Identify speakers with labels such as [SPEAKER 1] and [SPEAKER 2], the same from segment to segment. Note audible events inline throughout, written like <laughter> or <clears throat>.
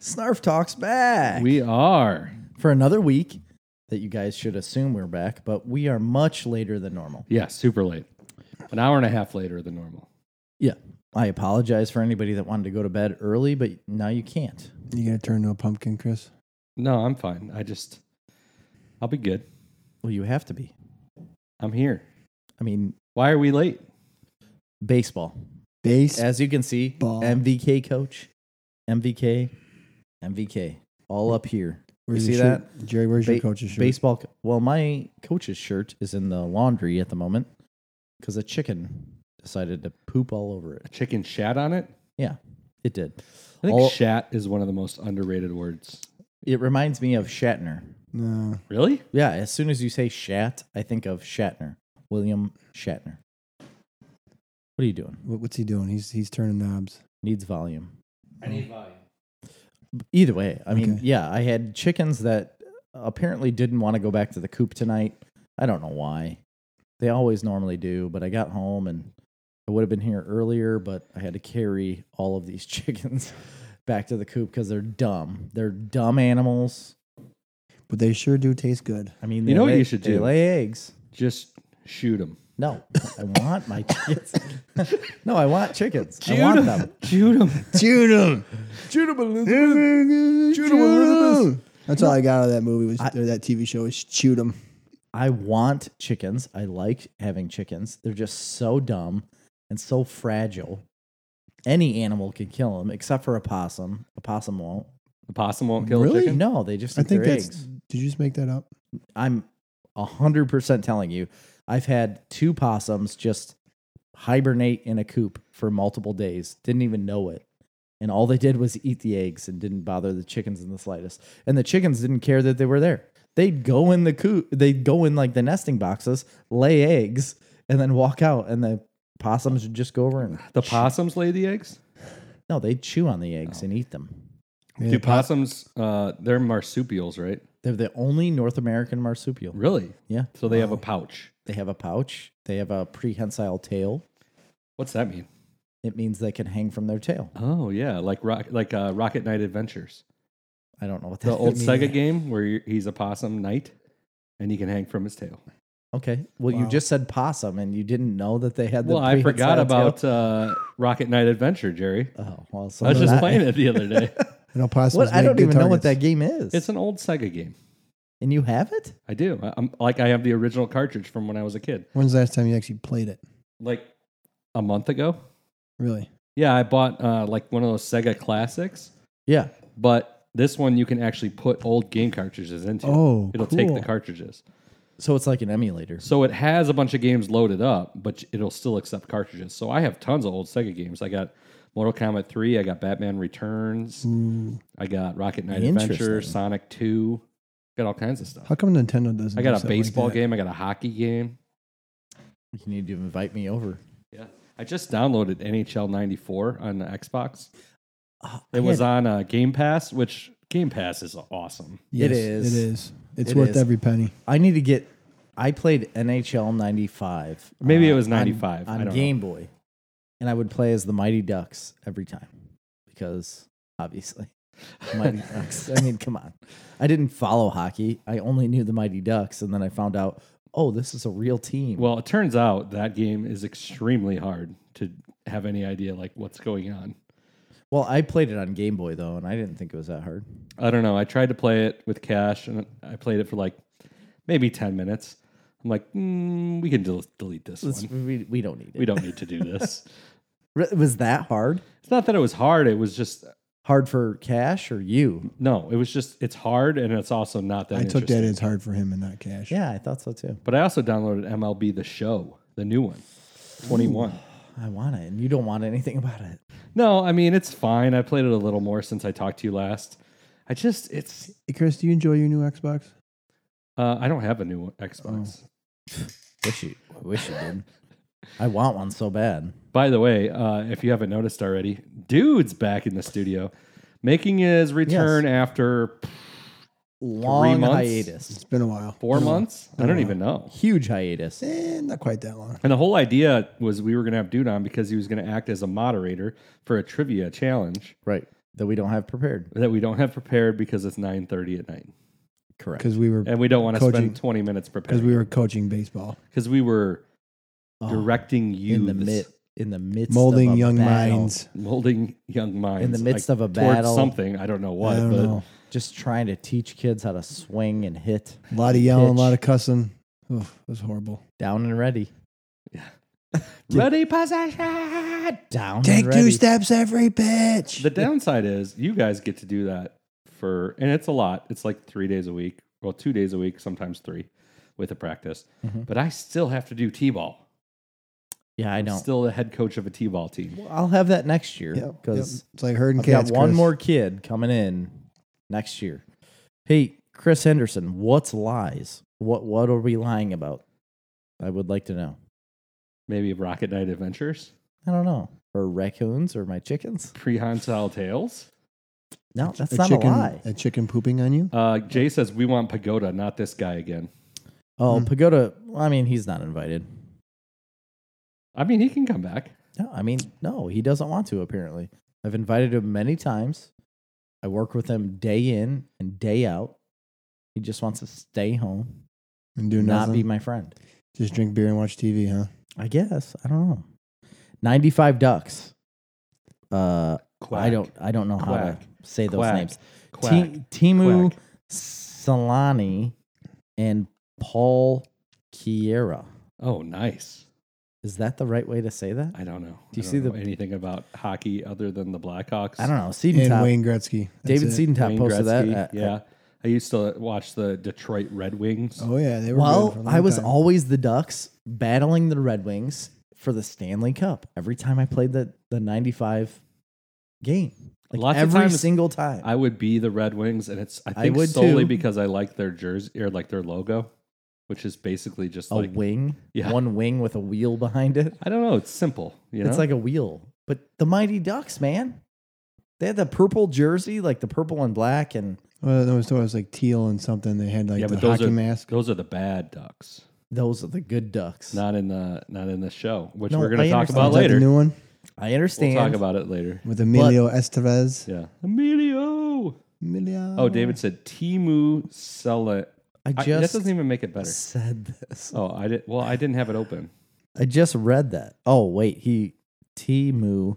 [SPEAKER 1] Snarf Talks back
[SPEAKER 2] We are.
[SPEAKER 1] for another week that you guys should assume we're back, but we are much later than normal.
[SPEAKER 2] Yeah, super late. An hour and a half later than normal.
[SPEAKER 1] Yeah. I apologize for anybody that wanted to go to bed early, but now you can't.
[SPEAKER 3] You gonna turn to a pumpkin, Chris?
[SPEAKER 2] No, I'm fine. I just, I'll be good.
[SPEAKER 1] Well, you have to be.
[SPEAKER 2] I'm here.
[SPEAKER 1] I mean,
[SPEAKER 2] Why are we late?
[SPEAKER 1] baseball.
[SPEAKER 3] Base.
[SPEAKER 1] As you can see,
[SPEAKER 3] Ball.
[SPEAKER 1] MVK coach, MVK, MVK, all up here.
[SPEAKER 3] Where's
[SPEAKER 1] you
[SPEAKER 3] your
[SPEAKER 1] see
[SPEAKER 3] shirt? Jerry? Where's your
[SPEAKER 1] Ba-
[SPEAKER 3] coach's shirt?
[SPEAKER 1] Baseball. co- Well, my coach's shirt is in the laundry at the moment because a chicken decided to poop all over it.
[SPEAKER 2] A chicken shat on it?
[SPEAKER 1] Yeah, it did.
[SPEAKER 2] I think
[SPEAKER 1] All-
[SPEAKER 2] shat is one of the most underrated words.
[SPEAKER 1] It reminds me of Shatner.
[SPEAKER 3] No.
[SPEAKER 2] Really?
[SPEAKER 1] Yeah, as soon as you say Shat, I think of Shatner, William Shatner. What are you doing?
[SPEAKER 3] What, what's he doing? He's he's turning knobs.
[SPEAKER 1] Needs volume.
[SPEAKER 2] I need volume.
[SPEAKER 1] Either way, I mean,
[SPEAKER 3] Okay.
[SPEAKER 1] yeah, I had chickens that apparently didn't want to go back to the coop tonight. I don't know why. They always normally do, but I got home and I would have been here earlier, but I had to carry all of these <laughs> chickens back to the coop because they're dumb. They're dumb animals.
[SPEAKER 3] But they sure do
[SPEAKER 1] <laughs>
[SPEAKER 3] taste good.
[SPEAKER 1] I mean,
[SPEAKER 2] You
[SPEAKER 1] they
[SPEAKER 2] know what
[SPEAKER 1] lay-
[SPEAKER 2] you should
[SPEAKER 1] they
[SPEAKER 2] do?
[SPEAKER 1] Lay eggs.
[SPEAKER 2] Just shoot them.
[SPEAKER 1] No, I want my
[SPEAKER 3] <laughs>
[SPEAKER 1] chickens. no, I want chickens. I want them.
[SPEAKER 2] <laughs> Shoot them.
[SPEAKER 3] Shoot him! Shoot
[SPEAKER 1] him, Elizabeth.
[SPEAKER 3] That's all I got out of that movie was
[SPEAKER 1] I-
[SPEAKER 3] or that TV show is shoot him.
[SPEAKER 1] I want chickens. I like having chickens. They're just so dumb and so fragile. Any animal can kill them, except for a possum. A possum won't.
[SPEAKER 2] The possum won't kill a
[SPEAKER 3] Really?
[SPEAKER 2] chicken?
[SPEAKER 1] No, they just
[SPEAKER 3] I
[SPEAKER 1] eat
[SPEAKER 3] think
[SPEAKER 1] their
[SPEAKER 3] that's.
[SPEAKER 1] eggs.
[SPEAKER 3] Did you just make that up?
[SPEAKER 1] I'm hundred percent telling you. I've had two possums just hibernate in a coop for multiple days. Didn't even know it. And all they did was eat the eggs and didn't bother the chickens in the slightest. And the chickens didn't care that they were there. They'd go in the coop, they'd go in like the nesting boxes, lay eggs, and then walk out. And the possums would just go over and
[SPEAKER 2] The possums lay the eggs?
[SPEAKER 1] no, they'd chew on the eggs and eat them.
[SPEAKER 3] Yeah,
[SPEAKER 2] Do possums, uh, they're marsupials, right?
[SPEAKER 1] They're the only North American marsupial.
[SPEAKER 2] Really?
[SPEAKER 1] Yeah.
[SPEAKER 2] So they have a pouch.
[SPEAKER 1] They have a pouch, they have a prehensile tail.
[SPEAKER 2] What's that mean?
[SPEAKER 1] It means they can hang from their tail.
[SPEAKER 2] Oh yeah, like rock, like uh, Rocket Knight Adventures,
[SPEAKER 1] I don't know what that <laughs>
[SPEAKER 2] the old
[SPEAKER 1] means.
[SPEAKER 2] Sega game where you- he's a possum knight, and he can hang from his tail.
[SPEAKER 1] Okay. Well, you
[SPEAKER 3] Wow.
[SPEAKER 1] just said possum, and you didn't know that they had the.
[SPEAKER 2] well, I forgot
[SPEAKER 1] prehensile
[SPEAKER 2] about uh, Rocket Knight Adventure, Jerry.
[SPEAKER 1] tail. Oh well,
[SPEAKER 2] I was just playing it the other day.
[SPEAKER 3] And opossums
[SPEAKER 1] What I
[SPEAKER 3] make
[SPEAKER 1] don't
[SPEAKER 3] good
[SPEAKER 1] even know what that
[SPEAKER 3] targets.
[SPEAKER 1] game is.
[SPEAKER 2] it's an old Sega game.
[SPEAKER 1] and you have it?
[SPEAKER 2] I do. I, I'm like I have the original cartridge from when I was a kid,
[SPEAKER 3] When's the last time you actually played it?
[SPEAKER 2] like a month ago.
[SPEAKER 3] Really?
[SPEAKER 2] Yeah, I bought uh, like one of those Sega classics,
[SPEAKER 1] Yeah.
[SPEAKER 2] but this one you can actually put old game cartridges into.
[SPEAKER 3] Oh,
[SPEAKER 2] it'll take the
[SPEAKER 3] cool.
[SPEAKER 2] cartridges.
[SPEAKER 1] So it's like an emulator.
[SPEAKER 2] So it has a bunch of games loaded up, but it'll still accept cartridges. So I have tons of old Sega games. I got Mortal Kombat 3, I got Batman Returns,
[SPEAKER 3] Ooh.
[SPEAKER 2] I got Rocket Knight
[SPEAKER 1] Hmm. Interesting.
[SPEAKER 2] Adventure, Sonic 2, got all kinds of stuff.
[SPEAKER 3] How come Nintendo doesn't?
[SPEAKER 2] I
[SPEAKER 3] do
[SPEAKER 2] got a
[SPEAKER 3] something like
[SPEAKER 2] baseball
[SPEAKER 3] that?
[SPEAKER 2] game, I got a hockey game.
[SPEAKER 1] You need to invite me over.
[SPEAKER 2] Yeah. I just downloaded NHL 94 on the Xbox.
[SPEAKER 1] Oh,
[SPEAKER 2] It was on uh, Game Pass, which Game Pass is awesome.
[SPEAKER 1] It
[SPEAKER 3] Yes,
[SPEAKER 1] is.
[SPEAKER 3] It is. It's
[SPEAKER 1] It
[SPEAKER 3] worth
[SPEAKER 1] is.
[SPEAKER 3] every penny.
[SPEAKER 1] I need to get. I played NHL '95.
[SPEAKER 2] Maybe it was
[SPEAKER 1] Uh, on-
[SPEAKER 2] 95. I
[SPEAKER 1] on,
[SPEAKER 2] don't know.
[SPEAKER 1] Game Boy, and I would play as the Mighty Ducks every time because obviously <laughs> Mighty Ducks. I mean, come on. I didn't follow hockey. I only knew the Mighty Ducks, and then I found out, oh, this is a real team.
[SPEAKER 2] Well, it turns out that game is extremely hard to have any idea like what's going on.
[SPEAKER 1] Well, I played it on Game Boy though, and I didn't think it was that hard.
[SPEAKER 2] I don't know. I tried to play it with cash, and I played it for like maybe ten minutes. I'm like, mm, we can del- delete this
[SPEAKER 1] It's-
[SPEAKER 2] one.
[SPEAKER 1] we, we don't need it.
[SPEAKER 2] We don't need to do this.
[SPEAKER 3] <laughs>
[SPEAKER 1] Re- It was that hard?
[SPEAKER 2] it's not that it was hard. It was just
[SPEAKER 1] Hard for cash or you?
[SPEAKER 2] no. It was just it's hard, and it's also not that.
[SPEAKER 3] I took that
[SPEAKER 2] interesting.
[SPEAKER 3] as hard for him and not cash.
[SPEAKER 1] Yeah, I thought so too.
[SPEAKER 2] But I also downloaded MLB the Show, the new one, 21.
[SPEAKER 1] I want it, and you don't want anything about it.
[SPEAKER 2] No, I mean it's fine. I played it a little more since I talked to you last. I just it's
[SPEAKER 3] Hey, Chris, do you enjoy your new Xbox?
[SPEAKER 2] uh, I don't have a new Xbox.
[SPEAKER 3] Oh.
[SPEAKER 1] Wish you, I wish you did. I want one so bad.
[SPEAKER 2] By the way, uh, if you haven't noticed already, dude's back in the studio, making his return after
[SPEAKER 1] Long
[SPEAKER 2] months?
[SPEAKER 1] hiatus,
[SPEAKER 3] It's been a while.
[SPEAKER 2] four months. I don't
[SPEAKER 3] Yeah.
[SPEAKER 2] even know.
[SPEAKER 1] huge hiatus.
[SPEAKER 3] Eh, not quite that <laughs> long.
[SPEAKER 2] And the whole idea was we were going to have dude on because he was going to act as a moderator for a trivia challenge.
[SPEAKER 1] Right. that we don't have prepared.
[SPEAKER 2] that we don't have prepared because it's 9.30 at night
[SPEAKER 1] Correct.
[SPEAKER 3] because we were
[SPEAKER 2] and we don't want to
[SPEAKER 3] Coaching.
[SPEAKER 2] spend 20 minutes
[SPEAKER 3] because
[SPEAKER 2] preparing
[SPEAKER 3] we were coaching baseball,
[SPEAKER 2] because we were
[SPEAKER 1] Oh,
[SPEAKER 2] directing
[SPEAKER 1] in
[SPEAKER 2] you
[SPEAKER 1] the mid in the midst of
[SPEAKER 3] molding
[SPEAKER 1] a
[SPEAKER 3] young
[SPEAKER 1] battle,
[SPEAKER 3] minds.
[SPEAKER 2] molding young minds
[SPEAKER 1] in the midst of a
[SPEAKER 2] towards
[SPEAKER 1] battle,
[SPEAKER 2] something I don't know what,
[SPEAKER 3] I don't
[SPEAKER 2] but
[SPEAKER 3] know.
[SPEAKER 1] just trying to teach kids how to swing and hit
[SPEAKER 3] A lot of yelling,
[SPEAKER 1] pitch.
[SPEAKER 3] a lot of cussing. Ugh, it was horrible.
[SPEAKER 1] down and ready,
[SPEAKER 2] ready possession.
[SPEAKER 1] down.
[SPEAKER 3] Take
[SPEAKER 1] and ready.
[SPEAKER 3] two steps every pitch.
[SPEAKER 2] The downside is you guys get to do that for, and it's a lot. It's like three days a week, well, two days a week, sometimes three, with a practice.
[SPEAKER 1] Mhm.
[SPEAKER 2] But I still have to do t-ball.
[SPEAKER 1] Yeah, I
[SPEAKER 2] I'm
[SPEAKER 1] know.
[SPEAKER 2] Still the head coach of a t-ball team.
[SPEAKER 1] Well, I'll have that next year
[SPEAKER 3] Yep, yep.
[SPEAKER 1] because
[SPEAKER 3] it's like herding
[SPEAKER 1] I've
[SPEAKER 3] cats.
[SPEAKER 1] got one
[SPEAKER 3] Chris.
[SPEAKER 1] more kid coming in next year. Hey, Chris Henderson, what's lies? What what are we lying about? I would like to know.
[SPEAKER 2] Maybe Rocket Knight Adventures,
[SPEAKER 1] I don't know. Or raccoons or my chickens?
[SPEAKER 2] prehensile tails.
[SPEAKER 1] No, that's
[SPEAKER 3] a
[SPEAKER 1] not
[SPEAKER 3] chicken,
[SPEAKER 1] a lie.
[SPEAKER 3] A chicken pooping on you.
[SPEAKER 2] Uh, Jay says we want pagoda, not this guy again.
[SPEAKER 1] Oh,
[SPEAKER 3] Hmm.
[SPEAKER 1] Pagoda. well, I mean, he's not invited.
[SPEAKER 2] I mean, he can come back.
[SPEAKER 1] No, I mean, no, he doesn't want to. Apparently, I've invited him many times. I work with him day in and day out. He just wants to stay home,
[SPEAKER 3] and do
[SPEAKER 1] not
[SPEAKER 3] nothing.
[SPEAKER 1] be my friend.
[SPEAKER 3] Just drink beer and watch TV, huh?
[SPEAKER 1] I guess I don't know. Ninety-five ducks. Uh, I
[SPEAKER 2] Quack,
[SPEAKER 1] don't. I don't know how to
[SPEAKER 2] Quack.
[SPEAKER 1] say those
[SPEAKER 2] Quack.
[SPEAKER 1] names.
[SPEAKER 2] Quack.
[SPEAKER 1] Ti- Timu
[SPEAKER 2] Quack.
[SPEAKER 1] Solani and Paul Kiera.
[SPEAKER 2] Oh, nice.
[SPEAKER 1] Is that the right way to say that?
[SPEAKER 2] I don't know.
[SPEAKER 1] Do you
[SPEAKER 2] I don't
[SPEAKER 1] see the-
[SPEAKER 2] know anything about hockey other than the Blackhawks?
[SPEAKER 1] I don't know.
[SPEAKER 3] And
[SPEAKER 1] Seedentop.
[SPEAKER 3] Wayne Gretzky. That's
[SPEAKER 1] David
[SPEAKER 3] it.
[SPEAKER 1] Seedentop
[SPEAKER 2] Wayne
[SPEAKER 1] posted
[SPEAKER 2] Gretzky,
[SPEAKER 1] that. uh,
[SPEAKER 2] yeah, I used to watch the Detroit Red Wings.
[SPEAKER 3] Oh yeah, they were. good for
[SPEAKER 1] Well,
[SPEAKER 3] a long
[SPEAKER 1] I was
[SPEAKER 3] time.
[SPEAKER 1] always the Ducks battling the Red Wings for the Stanley Cup every time I played the the '95 game. Like
[SPEAKER 2] Lots of
[SPEAKER 1] every
[SPEAKER 2] times
[SPEAKER 1] single time.
[SPEAKER 2] I would be the Red Wings, and it's I
[SPEAKER 1] I
[SPEAKER 2] think
[SPEAKER 1] would
[SPEAKER 2] solely
[SPEAKER 1] too.
[SPEAKER 2] because I like their jersey or like their logo, which is basically just
[SPEAKER 1] a
[SPEAKER 2] like
[SPEAKER 1] wing,
[SPEAKER 2] Yeah.
[SPEAKER 1] one wing with a wheel behind it.
[SPEAKER 2] I don't know. It's simple. You know,
[SPEAKER 1] It's like a wheel. But the Mighty Ducks, man, they had the purple jersey, like the purple and black, and
[SPEAKER 3] Well, that was, that was like teal and something. They had like
[SPEAKER 2] Yeah,
[SPEAKER 3] the
[SPEAKER 2] but those
[SPEAKER 3] hockey
[SPEAKER 2] are-
[SPEAKER 3] mask.
[SPEAKER 2] those are the bad Ducks.
[SPEAKER 1] those are the good Ducks.
[SPEAKER 2] Not in the not in the show, which
[SPEAKER 1] No,
[SPEAKER 2] we're going
[SPEAKER 1] I
[SPEAKER 2] to talk
[SPEAKER 1] understand.
[SPEAKER 2] about
[SPEAKER 3] Is that the
[SPEAKER 2] later.
[SPEAKER 3] new one
[SPEAKER 1] I
[SPEAKER 2] We'll
[SPEAKER 1] understand.
[SPEAKER 2] talk about it later.
[SPEAKER 3] with Emilio Estevez.
[SPEAKER 2] Yeah, Emilio.
[SPEAKER 3] Emilio.
[SPEAKER 2] Oh, David said Timu Sele.
[SPEAKER 1] I
[SPEAKER 2] I- that
[SPEAKER 1] just
[SPEAKER 2] doesn't even make it better.
[SPEAKER 1] said this.
[SPEAKER 2] Oh, I did. Well, I didn't have it open.
[SPEAKER 1] I just read that. Oh wait, he Timu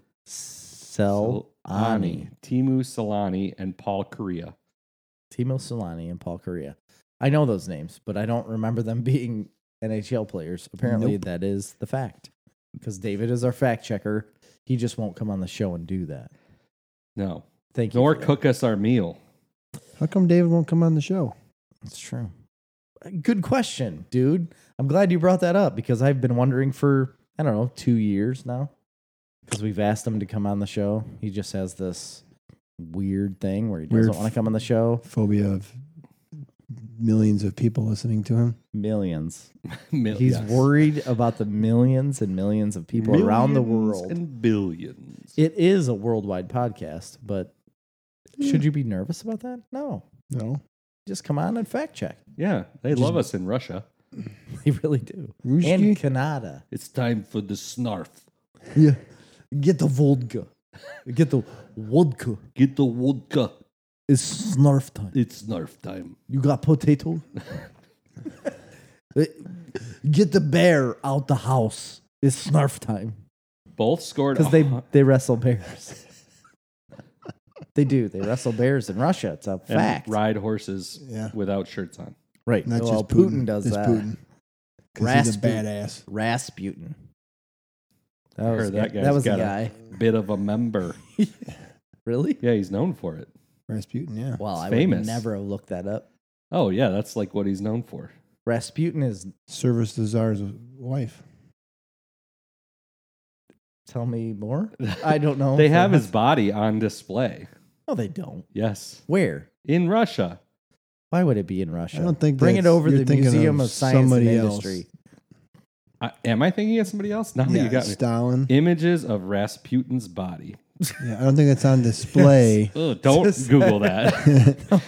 [SPEAKER 1] Selani,
[SPEAKER 2] Timu Solani, and Paul Korea.
[SPEAKER 1] Timo Solani, and Paul Correa. I know those names, but I don't remember them <laughs> being NHL players. Apparently,
[SPEAKER 3] Nope.
[SPEAKER 1] that is the fact because David is our fact checker. He just won't come on the show and do that.
[SPEAKER 2] No,
[SPEAKER 1] Thank you.
[SPEAKER 2] nor
[SPEAKER 1] for that.
[SPEAKER 2] cook us our meal. <laughs>
[SPEAKER 3] How come David won't come on the show?
[SPEAKER 1] That's true. Good question, dude. I'm glad you brought that up because I've been wondering for I don't know two years now because we've asked him to come on the show. He just has this weird thing where he doesn't
[SPEAKER 3] Weird
[SPEAKER 1] want to come on the show.
[SPEAKER 3] Phobia of millions of people listening to him.
[SPEAKER 1] Millions.
[SPEAKER 2] Mil-
[SPEAKER 1] He's
[SPEAKER 2] yes.
[SPEAKER 1] worried about the millions and millions of people around the
[SPEAKER 2] Millions
[SPEAKER 1] world.
[SPEAKER 2] and billions.
[SPEAKER 1] it is a worldwide podcast, but should you be nervous about that? No.
[SPEAKER 3] No,
[SPEAKER 1] Just come on and fact check. <laughs>
[SPEAKER 2] yeah, they love us in Russia.
[SPEAKER 1] They really do.
[SPEAKER 3] Ruski?
[SPEAKER 1] And Canada.
[SPEAKER 2] It's time for the snarf.
[SPEAKER 1] Yeah. Get the vodka. Get the vodka.
[SPEAKER 2] Get the vodka.
[SPEAKER 1] It's snarf time.
[SPEAKER 2] It's snarf time.
[SPEAKER 1] You got potato? Get the bear out the house. It's snarf time.
[SPEAKER 2] Both scored
[SPEAKER 1] Because they, they wrestle bears. <laughs> they do. They wrestle bears in Russia. It's a
[SPEAKER 2] and
[SPEAKER 1] fact.
[SPEAKER 2] ride horses
[SPEAKER 3] Yeah.
[SPEAKER 2] without shirts on.
[SPEAKER 1] Right.
[SPEAKER 3] not
[SPEAKER 1] well,
[SPEAKER 3] just Putin,
[SPEAKER 1] does
[SPEAKER 3] it's
[SPEAKER 1] that.
[SPEAKER 3] Putin. 'Cause he's a
[SPEAKER 1] Rasputin.
[SPEAKER 3] badass.
[SPEAKER 1] Rasputin. That
[SPEAKER 2] I
[SPEAKER 1] was,
[SPEAKER 2] heard that
[SPEAKER 1] that
[SPEAKER 2] guy's
[SPEAKER 1] was the
[SPEAKER 2] got a-
[SPEAKER 1] guy.
[SPEAKER 2] Bit of a member.
[SPEAKER 1] Really?
[SPEAKER 2] Yeah, he's known for it.
[SPEAKER 3] Rasputin, yeah.
[SPEAKER 1] Well, I would
[SPEAKER 2] famous.
[SPEAKER 1] never have looked that up.
[SPEAKER 2] Oh yeah, that's like what he's known for.
[SPEAKER 1] Rasputin is
[SPEAKER 3] Service the czar's wife.
[SPEAKER 1] Tell me more. I don't know.
[SPEAKER 2] <laughs> They have his body on display.
[SPEAKER 1] No, they don't.
[SPEAKER 2] Yes,
[SPEAKER 1] Where?
[SPEAKER 2] in Russia.
[SPEAKER 1] Why would it be in Russia?
[SPEAKER 3] I don't think
[SPEAKER 1] Bring it
[SPEAKER 3] that's-
[SPEAKER 1] over to
[SPEAKER 3] you're
[SPEAKER 1] the
[SPEAKER 3] thinking
[SPEAKER 1] Museum
[SPEAKER 3] of
[SPEAKER 1] of, Science and
[SPEAKER 3] somebody else. <laughs>
[SPEAKER 1] Industry. <laughs>
[SPEAKER 2] I, am I thinking of somebody else? Now
[SPEAKER 3] yeah,
[SPEAKER 2] you got me.
[SPEAKER 3] Stalin.
[SPEAKER 2] Images of Rasputin's body.
[SPEAKER 3] yeah, I don't think that's
[SPEAKER 2] <laughs>
[SPEAKER 3] on display.
[SPEAKER 2] Ugh,
[SPEAKER 1] <laughs>
[SPEAKER 2] don't
[SPEAKER 1] Just-
[SPEAKER 2] Google that.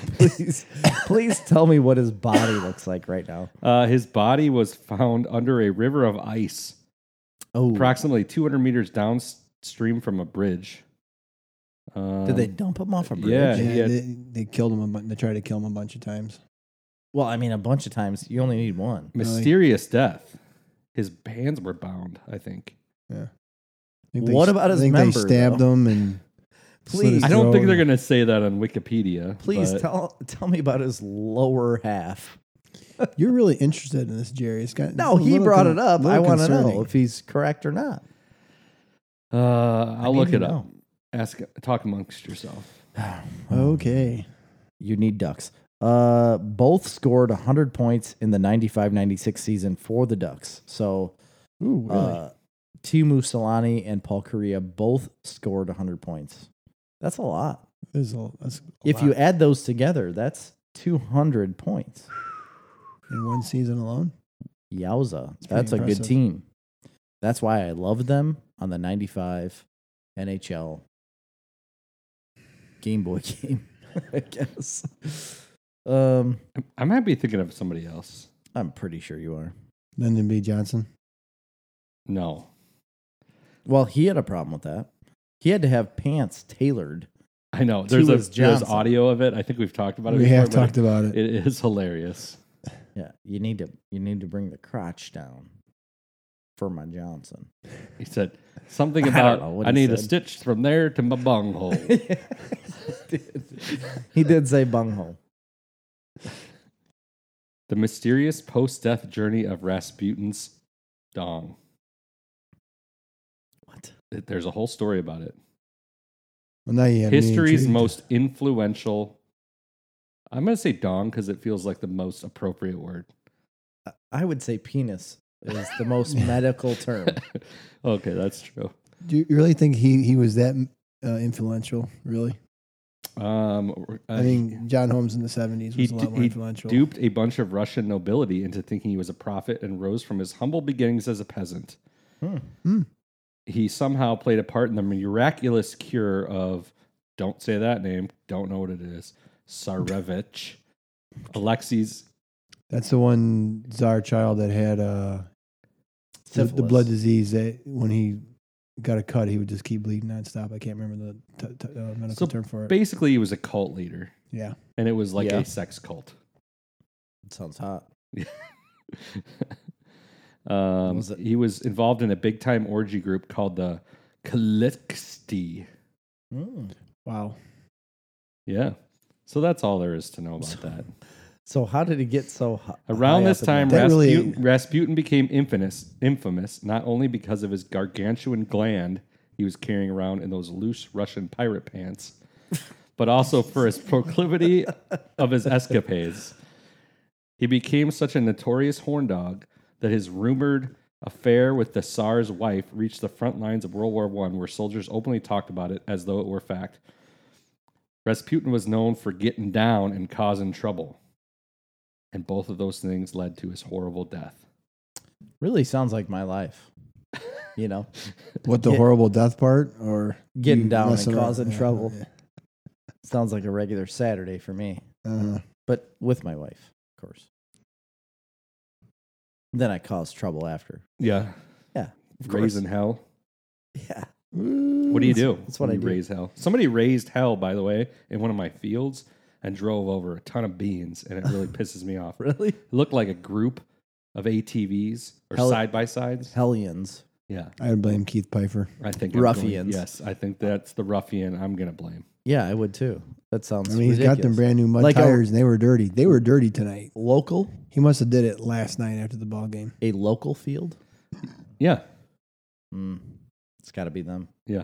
[SPEAKER 1] <laughs> Please, please tell me what his body looks like right now.
[SPEAKER 2] Uh, his body was found under a river of ice,
[SPEAKER 1] Oh,
[SPEAKER 2] approximately 200 meters downstream from a bridge. Um,
[SPEAKER 1] Did they dump him off a bridge?
[SPEAKER 2] yeah. he
[SPEAKER 3] <laughs> Yeah,
[SPEAKER 2] had-
[SPEAKER 3] they, they killed him. A bu- they tried to kill him a bunch of times.
[SPEAKER 1] Well, I mean, a bunch of times you only need one.
[SPEAKER 2] Mysterious death. His hands were bound. I think.
[SPEAKER 3] I think
[SPEAKER 1] What
[SPEAKER 3] s-
[SPEAKER 1] about
[SPEAKER 3] I
[SPEAKER 1] his
[SPEAKER 3] think
[SPEAKER 1] member,
[SPEAKER 3] They stabbed
[SPEAKER 1] though?
[SPEAKER 3] him and slit
[SPEAKER 1] <laughs>
[SPEAKER 3] his
[SPEAKER 1] Please.
[SPEAKER 2] I don't think
[SPEAKER 3] throat.
[SPEAKER 2] they're gonna say that on Wikipedia.
[SPEAKER 1] Please
[SPEAKER 2] but-
[SPEAKER 1] tell tell me about his lower half.
[SPEAKER 3] You're really interested in this, Jerry. It's got
[SPEAKER 1] No,
[SPEAKER 3] it's a
[SPEAKER 1] he
[SPEAKER 3] little
[SPEAKER 1] brought
[SPEAKER 3] con-
[SPEAKER 1] it up. I
[SPEAKER 3] little
[SPEAKER 1] want to know
[SPEAKER 3] concerning.
[SPEAKER 1] if he's correct or not.
[SPEAKER 2] Uh, I'll
[SPEAKER 1] need
[SPEAKER 2] look
[SPEAKER 1] to
[SPEAKER 2] it up.
[SPEAKER 1] know.
[SPEAKER 2] Ask. Talk amongst yourself.
[SPEAKER 3] Okay,
[SPEAKER 1] You need ducks. Uh, both scored 100 points in the 95-96 season for the Ducks. So,
[SPEAKER 3] ooh, really?
[SPEAKER 1] uh, Timu Solani and Paul Correa both scored 100 points. That's a lot.
[SPEAKER 3] There's a, that's a
[SPEAKER 1] if you
[SPEAKER 3] lot
[SPEAKER 1] add those together, that's 200 points.
[SPEAKER 3] in one season alone,
[SPEAKER 1] Yowza.
[SPEAKER 3] It's pretty
[SPEAKER 1] That's a good
[SPEAKER 3] impressive.
[SPEAKER 1] team. That's why I love them on the 95 NHL Game Boy <laughs> game, I guess. Um,
[SPEAKER 2] I- I might be thinking of somebody else.
[SPEAKER 1] I'm pretty sure you are.
[SPEAKER 3] Lyndon B. Johnson.
[SPEAKER 2] No.
[SPEAKER 1] Well, he had a problem with that. He had to have pants tailored.
[SPEAKER 2] I know. There's a
[SPEAKER 1] was
[SPEAKER 2] there's
[SPEAKER 1] Johnson.
[SPEAKER 2] audio of it. I think we've talked about it.
[SPEAKER 3] We
[SPEAKER 2] before,
[SPEAKER 3] have
[SPEAKER 2] but
[SPEAKER 3] talked about it.
[SPEAKER 2] It is hilarious.
[SPEAKER 1] Yeah, you need to you need to bring the crotch down for my Johnson.
[SPEAKER 2] He said something
[SPEAKER 1] <laughs> I don't
[SPEAKER 2] about
[SPEAKER 1] know
[SPEAKER 2] I,
[SPEAKER 1] what he
[SPEAKER 2] need a
[SPEAKER 1] said."
[SPEAKER 2] stitch from there to
[SPEAKER 1] <laughs>
[SPEAKER 2] my bunghole.
[SPEAKER 1] he did say bunghole.
[SPEAKER 2] the mysterious post-death journey of Rasputin's dong.
[SPEAKER 1] What?
[SPEAKER 2] It- There's a whole story about it.
[SPEAKER 3] Well, now you have me
[SPEAKER 2] History's
[SPEAKER 3] intrigued.
[SPEAKER 2] most influential. I'm gonna say dong because it feels like the most appropriate word.
[SPEAKER 1] I would say penis is the most medical term.
[SPEAKER 2] okay, that's true.
[SPEAKER 3] Do you really think he he was that uh, influential? Really?
[SPEAKER 2] Um, uh,
[SPEAKER 3] I mean, John Holmes in the seventies
[SPEAKER 2] he
[SPEAKER 3] was a
[SPEAKER 2] d-
[SPEAKER 3] lot more
[SPEAKER 2] he
[SPEAKER 3] influential.
[SPEAKER 2] duped a bunch of Russian nobility into thinking he was a prophet and rose from his humble beginnings as a peasant.
[SPEAKER 1] Hmm.
[SPEAKER 3] Hmm.
[SPEAKER 2] He somehow played a part in the miraculous cure of, don't say that name, don't know what it is,
[SPEAKER 1] <laughs>
[SPEAKER 2] Tsarevich, Alexei's,
[SPEAKER 3] That's the one czar child that had uh, the, the
[SPEAKER 1] Syphilis.
[SPEAKER 3] blood disease that when he got a cut, he would just keep bleeding nonstop. I can't remember the t- t- uh,
[SPEAKER 2] So
[SPEAKER 3] medical term for it.
[SPEAKER 2] basically he was a cult leader
[SPEAKER 3] yeah.
[SPEAKER 2] and it was like
[SPEAKER 1] Yeah.
[SPEAKER 2] a sex cult.
[SPEAKER 1] sounds hot.
[SPEAKER 2] um,
[SPEAKER 1] was it?
[SPEAKER 2] He was involved in a big time orgy group called the Kalixti.
[SPEAKER 1] Mm.
[SPEAKER 3] Wow.
[SPEAKER 2] Yeah. So that's all there is to know about that.
[SPEAKER 1] So how did he get so hot?
[SPEAKER 2] Around this time,
[SPEAKER 3] That really-
[SPEAKER 2] Rasputin, Rasputin became infamous, infamous not only because of his gargantuan gland he was carrying around in those loose Russian pirate
[SPEAKER 3] <laughs>
[SPEAKER 2] pants, but also for his proclivity of his escapades. He became such a notorious horn dog that his rumored affair with the Tsar's wife reached the front lines of World War One, where soldiers openly talked about it as though it were fact. Rasputin was known for getting down and causing trouble and both of those things led to his horrible death.
[SPEAKER 1] really sounds like my life. You know,
[SPEAKER 3] What the
[SPEAKER 1] Get-
[SPEAKER 3] horrible death part or
[SPEAKER 1] Getting
[SPEAKER 3] you
[SPEAKER 1] down and
[SPEAKER 3] messing up?
[SPEAKER 1] causing
[SPEAKER 3] Yeah,
[SPEAKER 1] trouble.
[SPEAKER 3] yeah.
[SPEAKER 1] sounds like a regular Saturday for me,
[SPEAKER 3] Uh,
[SPEAKER 1] but with my wife, of course. Then I caused trouble after.
[SPEAKER 2] Yeah,
[SPEAKER 1] Yeah, of course.
[SPEAKER 2] raising hell.
[SPEAKER 1] <laughs> Yeah,
[SPEAKER 3] Uh-huh.
[SPEAKER 2] What do you do?
[SPEAKER 1] Mm, that's what
[SPEAKER 2] when
[SPEAKER 1] I
[SPEAKER 2] you
[SPEAKER 1] do.
[SPEAKER 2] raise hell. Somebody raised hell, by the way, in one of my fields and drove over a ton of beans, and it
[SPEAKER 1] <laughs>
[SPEAKER 2] really pisses me off. It
[SPEAKER 1] really?
[SPEAKER 2] looked like a group of ATVs or
[SPEAKER 1] Hell-
[SPEAKER 2] side by sides.
[SPEAKER 1] Hellions.
[SPEAKER 2] Yeah,
[SPEAKER 3] I would blame Keith Piper.
[SPEAKER 2] I think I'm going-
[SPEAKER 1] Ruffians.
[SPEAKER 2] yes, I think that's the ruffian I'm gonna blame.
[SPEAKER 1] Yeah, I would too. That sounds.
[SPEAKER 3] I mean, he's got them
[SPEAKER 1] ridiculous.
[SPEAKER 3] brand new mud
[SPEAKER 1] Like a-
[SPEAKER 3] tires, and they were dirty. They were dirty tonight.
[SPEAKER 1] Local,
[SPEAKER 3] He must have did it last night after the ball game.
[SPEAKER 1] a local field.
[SPEAKER 2] Yeah,
[SPEAKER 1] Mm, it's got to be them.
[SPEAKER 2] yeah.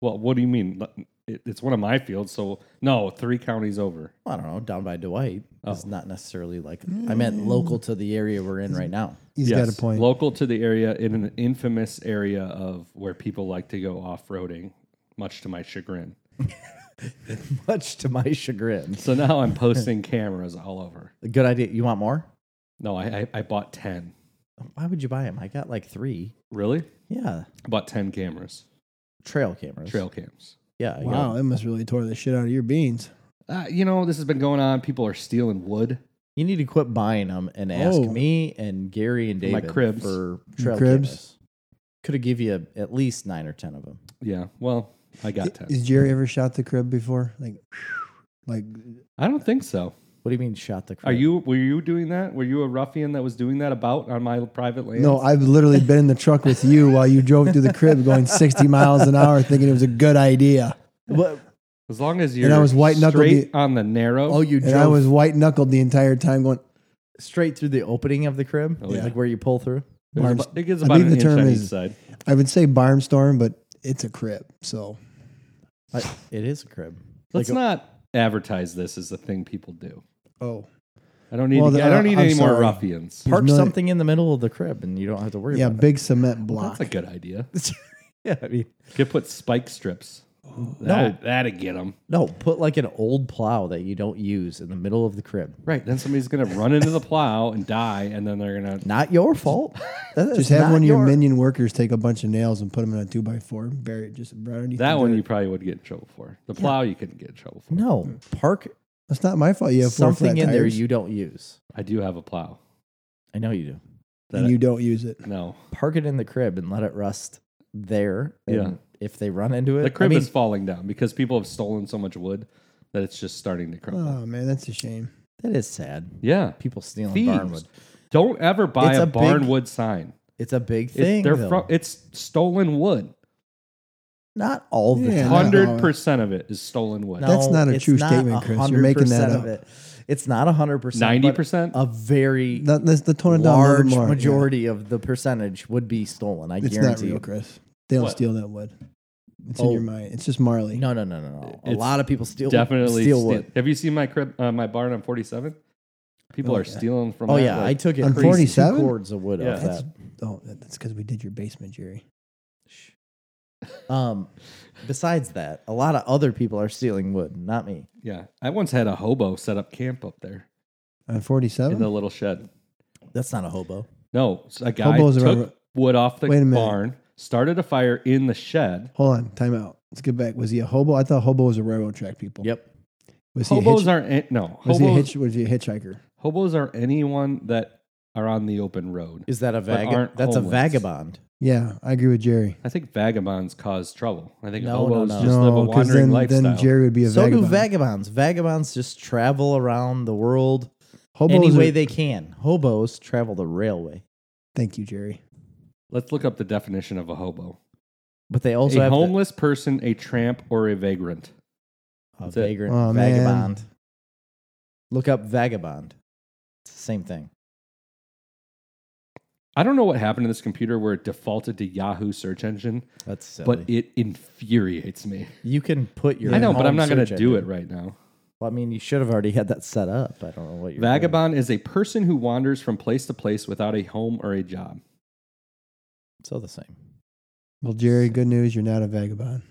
[SPEAKER 2] Well, what do you mean? It- It's one of my fields, so no, three counties over.
[SPEAKER 1] I don't know. Down by Dwight It's
[SPEAKER 2] Oh.
[SPEAKER 1] not necessarily like I meant local to the area we're in right now.
[SPEAKER 3] He's
[SPEAKER 2] Yes,
[SPEAKER 3] got a point.
[SPEAKER 2] Local to the area in an infamous area of where people like to go off roading, much to my chagrin.
[SPEAKER 1] Much to my chagrin.
[SPEAKER 2] So now I'm
[SPEAKER 3] <laughs>
[SPEAKER 2] posting cameras all over.
[SPEAKER 1] Good idea. You want more?
[SPEAKER 2] No, I, I, I bought 10.
[SPEAKER 1] Why would you buy them? I got like three.
[SPEAKER 2] Really?
[SPEAKER 1] Yeah,
[SPEAKER 2] I bought 10 cameras,
[SPEAKER 1] trail cameras.
[SPEAKER 2] trail cams.
[SPEAKER 1] Yeah. I got-
[SPEAKER 3] wow, that must really tore the shit out of your beans.
[SPEAKER 2] Uh, you know, this has been going on. People are stealing wood.
[SPEAKER 1] You need to quit buying them and ask
[SPEAKER 3] Oh.
[SPEAKER 1] me and Gary and
[SPEAKER 2] For my
[SPEAKER 1] David
[SPEAKER 2] cribs.
[SPEAKER 1] for trail
[SPEAKER 3] cribs?
[SPEAKER 1] cameras. Could have give you at least nine or ten of them.
[SPEAKER 2] Yeah, well, I got ten.
[SPEAKER 3] Is Jerry ever shot the crib before? Like, like
[SPEAKER 2] I don't think so.
[SPEAKER 1] What do you mean shot the crib?
[SPEAKER 2] Are you? Were you doing that? Were you a ruffian that was doing that about on my private land?
[SPEAKER 3] no, I've literally been in the truck with you while you drove through the crib going 60 miles an hour, thinking it was a good idea.
[SPEAKER 1] What-
[SPEAKER 2] As long as you're
[SPEAKER 3] I was white-knuckled
[SPEAKER 2] straight
[SPEAKER 3] the-
[SPEAKER 2] on the narrow.
[SPEAKER 1] oh, you
[SPEAKER 3] And I
[SPEAKER 1] drove
[SPEAKER 3] was white knuckled the entire time, going.
[SPEAKER 1] straight through the opening of the crib,
[SPEAKER 2] Oh, yeah.
[SPEAKER 1] like where you pull
[SPEAKER 3] <sighs>
[SPEAKER 1] through.
[SPEAKER 2] There's
[SPEAKER 3] Barnes-
[SPEAKER 2] about- it gets
[SPEAKER 3] I
[SPEAKER 2] about
[SPEAKER 3] believe
[SPEAKER 2] an inch
[SPEAKER 3] the term
[SPEAKER 2] on each
[SPEAKER 3] is-
[SPEAKER 2] side.
[SPEAKER 3] I would say barnstorm, but it's a crib. So
[SPEAKER 1] I, it is a crib.
[SPEAKER 2] Let's
[SPEAKER 1] like a-
[SPEAKER 2] not advertise this as a thing people do.
[SPEAKER 3] oh
[SPEAKER 2] I don't need.
[SPEAKER 3] Well,
[SPEAKER 2] to-
[SPEAKER 3] the-
[SPEAKER 2] I don't
[SPEAKER 3] uh,
[SPEAKER 2] need
[SPEAKER 3] I'm
[SPEAKER 2] any more
[SPEAKER 3] sorry.
[SPEAKER 2] ruffians.
[SPEAKER 1] park
[SPEAKER 3] no-
[SPEAKER 1] something in the middle of the crib, and you don't have to worry
[SPEAKER 3] yeah,
[SPEAKER 1] about
[SPEAKER 3] big cement block.
[SPEAKER 2] That's a good idea.
[SPEAKER 1] it. <laughs> yeah, I mean,
[SPEAKER 2] Could put spike strips. That, that'd get them.
[SPEAKER 1] no, put like an old plow that you don't use in the middle of the crib.
[SPEAKER 2] Right. Then somebody's gonna run into the plow and die, and then they're gonna.
[SPEAKER 1] Not your
[SPEAKER 3] <laughs>
[SPEAKER 1] fault. That is
[SPEAKER 3] just have
[SPEAKER 1] not
[SPEAKER 3] one of your,
[SPEAKER 1] your-
[SPEAKER 3] minion workers take a bunch of nails and put them in a two by four and bury it just right underneath.
[SPEAKER 2] That
[SPEAKER 3] the
[SPEAKER 2] one
[SPEAKER 3] dirt.
[SPEAKER 2] you probably would get in trouble for. The plow you couldn't get in trouble for.
[SPEAKER 1] No, park
[SPEAKER 3] That's not my fault. You have four
[SPEAKER 1] something
[SPEAKER 3] flat
[SPEAKER 1] in there
[SPEAKER 3] tires
[SPEAKER 1] you don't use.
[SPEAKER 2] I do have a plow.
[SPEAKER 1] I know you do.
[SPEAKER 3] and you don't use it.
[SPEAKER 2] No,
[SPEAKER 1] Park it in the crib and let it rust there. And
[SPEAKER 2] Yeah.
[SPEAKER 1] If they run into it,
[SPEAKER 2] the
[SPEAKER 1] I
[SPEAKER 2] crib
[SPEAKER 1] mean,
[SPEAKER 2] is falling down because people have stolen so much wood that it's just starting to crumble.
[SPEAKER 3] Oh man, that's a shame.
[SPEAKER 1] that is sad.
[SPEAKER 2] yeah,
[SPEAKER 1] People stealing
[SPEAKER 2] thieves.
[SPEAKER 1] barnwood.
[SPEAKER 2] Don't ever buy
[SPEAKER 1] It's
[SPEAKER 2] a,
[SPEAKER 1] a big
[SPEAKER 2] barn wood sign.
[SPEAKER 1] It's a big
[SPEAKER 2] It-
[SPEAKER 1] thing.
[SPEAKER 2] they're
[SPEAKER 1] though.
[SPEAKER 2] fro- it's stolen wood.
[SPEAKER 1] not all the
[SPEAKER 3] Yeah,
[SPEAKER 1] time.
[SPEAKER 3] no.
[SPEAKER 2] Hundred percent of it is stolen wood.
[SPEAKER 3] That's not a
[SPEAKER 1] it's
[SPEAKER 3] true statement, Chris. You're making that
[SPEAKER 1] 100%
[SPEAKER 3] up.
[SPEAKER 1] It. It's not hundred percent.
[SPEAKER 2] Ninety percent.
[SPEAKER 3] uh,
[SPEAKER 1] A very
[SPEAKER 3] That, let's let's tone it down a little
[SPEAKER 1] large
[SPEAKER 3] more. Yeah.
[SPEAKER 1] majority of the percentage would be stolen. I
[SPEAKER 3] It's not
[SPEAKER 1] guarantee
[SPEAKER 3] real,
[SPEAKER 1] you.
[SPEAKER 3] Chris. They don't
[SPEAKER 2] What?
[SPEAKER 3] steal that wood. It's
[SPEAKER 1] Oh.
[SPEAKER 3] in your mind. It's just Marley.
[SPEAKER 1] No, no, no, no, no. A
[SPEAKER 2] It's
[SPEAKER 1] lot of people steal
[SPEAKER 2] Definitely
[SPEAKER 1] steal
[SPEAKER 2] steal-
[SPEAKER 1] wood.
[SPEAKER 2] Have you seen my crib? Uh, my barn on forty seven. People
[SPEAKER 3] Oh,
[SPEAKER 2] are
[SPEAKER 3] yeah.
[SPEAKER 2] stealing from.
[SPEAKER 1] Oh
[SPEAKER 2] that,
[SPEAKER 1] yeah, I
[SPEAKER 2] like-
[SPEAKER 1] took it.
[SPEAKER 3] On 47?
[SPEAKER 1] cords of wood
[SPEAKER 2] Yeah.
[SPEAKER 1] off that.
[SPEAKER 3] Oh, that- that's because we did your basement, Jerry.
[SPEAKER 1] Um, besides that, a lot of other people are stealing wood, not me.
[SPEAKER 2] yeah. I once had a hobo set up camp up there
[SPEAKER 3] On
[SPEAKER 2] in the
[SPEAKER 3] forty-seven.
[SPEAKER 2] little shed.
[SPEAKER 1] That's not a hobo.
[SPEAKER 2] No, so a guy
[SPEAKER 3] Hobos are
[SPEAKER 2] took
[SPEAKER 3] over-
[SPEAKER 2] wood off the
[SPEAKER 3] Wait a minute.
[SPEAKER 2] barn, started a fire in the shed.
[SPEAKER 3] Hold on, time out. Let's get back. Was he a hobo? I thought hobo was a railroad track people.
[SPEAKER 1] Yep.
[SPEAKER 3] Was he a
[SPEAKER 2] Hobos
[SPEAKER 3] hitch-
[SPEAKER 2] aren't an- no.
[SPEAKER 3] was he a
[SPEAKER 2] Hobos,
[SPEAKER 3] hitch? Was he a hitchhiker?
[SPEAKER 2] hobos are anyone that are on the open road.
[SPEAKER 1] Is that a
[SPEAKER 2] But
[SPEAKER 1] vagabond?
[SPEAKER 2] aren't
[SPEAKER 1] That's a
[SPEAKER 2] homeless.
[SPEAKER 1] vagabond.
[SPEAKER 3] Yeah, I agree with Jerry.
[SPEAKER 2] I think vagabonds cause trouble. I think
[SPEAKER 1] No, no,
[SPEAKER 2] hobos
[SPEAKER 1] no.
[SPEAKER 2] just live a
[SPEAKER 3] 'cause
[SPEAKER 2] wandering
[SPEAKER 3] then,
[SPEAKER 2] lifestyle.
[SPEAKER 3] Then Jerry would be a
[SPEAKER 1] So
[SPEAKER 3] vagabond.
[SPEAKER 1] do vagabonds. Vagabonds just travel around the world
[SPEAKER 3] Hobos
[SPEAKER 1] any way
[SPEAKER 3] are-
[SPEAKER 1] they can. Hobos travel the railway,
[SPEAKER 3] Thank you, Jerry.
[SPEAKER 2] Let's look up the definition of a hobo.
[SPEAKER 1] but they also
[SPEAKER 2] a
[SPEAKER 1] have the-
[SPEAKER 2] homeless person, a tramp, or a vagrant.
[SPEAKER 1] a
[SPEAKER 2] That's it.
[SPEAKER 1] vagrant
[SPEAKER 3] Aw, Oh, man.
[SPEAKER 1] vagabond. Look up vagabond. It's the same thing.
[SPEAKER 2] I don't know what happened to this computer where it defaulted to Yahoo search engine,
[SPEAKER 1] That's silly.
[SPEAKER 2] but it infuriates me.
[SPEAKER 1] you can put your.
[SPEAKER 2] I know, but I'm
[SPEAKER 1] home
[SPEAKER 2] not going to
[SPEAKER 1] search
[SPEAKER 2] do it
[SPEAKER 1] engine.
[SPEAKER 2] right now.
[SPEAKER 1] Well, I mean, you should have already had that set up. I don't know what you're doing.
[SPEAKER 2] Vagabond is a person who wanders from place to place without a home or a job.
[SPEAKER 1] It's all the same.
[SPEAKER 3] Well, Jerry, good news. You're not a vagabond.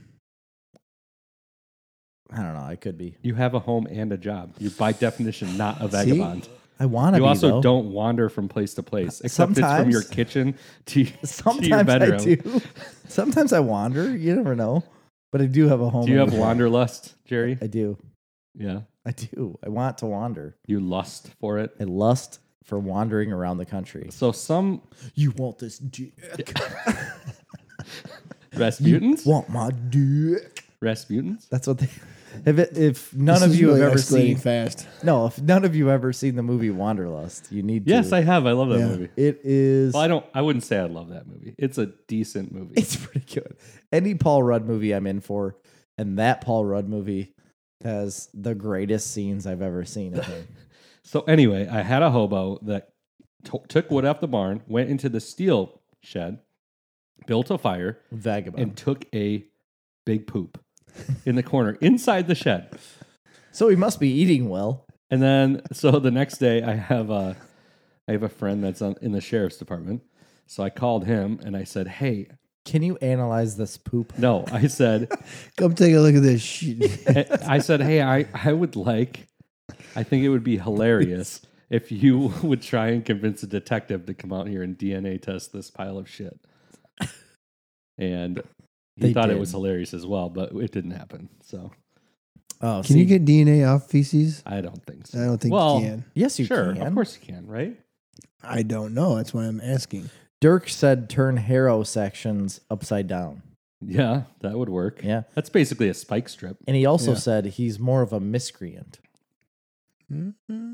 [SPEAKER 1] I don't know. I could be.
[SPEAKER 2] You have a home and a job. You're by definition not a vagabond.
[SPEAKER 1] I want to.
[SPEAKER 2] You
[SPEAKER 1] be,
[SPEAKER 2] also
[SPEAKER 1] though.
[SPEAKER 2] don't wander from place
[SPEAKER 1] <laughs>
[SPEAKER 2] to place, except it's from
[SPEAKER 1] Sometimes.
[SPEAKER 2] your kitchen to, <laughs>
[SPEAKER 1] <laughs>
[SPEAKER 2] to your
[SPEAKER 1] Sometimes I
[SPEAKER 2] bedroom.
[SPEAKER 1] do. <laughs> Sometimes I wander. You never know. But I do have a home.
[SPEAKER 2] Do you
[SPEAKER 1] and
[SPEAKER 2] have
[SPEAKER 1] a job.
[SPEAKER 2] wanderlust, Jerry?
[SPEAKER 1] I do.
[SPEAKER 2] Yeah.
[SPEAKER 1] I do. I want to wander.
[SPEAKER 2] You lust for it.
[SPEAKER 1] I lust for wandering around the country.
[SPEAKER 2] So some
[SPEAKER 1] You want this dick?
[SPEAKER 2] Rasputins,
[SPEAKER 1] Want my dick?
[SPEAKER 2] Rasputins,
[SPEAKER 1] That's what they. If it, if none of
[SPEAKER 3] This is
[SPEAKER 1] you
[SPEAKER 3] really
[SPEAKER 1] have ever
[SPEAKER 3] escalating
[SPEAKER 1] seen
[SPEAKER 3] fast.
[SPEAKER 1] no, if none of you have ever seen the movie Wanderlust, you need
[SPEAKER 2] Yes,
[SPEAKER 1] to.
[SPEAKER 2] I have. I love that
[SPEAKER 3] Yeah.
[SPEAKER 2] movie.
[SPEAKER 1] it is.
[SPEAKER 2] Well, I don't. I wouldn't say I love that movie. It's a decent movie.
[SPEAKER 1] <laughs> it's pretty good. Any Paul Rudd movie I'm in for, and that Paul Rudd movie has the greatest scenes I've ever seen of
[SPEAKER 2] <laughs>
[SPEAKER 1] him.
[SPEAKER 2] So anyway, I had a hobo that to took wood off the barn, went into the steel shed, built a fire,
[SPEAKER 1] Vagabond.
[SPEAKER 2] and took a
[SPEAKER 1] <laughs>
[SPEAKER 2] big poop in the corner inside the shed.
[SPEAKER 1] so he must be eating well.
[SPEAKER 2] And then so the next day I have a I have a friend that's on, in the sheriff's department. So I called him and I said, "Hey,
[SPEAKER 1] Can you analyze this poop?
[SPEAKER 2] no." I said,
[SPEAKER 3] Come take a look at
[SPEAKER 1] <laughs>
[SPEAKER 3] this shit.
[SPEAKER 2] I said, "Hey, I I would like. I think it would
[SPEAKER 1] <laughs>
[SPEAKER 2] be hilarious if you <laughs> would try and convince a detective to come out here and DNA test this pile of shit." And he
[SPEAKER 1] They
[SPEAKER 2] thought it
[SPEAKER 1] did.
[SPEAKER 2] was hilarious as well, but it didn't happen. So
[SPEAKER 1] Oh,
[SPEAKER 3] Can you get DNA off feces?
[SPEAKER 2] I don't think so.
[SPEAKER 3] I don't think
[SPEAKER 2] Well,
[SPEAKER 3] you can.
[SPEAKER 1] Yes, you
[SPEAKER 2] sure,
[SPEAKER 1] can.
[SPEAKER 2] of course you can, right?
[SPEAKER 3] I don't know. That's why I'm asking.
[SPEAKER 1] Dirk said turn harrow sections upside down.
[SPEAKER 2] Yeah, that would work.
[SPEAKER 1] Yeah.
[SPEAKER 2] That's basically a spike strip.
[SPEAKER 1] And he also
[SPEAKER 3] Yeah.
[SPEAKER 1] said he's more of a miscreant.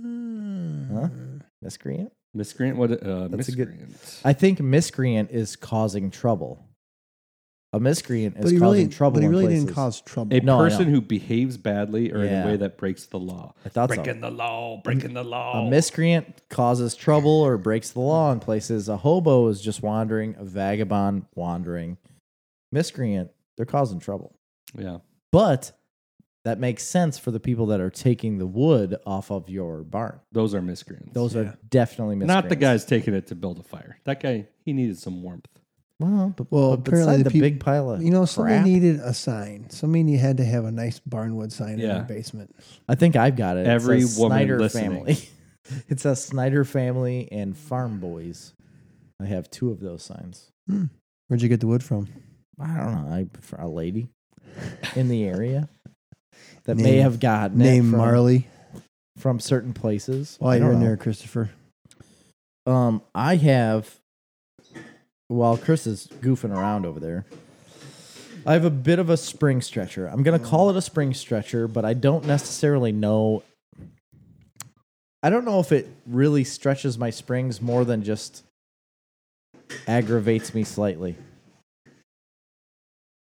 [SPEAKER 3] Mm.
[SPEAKER 1] Miscreant?
[SPEAKER 2] Miscreant? What? Uh,
[SPEAKER 1] That's a good-
[SPEAKER 2] miscreant.
[SPEAKER 1] I think miscreant is causing trouble. A miscreant is
[SPEAKER 3] But he
[SPEAKER 1] causing
[SPEAKER 3] really,
[SPEAKER 1] trouble.
[SPEAKER 3] but he
[SPEAKER 1] in
[SPEAKER 3] really
[SPEAKER 1] places.
[SPEAKER 3] didn't cause trouble.
[SPEAKER 2] a
[SPEAKER 1] No, I
[SPEAKER 2] person
[SPEAKER 1] know.
[SPEAKER 2] who behaves badly or in
[SPEAKER 1] Yeah.
[SPEAKER 2] a way that breaks the law.
[SPEAKER 1] I thought so.
[SPEAKER 2] Breaking the law, breaking the law.
[SPEAKER 1] A miscreant causes trouble or breaks the law in places. A hobo is just wandering. A vagabond wandering. Miscreant, they're causing trouble.
[SPEAKER 2] yeah.
[SPEAKER 1] But that makes sense for the people that are taking the wood off of your barn.
[SPEAKER 2] Those are miscreants.
[SPEAKER 1] Those
[SPEAKER 3] Yeah.
[SPEAKER 1] are definitely miscreants.
[SPEAKER 2] Not the guys taking it to build a fire. That guy, he needed some warmth.
[SPEAKER 1] Well, but,
[SPEAKER 3] Well,
[SPEAKER 1] but
[SPEAKER 3] apparently
[SPEAKER 1] beside
[SPEAKER 3] the
[SPEAKER 1] the,
[SPEAKER 3] peop-
[SPEAKER 1] big pile of
[SPEAKER 3] You know, somebody
[SPEAKER 1] crap,
[SPEAKER 3] needed a sign. Somebody had to have a nice barnwood sign in
[SPEAKER 2] Yeah.
[SPEAKER 3] their basement.
[SPEAKER 1] I think I've got it. It
[SPEAKER 2] Every
[SPEAKER 1] says
[SPEAKER 2] woman
[SPEAKER 1] Snyder
[SPEAKER 2] listening.
[SPEAKER 1] family. <laughs> it says Snyder family and farm boys. I have two of those signs.
[SPEAKER 3] Where'd you get the wood from?
[SPEAKER 1] I don't know. I prefer a lady in the area that may
[SPEAKER 3] Name-
[SPEAKER 1] have gotten
[SPEAKER 3] Name
[SPEAKER 1] it from,
[SPEAKER 3] Marley.
[SPEAKER 1] from certain places.
[SPEAKER 3] While
[SPEAKER 1] I
[SPEAKER 3] you're
[SPEAKER 1] don't
[SPEAKER 3] in
[SPEAKER 1] know.
[SPEAKER 3] there, Christopher.
[SPEAKER 1] Um, I have. While Chris is goofing around over there, I have a bit of a spring stretcher. I'm gonna call it a spring stretcher, but I don't necessarily know. I don't know if it really stretches my springs more than just aggravates me slightly.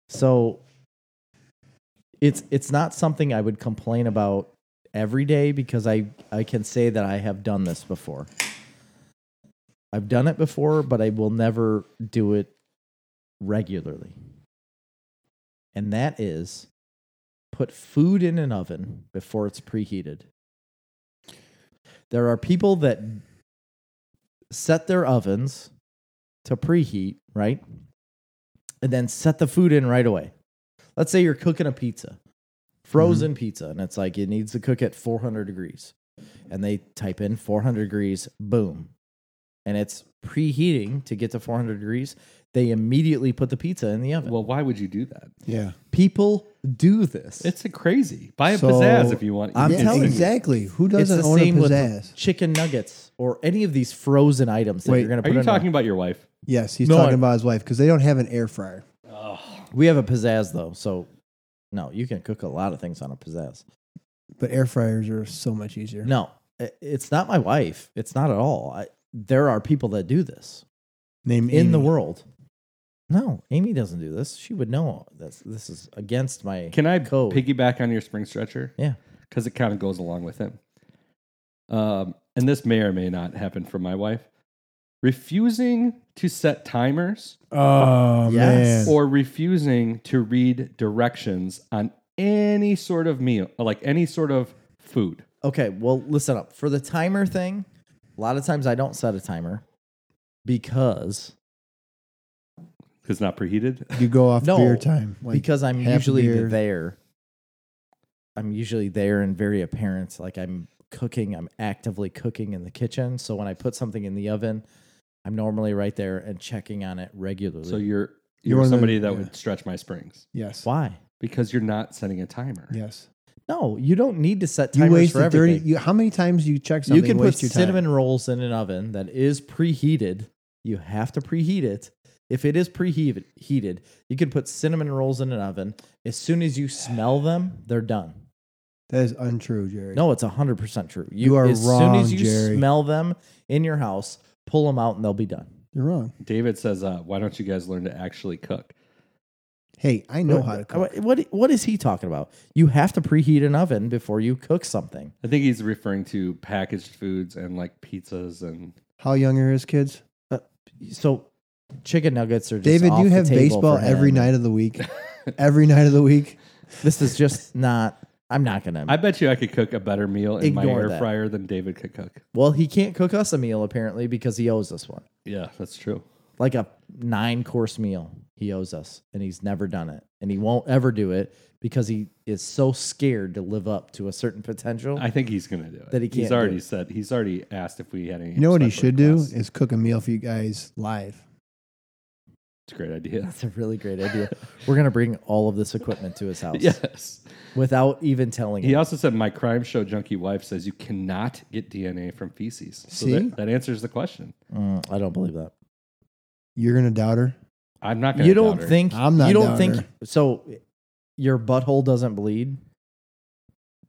[SPEAKER 1] So it's it's not something I would complain about every day because I I can say that I have done this before. I've done it before, but I will never do it regularly. And that is put food in an oven before it's preheated. There are people that set their ovens to preheat, right? And then set the food in right away. Let's say you're cooking a pizza, frozen pizza, and it's like it needs to cook at 400 degrees. And they type in 400 degrees, boom, and it's preheating to get to 400 degrees, they immediately put the pizza in the oven.
[SPEAKER 2] Well, why would you do that?
[SPEAKER 3] Yeah.
[SPEAKER 1] people do this.
[SPEAKER 2] It's a crazy. Buy a
[SPEAKER 3] So,
[SPEAKER 2] pizzazz if you want.
[SPEAKER 1] I'm
[SPEAKER 2] It's
[SPEAKER 1] telling you.
[SPEAKER 2] easy.
[SPEAKER 3] exactly. Who
[SPEAKER 1] It's
[SPEAKER 3] doesn't
[SPEAKER 1] the
[SPEAKER 3] own
[SPEAKER 1] same
[SPEAKER 3] a
[SPEAKER 1] with
[SPEAKER 3] pizzazz?
[SPEAKER 1] chicken nuggets or any of these frozen items that
[SPEAKER 3] Wait,
[SPEAKER 1] you're going to
[SPEAKER 2] Are
[SPEAKER 1] put
[SPEAKER 2] you
[SPEAKER 1] in. a-
[SPEAKER 2] talking about your wife?
[SPEAKER 3] yes, he's
[SPEAKER 1] No, I-
[SPEAKER 3] talking about his wife because they don't have an air fryer.
[SPEAKER 1] we have a pizzazz though, so no, you can cook a lot of things on a pizzazz.
[SPEAKER 3] But air fryers are so much easier.
[SPEAKER 1] No, i- it's not my wife. It's not at all. I, there are people that do this
[SPEAKER 3] Name
[SPEAKER 1] in the
[SPEAKER 3] Amy.
[SPEAKER 1] world. No, Amy doesn't do this. She would know this. This is against my.
[SPEAKER 2] Can I
[SPEAKER 1] Code.
[SPEAKER 2] piggyback on your spring stretcher?
[SPEAKER 1] Yeah.
[SPEAKER 2] Because it kind of goes along with it. Um, and this may or may not happen for my wife. Refusing to set timers
[SPEAKER 3] Oh
[SPEAKER 1] Yes.
[SPEAKER 3] man.
[SPEAKER 2] or refusing to read directions on any sort of meal, or like any sort of food.
[SPEAKER 1] Okay, well, listen up. For the timer thing, a lot of times I don't set a timer because
[SPEAKER 2] It's not preheated.
[SPEAKER 3] you go off
[SPEAKER 1] No,
[SPEAKER 3] beer time. Like,
[SPEAKER 1] because I'm
[SPEAKER 3] half a
[SPEAKER 1] usually
[SPEAKER 3] beer.
[SPEAKER 1] there. I'm usually there and very apparent. Like I'm cooking, I'm actively cooking in the kitchen. So when I put something in the oven, I'm normally right there and checking on it regularly.
[SPEAKER 2] So you're
[SPEAKER 3] You're
[SPEAKER 2] you're
[SPEAKER 3] one of the-
[SPEAKER 2] somebody that
[SPEAKER 3] yeah.
[SPEAKER 2] would stretch my springs
[SPEAKER 3] yes.
[SPEAKER 1] why?
[SPEAKER 2] because you're not setting a timer.
[SPEAKER 3] Yes.
[SPEAKER 1] No, you don't need to set
[SPEAKER 3] You
[SPEAKER 1] timers for
[SPEAKER 3] wasted thirty.
[SPEAKER 1] everything.
[SPEAKER 3] You, how many times do you check something?
[SPEAKER 1] you can
[SPEAKER 3] and
[SPEAKER 1] put
[SPEAKER 3] waste your time?
[SPEAKER 1] cinnamon rolls in an oven that is preheated. You have to preheat it. If it is preheated, heated, you can put cinnamon rolls in an oven. As soon as you smell them, they're done.
[SPEAKER 3] That is untrue, Jerry.
[SPEAKER 1] No, it's 100% true.
[SPEAKER 3] You are
[SPEAKER 1] as soon
[SPEAKER 3] wrong,
[SPEAKER 1] as you
[SPEAKER 3] Jerry.
[SPEAKER 1] smell them in your house, pull them out and they'll be done.
[SPEAKER 3] you're wrong.
[SPEAKER 2] David says, uh, "Why don't you guys learn to actually cook?"
[SPEAKER 3] Hey, I know
[SPEAKER 1] what,
[SPEAKER 3] how to cook.
[SPEAKER 1] what- What, what is he talking about? You have to preheat an oven before you cook something.
[SPEAKER 2] I think he's referring to packaged foods and like pizzas and
[SPEAKER 3] How young are his kids?
[SPEAKER 1] So chicken nuggets are just
[SPEAKER 3] David,
[SPEAKER 1] off
[SPEAKER 3] you
[SPEAKER 1] the
[SPEAKER 3] have
[SPEAKER 1] table
[SPEAKER 3] baseball
[SPEAKER 1] for
[SPEAKER 3] every
[SPEAKER 1] him.
[SPEAKER 3] night of
[SPEAKER 1] <laughs>
[SPEAKER 3] the week. every night of the week.
[SPEAKER 1] This is just not I'm not going to
[SPEAKER 2] I bet you I could cook a better meal in my
[SPEAKER 1] Ignore
[SPEAKER 2] air
[SPEAKER 1] that.
[SPEAKER 2] fryer than David could cook.
[SPEAKER 1] Well, he can't cook us a meal apparently because he owes us one.
[SPEAKER 2] Yeah, that's true.
[SPEAKER 1] Like a nine course meal he owes us, and he's never done it. And he won't ever do it because he is so scared to live up to a certain potential.
[SPEAKER 2] I think he's gonna do it.
[SPEAKER 1] That he can't
[SPEAKER 2] he's
[SPEAKER 1] do
[SPEAKER 2] already
[SPEAKER 1] it.
[SPEAKER 2] said he's already asked if we had any.
[SPEAKER 3] You know what he
[SPEAKER 2] special
[SPEAKER 3] should
[SPEAKER 2] requests.
[SPEAKER 3] do is cook a meal for you guys live.
[SPEAKER 2] It's a great idea.
[SPEAKER 1] That's a really great idea. We're going to bring all of this equipment to his house
[SPEAKER 2] <laughs> Yes.
[SPEAKER 1] without even telling
[SPEAKER 2] He
[SPEAKER 1] him.
[SPEAKER 2] also said, "My crime show junkie wife says you cannot get DNA from feces." So
[SPEAKER 3] See?
[SPEAKER 2] that, that answers the question.
[SPEAKER 1] Mm, I don't believe that.
[SPEAKER 3] You're gonna doubt her.
[SPEAKER 2] I'm not gonna.
[SPEAKER 1] You don't
[SPEAKER 2] doubt her.
[SPEAKER 1] think
[SPEAKER 3] I'm not
[SPEAKER 1] you don't think
[SPEAKER 3] doubting
[SPEAKER 1] so your butthole doesn't bleed?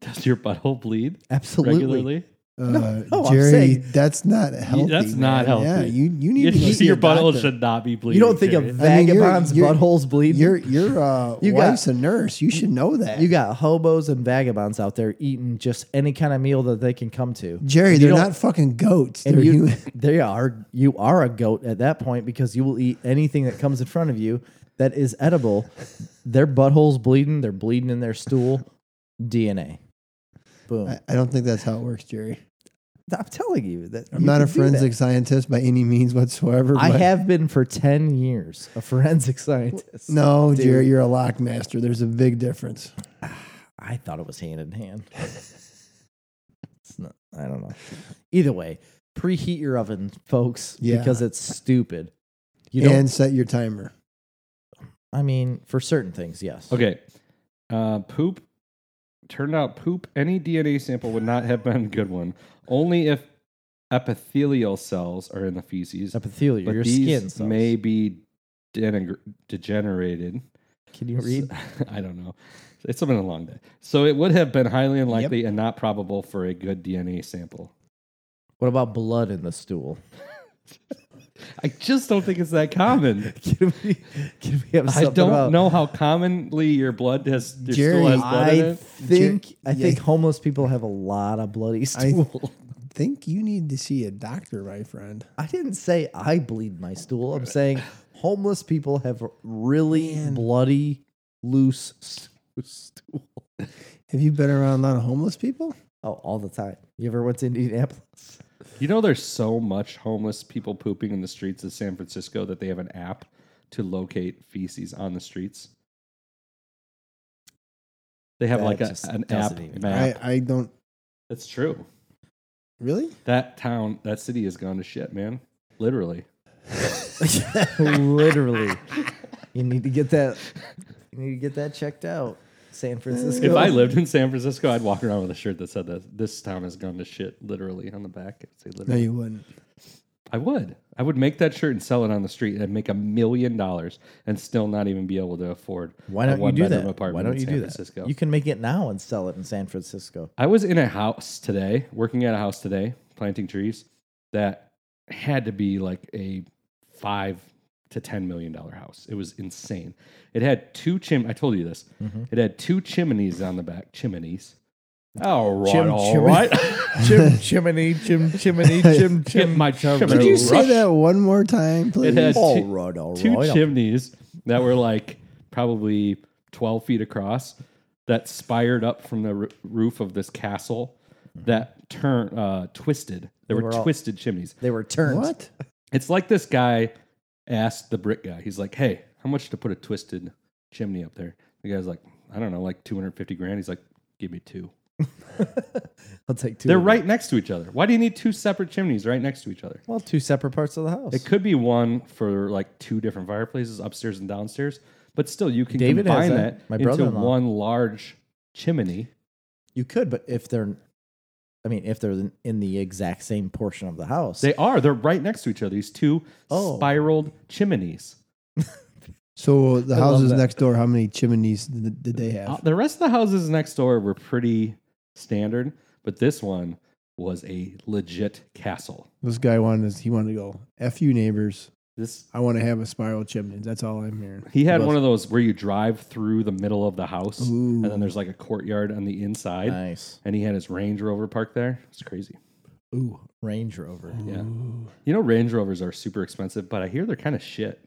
[SPEAKER 2] does your butthole bleed
[SPEAKER 1] Absolutely.
[SPEAKER 2] regularly?
[SPEAKER 3] Uh,
[SPEAKER 1] no, I'm
[SPEAKER 3] Jerry,
[SPEAKER 1] saying-
[SPEAKER 3] that's not healthy.
[SPEAKER 2] that's not
[SPEAKER 3] man. Yeah,
[SPEAKER 2] healthy.
[SPEAKER 3] you, you need to
[SPEAKER 2] <laughs>
[SPEAKER 3] go
[SPEAKER 2] You-
[SPEAKER 3] see
[SPEAKER 2] your
[SPEAKER 3] a
[SPEAKER 2] butthole
[SPEAKER 3] doctor.
[SPEAKER 2] should not be bleeding.
[SPEAKER 1] You don't think a
[SPEAKER 2] Jerry.
[SPEAKER 3] I mean, you're-
[SPEAKER 1] vagabond's
[SPEAKER 3] you're-
[SPEAKER 1] butthole's bleeding?
[SPEAKER 3] Your your uh,
[SPEAKER 1] <laughs> You got-
[SPEAKER 3] wife's a nurse. You should know that.
[SPEAKER 1] you got hobos and vagabonds out there eating just any kind of meal that they can come to.
[SPEAKER 3] Jerry,
[SPEAKER 1] And you
[SPEAKER 3] they're
[SPEAKER 1] don't-
[SPEAKER 3] not fucking goats.
[SPEAKER 1] And
[SPEAKER 3] They're
[SPEAKER 1] you,
[SPEAKER 3] human.
[SPEAKER 1] <laughs>
[SPEAKER 3] <laughs>
[SPEAKER 1] they are you are a goat at that point because you will eat anything that comes in front of you that is edible. Their butthole's bleeding. They're bleeding in their stool. DNA. Boom. I,
[SPEAKER 3] I, I don't think that's how it works, Jerry.
[SPEAKER 1] am telling you that
[SPEAKER 3] I'm
[SPEAKER 1] you
[SPEAKER 3] not
[SPEAKER 1] can do
[SPEAKER 3] a
[SPEAKER 1] that.
[SPEAKER 3] forensic scientist by any means whatsoever.
[SPEAKER 1] I
[SPEAKER 3] but-
[SPEAKER 1] have been for ten years a forensic scientist.
[SPEAKER 3] no,
[SPEAKER 1] Dude.
[SPEAKER 3] Jerry. You're a lock master. There's a big difference.
[SPEAKER 1] I thought it was hand in hand. it's not, I don't know. Either way, preheat your oven, folks,
[SPEAKER 3] Yeah.
[SPEAKER 1] because it's stupid. You don't.
[SPEAKER 3] and set your timer.
[SPEAKER 1] I mean, for certain things, yes.
[SPEAKER 2] Okay. Uh, poop. Turned out poop. Any DNA sample would not have been a good one. Only if epithelial cells are in the feces.
[SPEAKER 1] Epithelial,
[SPEAKER 2] but
[SPEAKER 1] your
[SPEAKER 2] these
[SPEAKER 1] skin cells.
[SPEAKER 2] may be denigr- degenerated.
[SPEAKER 1] Can you read?
[SPEAKER 2] <laughs> I don't know. It's been a long day. So it would have been highly unlikely and not probable for a good DNA sample.
[SPEAKER 1] What about blood in the stool? <laughs>
[SPEAKER 2] I just don't think it's that common.
[SPEAKER 1] Can we, can we have
[SPEAKER 2] I
[SPEAKER 1] something
[SPEAKER 2] don't
[SPEAKER 1] about-
[SPEAKER 2] know how commonly your blood has your
[SPEAKER 3] Jerry,
[SPEAKER 2] stool has blood in
[SPEAKER 1] I
[SPEAKER 2] it.
[SPEAKER 1] think I
[SPEAKER 3] Yeah.
[SPEAKER 1] think homeless people have a lot of bloody
[SPEAKER 3] I
[SPEAKER 1] stool.
[SPEAKER 3] <laughs> think you need to see a doctor, my friend.
[SPEAKER 1] I, didn't say I bleed my stool. I'm saying homeless people have really bloody loose s- stool.
[SPEAKER 3] Have you been around a lot of homeless people?
[SPEAKER 1] Oh, all the time. You ever went to
[SPEAKER 2] <laughs>
[SPEAKER 1] Indianapolis?
[SPEAKER 2] You know, there's so much homeless people pooping in the streets of San Francisco that they have an app to locate feces on the streets. They have
[SPEAKER 1] That
[SPEAKER 2] like a,
[SPEAKER 1] just
[SPEAKER 2] an app
[SPEAKER 1] doesn't even-
[SPEAKER 2] map.
[SPEAKER 3] I, I don't
[SPEAKER 2] That's true.
[SPEAKER 3] really.
[SPEAKER 2] That town, that city has gone to shit, man. Literally.
[SPEAKER 1] Literally. You need to get that you need to get that checked out. San Francisco.
[SPEAKER 2] If I lived in San Francisco, I'd walk around with a shirt that said that this town has gone to shit, literally on the back. It'd say
[SPEAKER 3] No,
[SPEAKER 2] literally.
[SPEAKER 3] you wouldn't.
[SPEAKER 2] I would. I would make that shirt and sell it on the street and make a million dollars and still not even be able to afford
[SPEAKER 1] Why
[SPEAKER 2] a
[SPEAKER 1] don't you
[SPEAKER 2] one
[SPEAKER 1] do
[SPEAKER 2] bedroom
[SPEAKER 1] that?
[SPEAKER 2] apartment
[SPEAKER 1] Why don't
[SPEAKER 2] in
[SPEAKER 1] you
[SPEAKER 2] San
[SPEAKER 1] do
[SPEAKER 2] Francisco.
[SPEAKER 1] that? You can make it now and sell it in San Francisco.
[SPEAKER 2] I was in a house today, working at a house today, planting trees that had to be like a five to ten million dollar house. It was insane. It had two chim. I told you this.
[SPEAKER 1] Mm-hmm.
[SPEAKER 2] It had two chimneys on the back. Chimneys. All right,
[SPEAKER 1] Chim-
[SPEAKER 2] all
[SPEAKER 1] chimney. <laughs>
[SPEAKER 2] right.
[SPEAKER 1] Chim chimney, chim chimney, chim
[SPEAKER 2] Get my chimney.
[SPEAKER 3] Could you
[SPEAKER 2] Rush.
[SPEAKER 3] say that one more time, please?
[SPEAKER 2] It had two,
[SPEAKER 1] All right, all
[SPEAKER 2] two
[SPEAKER 1] right.
[SPEAKER 2] chimneys that were like probably twelve feet across that spired up from the r- roof of this castle that turn uh, twisted. There were,
[SPEAKER 1] were all-
[SPEAKER 2] twisted chimneys.
[SPEAKER 1] They were turned.
[SPEAKER 3] what?
[SPEAKER 2] It's like this guy asked the brick guy, he's like, Hey, how much to put a twisted chimney up there? The guy's like, I don't know, like 250 grand. He's like, Give me two.
[SPEAKER 1] <laughs> I'll take two.
[SPEAKER 2] They're
[SPEAKER 1] of them.
[SPEAKER 2] right next to each other. Why do you need two separate chimneys right next to each other?
[SPEAKER 1] Well, two separate parts of the house.
[SPEAKER 2] It could be one for like two different fireplaces, upstairs and downstairs, but still, you can
[SPEAKER 1] David has
[SPEAKER 2] combine
[SPEAKER 1] that.
[SPEAKER 2] that,
[SPEAKER 1] My
[SPEAKER 2] into
[SPEAKER 1] brother-in-law.
[SPEAKER 2] one large chimney.
[SPEAKER 1] you could, but if they're, I mean, if they're in the exact same portion of the house,
[SPEAKER 2] They are. They're right next to each other. These two
[SPEAKER 1] Oh.
[SPEAKER 2] spiraled chimneys.
[SPEAKER 3] So the
[SPEAKER 1] I love
[SPEAKER 3] houses
[SPEAKER 1] that.
[SPEAKER 3] next door, how many chimneys did, did they
[SPEAKER 2] Uh,
[SPEAKER 3] have?
[SPEAKER 2] the rest of the houses next door were pretty standard, but this one was a legit castle.
[SPEAKER 3] This guy wanted to, he wanted to go. F you neighbors.
[SPEAKER 2] This
[SPEAKER 3] I want to have a spiral chimney. That's all I'm hearing.
[SPEAKER 2] he had
[SPEAKER 3] Well,
[SPEAKER 2] one of those where you drive through the middle of the house, and
[SPEAKER 3] Ooh.
[SPEAKER 2] then there's like a courtyard on the inside,
[SPEAKER 1] nice.
[SPEAKER 2] and he had his Range Rover parked there. It's crazy.
[SPEAKER 1] Ooh, Range Rover.
[SPEAKER 2] Yeah, you know Range Rovers are super expensive, but I hear they're kind of shit.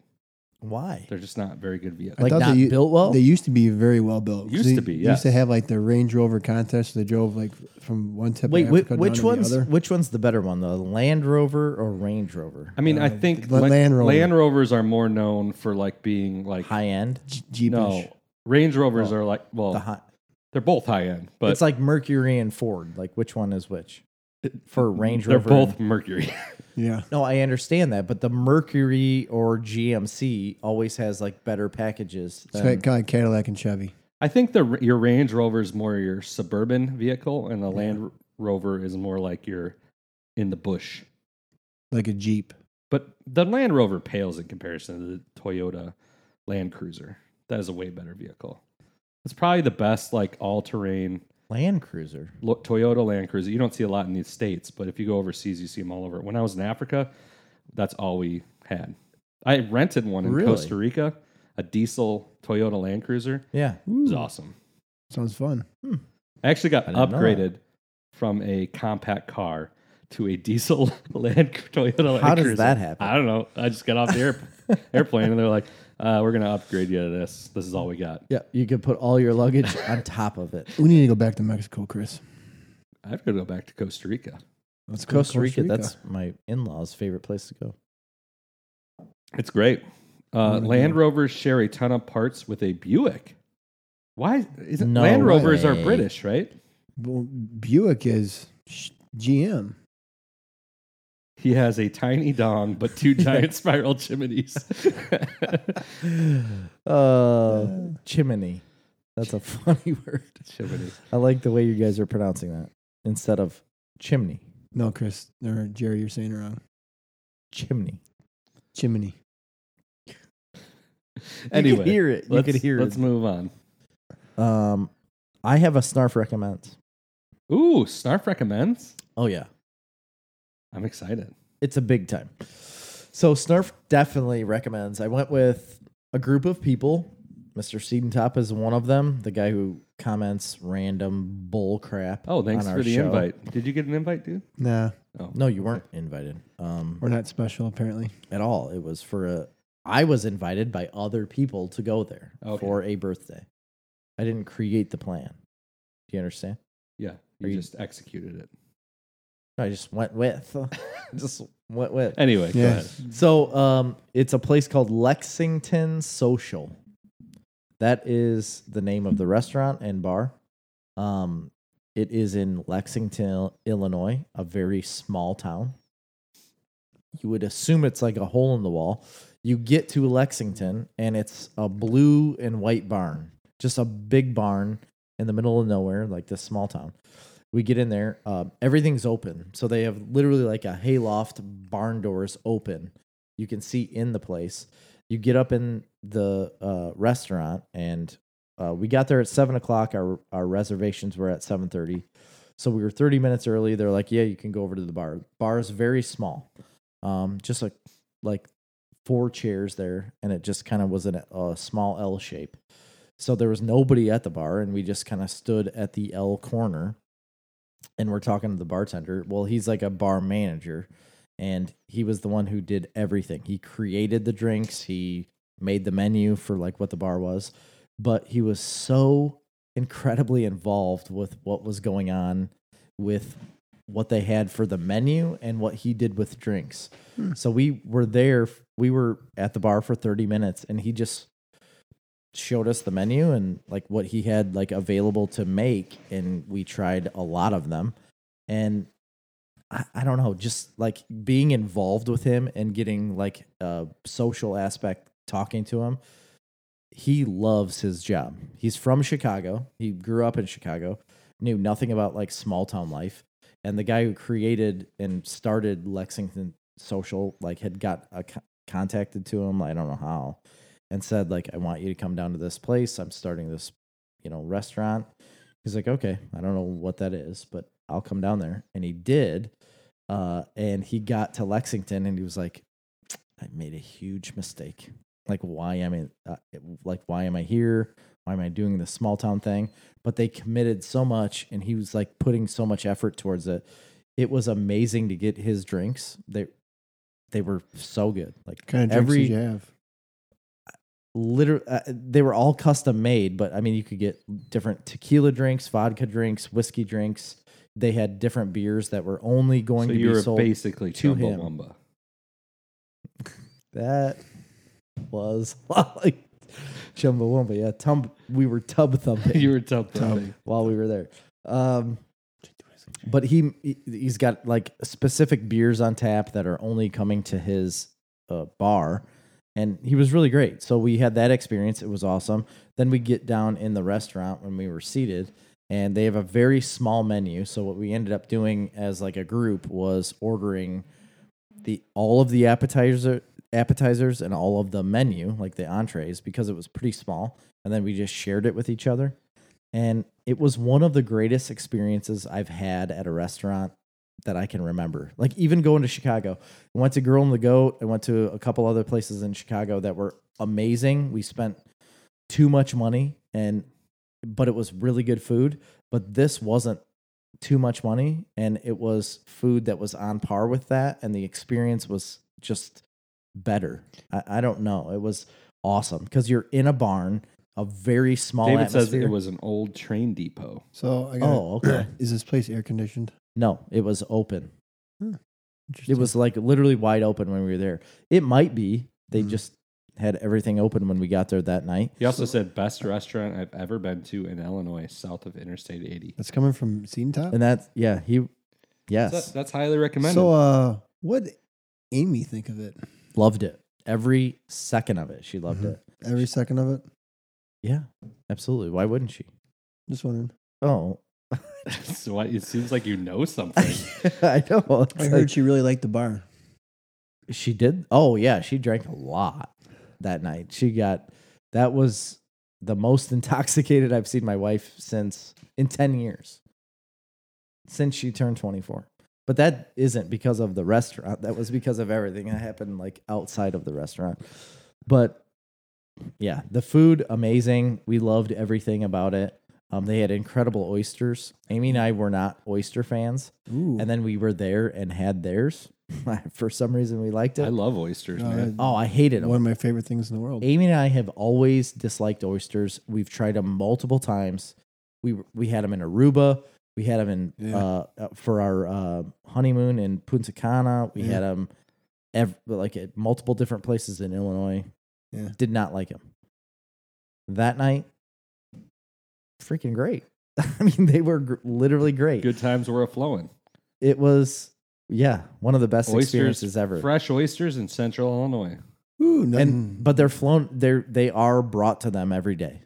[SPEAKER 1] Why?
[SPEAKER 2] They're just not very good vehicles.
[SPEAKER 1] Like
[SPEAKER 3] thought
[SPEAKER 1] not
[SPEAKER 3] they u-
[SPEAKER 1] built well.
[SPEAKER 3] They used to be very well built.
[SPEAKER 2] Used
[SPEAKER 3] They
[SPEAKER 2] to be,
[SPEAKER 3] Used to
[SPEAKER 2] yes.
[SPEAKER 3] have like the Range Rover contest. They drove like from one tip
[SPEAKER 1] Wait,
[SPEAKER 3] of
[SPEAKER 1] which,
[SPEAKER 3] Africa
[SPEAKER 1] which
[SPEAKER 3] down to
[SPEAKER 1] one's
[SPEAKER 3] the other.
[SPEAKER 1] which one's the better one, the Land Rover or Range Rover?
[SPEAKER 2] I mean, I
[SPEAKER 3] uh,
[SPEAKER 2] think
[SPEAKER 3] the
[SPEAKER 2] La-
[SPEAKER 3] Land Rover.
[SPEAKER 2] Land Rovers are more known for like being like
[SPEAKER 1] High end.
[SPEAKER 3] G- Jeepish.
[SPEAKER 2] no Range Rovers are like well
[SPEAKER 1] The high,
[SPEAKER 2] they're both high end, but
[SPEAKER 1] it's like Mercury and Ford. Like which one is which? For Range
[SPEAKER 2] they're
[SPEAKER 1] Rover.
[SPEAKER 2] both Mercury. <laughs>
[SPEAKER 3] Yeah.
[SPEAKER 1] No, I understand that, but the Mercury or GMC always has like better packages.
[SPEAKER 3] It's
[SPEAKER 1] Than,
[SPEAKER 3] kind of like Cadillac and Chevy.
[SPEAKER 2] I think the your Range Rover is more your suburban vehicle, and the Land Rover is more like your in the bush.
[SPEAKER 3] Like a Jeep.
[SPEAKER 2] But the Land Rover pales in comparison to the Toyota Land Cruiser. That is a way better vehicle. It's probably the best like all-terrain
[SPEAKER 1] Land Cruiser.
[SPEAKER 2] lo- Toyota Land Cruiser. You don't see a lot in the states, but if you go overseas, you see them all over. When I was in Africa, that's all we had. I rented one in
[SPEAKER 1] Really?
[SPEAKER 2] Costa Rica, a diesel Toyota Land Cruiser.
[SPEAKER 1] Yeah.
[SPEAKER 2] It was awesome.
[SPEAKER 3] Sounds fun.
[SPEAKER 2] I actually got
[SPEAKER 1] Hmm. I didn't know
[SPEAKER 2] upgraded from a compact car to a <laughs> diesel Land Toyota Land
[SPEAKER 1] How does
[SPEAKER 2] Cruiser.
[SPEAKER 1] that happen?
[SPEAKER 2] I don't know. I just got off the
[SPEAKER 1] <laughs>
[SPEAKER 2] air, airplane and they're like, uh, "We're gonna upgrade you to this. This is all we got."
[SPEAKER 1] Yeah. You could put all your <laughs> luggage on top of it.
[SPEAKER 3] We need to go back to Mexico, Chris.
[SPEAKER 2] I have to go back to Costa Rica.
[SPEAKER 3] Let's go to
[SPEAKER 1] Costa Rica, that's my in law's favorite place to <sighs> go.
[SPEAKER 2] It's great. Uh,
[SPEAKER 3] Mhm.
[SPEAKER 2] Land Rovers share a ton of parts with a Buick. Why is it
[SPEAKER 1] No
[SPEAKER 2] Land Rovers are
[SPEAKER 1] way.
[SPEAKER 2] British, right?
[SPEAKER 3] Well, Buick is sh- GM.
[SPEAKER 2] He has a tiny dong,
[SPEAKER 1] <laughs>
[SPEAKER 2] but two giant spiral chimneys.
[SPEAKER 1] Uh, chimney. That's a funny <laughs> word.
[SPEAKER 2] Chimney.
[SPEAKER 1] I like the way you guys are pronouncing that instead of chimney.
[SPEAKER 3] No, Chris or Jerry, you're saying it wrong.
[SPEAKER 1] Chimney.
[SPEAKER 3] Chimney.
[SPEAKER 1] you
[SPEAKER 2] Anyway,
[SPEAKER 1] could hear it. You
[SPEAKER 2] let's,
[SPEAKER 1] could hear
[SPEAKER 2] let's
[SPEAKER 1] it.
[SPEAKER 2] move on.
[SPEAKER 1] Um, I have a snarf recommend.
[SPEAKER 2] Ooh, Snarf recommends.
[SPEAKER 1] Oh yeah,
[SPEAKER 2] I'm excited.
[SPEAKER 1] it's a big time. So Snarf definitely recommends. I went with a group of people. Mr. Seedentop is one of them, the guy who comments random bull crap.
[SPEAKER 2] Oh, thanks
[SPEAKER 1] on
[SPEAKER 2] for
[SPEAKER 1] our
[SPEAKER 2] the
[SPEAKER 1] show.
[SPEAKER 2] invite. Did you get an invite, dude?
[SPEAKER 3] Nah,
[SPEAKER 2] Oh,
[SPEAKER 1] No, you weren't invited um,
[SPEAKER 3] we're not special apparently.
[SPEAKER 1] at all. It was for a. I was invited by other people to go there
[SPEAKER 2] Okay.
[SPEAKER 1] for a birthday. I didn't create the plan. Do you understand?
[SPEAKER 2] Yeah,
[SPEAKER 1] Are
[SPEAKER 2] you
[SPEAKER 1] you-
[SPEAKER 2] just executed it.
[SPEAKER 1] I just went
[SPEAKER 2] <laughs>
[SPEAKER 1] with. <laughs> just went with.
[SPEAKER 2] Anyway, go
[SPEAKER 3] Yeah.
[SPEAKER 2] ahead.
[SPEAKER 1] So um, it's a place called Lexington Social. That is the name of the restaurant and bar. Um, it is in Lexington, Illinois, a very small town. You would assume it's like a hole in the wall. You get to Lexington, and it's a blue and white barn, just a big barn in the middle of nowhere, like this small town. We get in there, um, everything's open. So they have literally like a hayloft, barn doors open. You can see in the place. You get up in the uh, restaurant, and uh, we got there at seven o'clock. Our our reservations were at seven thirty, so we were thirty minutes early. They're like, "Yeah, you can go over to the bar." Bar is very small, um, just like like four chairs there, and it just kind of was in a, a small L shape. So there was nobody at the bar, and we just kind of stood at the L corner, and we're talking to the bartender. Well, he's like a bar manager, and he was the one who did everything. He created the drinks. He made the menu for like what the bar was, but he was so incredibly involved with what was going on with what they had for the menu and what he did with drinks. So we were there we were at the bar for 30 minutes and he just showed us the menu and like what he had like available to make and we tried a lot of them and I, I don't know just like being involved with him and getting like a social aspect talking to him he loves his job he's from chicago he grew up in chicago knew nothing about like small town life and the guy who created and started lexington social like had got a co- contacted to him i don't know how and said like i want you to come down to this place i'm starting this you know restaurant he's like okay i don't know what that is but i'll come down there and he did uh, and he got to lexington and he was like i made a huge mistake like why am i uh, like why am i here why am i doing this small town thing but they committed so much and he was like putting so much effort towards it it was amazing to get his drinks they they were so good like
[SPEAKER 3] kind of drinks
[SPEAKER 1] every
[SPEAKER 3] did you have?
[SPEAKER 1] literally uh, they were all custom made but i mean you could get different tequila drinks vodka drinks whiskey drinks they had different beers that were only going
[SPEAKER 2] so
[SPEAKER 1] to
[SPEAKER 2] you
[SPEAKER 1] be
[SPEAKER 2] were
[SPEAKER 1] sold
[SPEAKER 2] basically
[SPEAKER 1] to him. <laughs>
[SPEAKER 2] Chumbawamba.
[SPEAKER 1] that was <laughs> like chumbawamba yeah tum- we were tub thumping
[SPEAKER 2] <laughs> you were tub thumping.
[SPEAKER 1] while we were there um but he he- he's got like specific beers on tap that are only coming to his uh, bar and he was really great so we had that experience it was awesome then we get down in the restaurant when we were seated and they have a very small menu so what we ended up doing as like a group was ordering the all of the appetizer appetizers and all of the menu, like the entrees, because it was pretty small, and then we just shared it with each other. And it was one of the greatest experiences I've had at a restaurant that I can remember. Like even going to Chicago, I went to Girl and the Goat. I went to a couple other places in Chicago that were amazing. We spent too much money, and but it was really good food. But this wasn't too much money and it was food that was on par with that and the experience was just better i, I don't know it was awesome because you're in a barn a very small
[SPEAKER 2] David
[SPEAKER 1] atmosphere
[SPEAKER 2] says it was an old train depot.
[SPEAKER 3] So I got.
[SPEAKER 1] oh okay
[SPEAKER 3] <clears throat> Is this place air conditioned?
[SPEAKER 1] no it was open it
[SPEAKER 3] Interesting.
[SPEAKER 1] was like literally wide open when we were there it might be they
[SPEAKER 3] Mhm.
[SPEAKER 1] just had everything open when we got there that night
[SPEAKER 2] He also said best restaurant I've ever been to in Illinois, south of Interstate 80.
[SPEAKER 3] That's coming from Scene Top.
[SPEAKER 1] and that's yeah he yes
[SPEAKER 2] So that's highly recommended. <laughs>
[SPEAKER 3] So, uh, what did Amy think of it?
[SPEAKER 1] loved it every second of it she loved
[SPEAKER 3] Mhm.
[SPEAKER 1] it
[SPEAKER 3] Every second of it.
[SPEAKER 1] yeah absolutely why wouldn't she
[SPEAKER 3] Just wondering.
[SPEAKER 1] oh
[SPEAKER 2] so what, it seems like you
[SPEAKER 1] <laughs>
[SPEAKER 2] know something.
[SPEAKER 1] I know.
[SPEAKER 3] I
[SPEAKER 1] It's
[SPEAKER 3] heard
[SPEAKER 1] like-
[SPEAKER 3] she really liked the bar.
[SPEAKER 1] she did. Oh yeah, she drank a lot that night. She got that was the most <laughs> intoxicated I've seen my wife since in ten years, since she turned twenty four. But that isn't because of the restaurant. That was because of everything that happened like outside of the restaurant. But yeah, the food amazing. We loved everything about it. Um, they had incredible oysters. Amy and I were not oyster fans.
[SPEAKER 3] Ooh.
[SPEAKER 1] and then we were there and had theirs. <laughs> For some reason, we liked
[SPEAKER 2] I
[SPEAKER 1] it.
[SPEAKER 2] love oysters,
[SPEAKER 3] No,
[SPEAKER 2] man.
[SPEAKER 1] oh, I hated
[SPEAKER 3] Uh, one
[SPEAKER 1] them.
[SPEAKER 3] of my favorite things in the world.
[SPEAKER 1] Amy and I have always disliked oysters. We've tried them multiple times. We we had them in Aruba. We had them in
[SPEAKER 3] Yeah.
[SPEAKER 1] uh, uh, for our uh, honeymoon in Punta Cana. We
[SPEAKER 3] Yeah.
[SPEAKER 1] had them ev- like at multiple different places in Illinois.
[SPEAKER 3] Yeah.
[SPEAKER 1] Did not like them. That night, freaking great. <laughs> I mean, they were gr- literally great.
[SPEAKER 2] Good times were a flowing.
[SPEAKER 1] It was yeah, one of the best experiences
[SPEAKER 2] Oysters
[SPEAKER 1] ever.
[SPEAKER 2] Fresh oysters in central Illinois.
[SPEAKER 3] Ooh, mm. nothing.
[SPEAKER 1] and but they're flown they're they are brought to them every day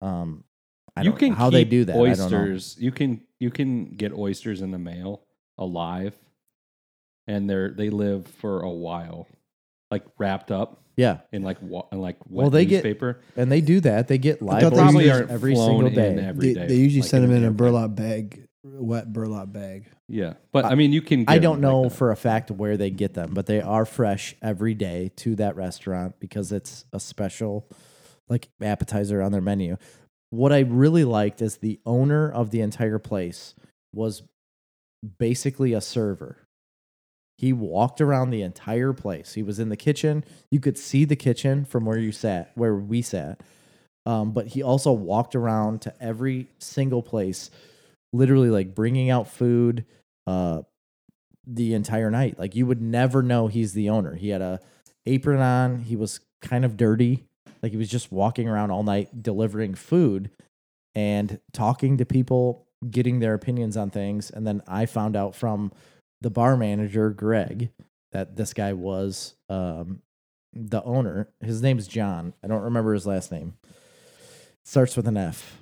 [SPEAKER 1] um i
[SPEAKER 2] you
[SPEAKER 1] don't
[SPEAKER 2] can
[SPEAKER 1] know how they
[SPEAKER 2] keep
[SPEAKER 1] do that i don't know
[SPEAKER 2] Oysters. You can you can get oysters in the mail alive, and they're they live for a while, like wrapped up
[SPEAKER 1] yeah
[SPEAKER 2] in like wa- in like wet
[SPEAKER 1] Well, they get-
[SPEAKER 2] newspaper.
[SPEAKER 1] and they do that they get live
[SPEAKER 3] thought they
[SPEAKER 1] oysters
[SPEAKER 2] probably aren't
[SPEAKER 1] every
[SPEAKER 2] flown
[SPEAKER 1] single
[SPEAKER 2] in
[SPEAKER 1] day
[SPEAKER 2] every
[SPEAKER 3] they,
[SPEAKER 2] day,
[SPEAKER 3] they usually
[SPEAKER 2] like
[SPEAKER 3] send them in a
[SPEAKER 2] airplane.
[SPEAKER 3] burlap bag, wet burlap bag.
[SPEAKER 2] Yeah, but
[SPEAKER 1] I-
[SPEAKER 2] I, mean you can. Get
[SPEAKER 1] i don't
[SPEAKER 2] them like
[SPEAKER 1] know
[SPEAKER 2] that.
[SPEAKER 1] for a fact where they get them but they are fresh every day to that restaurant because it's a special like appetizer on their menu what i really liked is the owner of the entire place was basically a server He walked around the entire place. He was in the kitchen. You could see the kitchen from where you sat, where we sat. Um, but he also walked around to every single place, literally like bringing out food uh, the entire night. Like you would never know he's the owner. He had a apron on. He was kind of dirty. Like he was just walking around all night delivering food and talking to people, getting their opinions on things. And then I found out from the bar manager Greg that this guy was um, the owner. His name's John. I don't remember his last name. starts with an F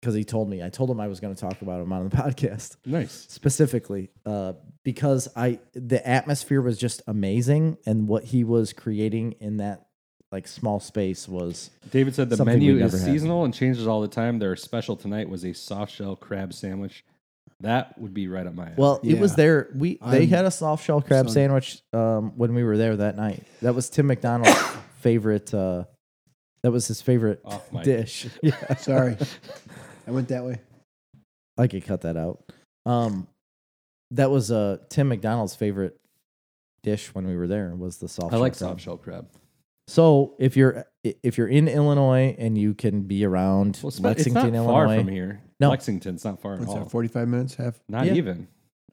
[SPEAKER 1] because he told me. I told him I was going to talk about him on the <laughs> podcast
[SPEAKER 2] nice.
[SPEAKER 1] specifically uh, because I the atmosphere was just amazing and what he was creating in that like small space was
[SPEAKER 2] David said the
[SPEAKER 1] Something we
[SPEAKER 2] menu
[SPEAKER 1] never
[SPEAKER 2] is
[SPEAKER 1] had.
[SPEAKER 2] seasonal and changes all the time. Their special tonight was a soft shell crab sandwich. That would be right up my alley.
[SPEAKER 1] well it was
[SPEAKER 3] Yeah.
[SPEAKER 1] there we they
[SPEAKER 3] I'm-
[SPEAKER 1] had a soft shell crab
[SPEAKER 3] Son.
[SPEAKER 1] sandwich um, when we were there that night that was Tim McDonald's favorite uh, that was his favorite
[SPEAKER 2] off Oh my
[SPEAKER 1] dish yeah
[SPEAKER 3] Sorry, I went that way.
[SPEAKER 1] <laughs> I could cut that out um that was uh Tim McDonald's favorite dish when we were there was the soft
[SPEAKER 2] I like
[SPEAKER 1] crab.
[SPEAKER 2] soft shell crab.
[SPEAKER 1] So if you're if you're in Illinois and you can be around
[SPEAKER 2] Well, it's not-
[SPEAKER 1] Lexington,
[SPEAKER 2] it's not
[SPEAKER 1] Illinois,
[SPEAKER 2] far from here.
[SPEAKER 1] No.
[SPEAKER 2] Lexington's not far at
[SPEAKER 3] What's
[SPEAKER 2] all.
[SPEAKER 3] that? Forty-five minutes, half
[SPEAKER 2] Not
[SPEAKER 1] Yeah.
[SPEAKER 2] even.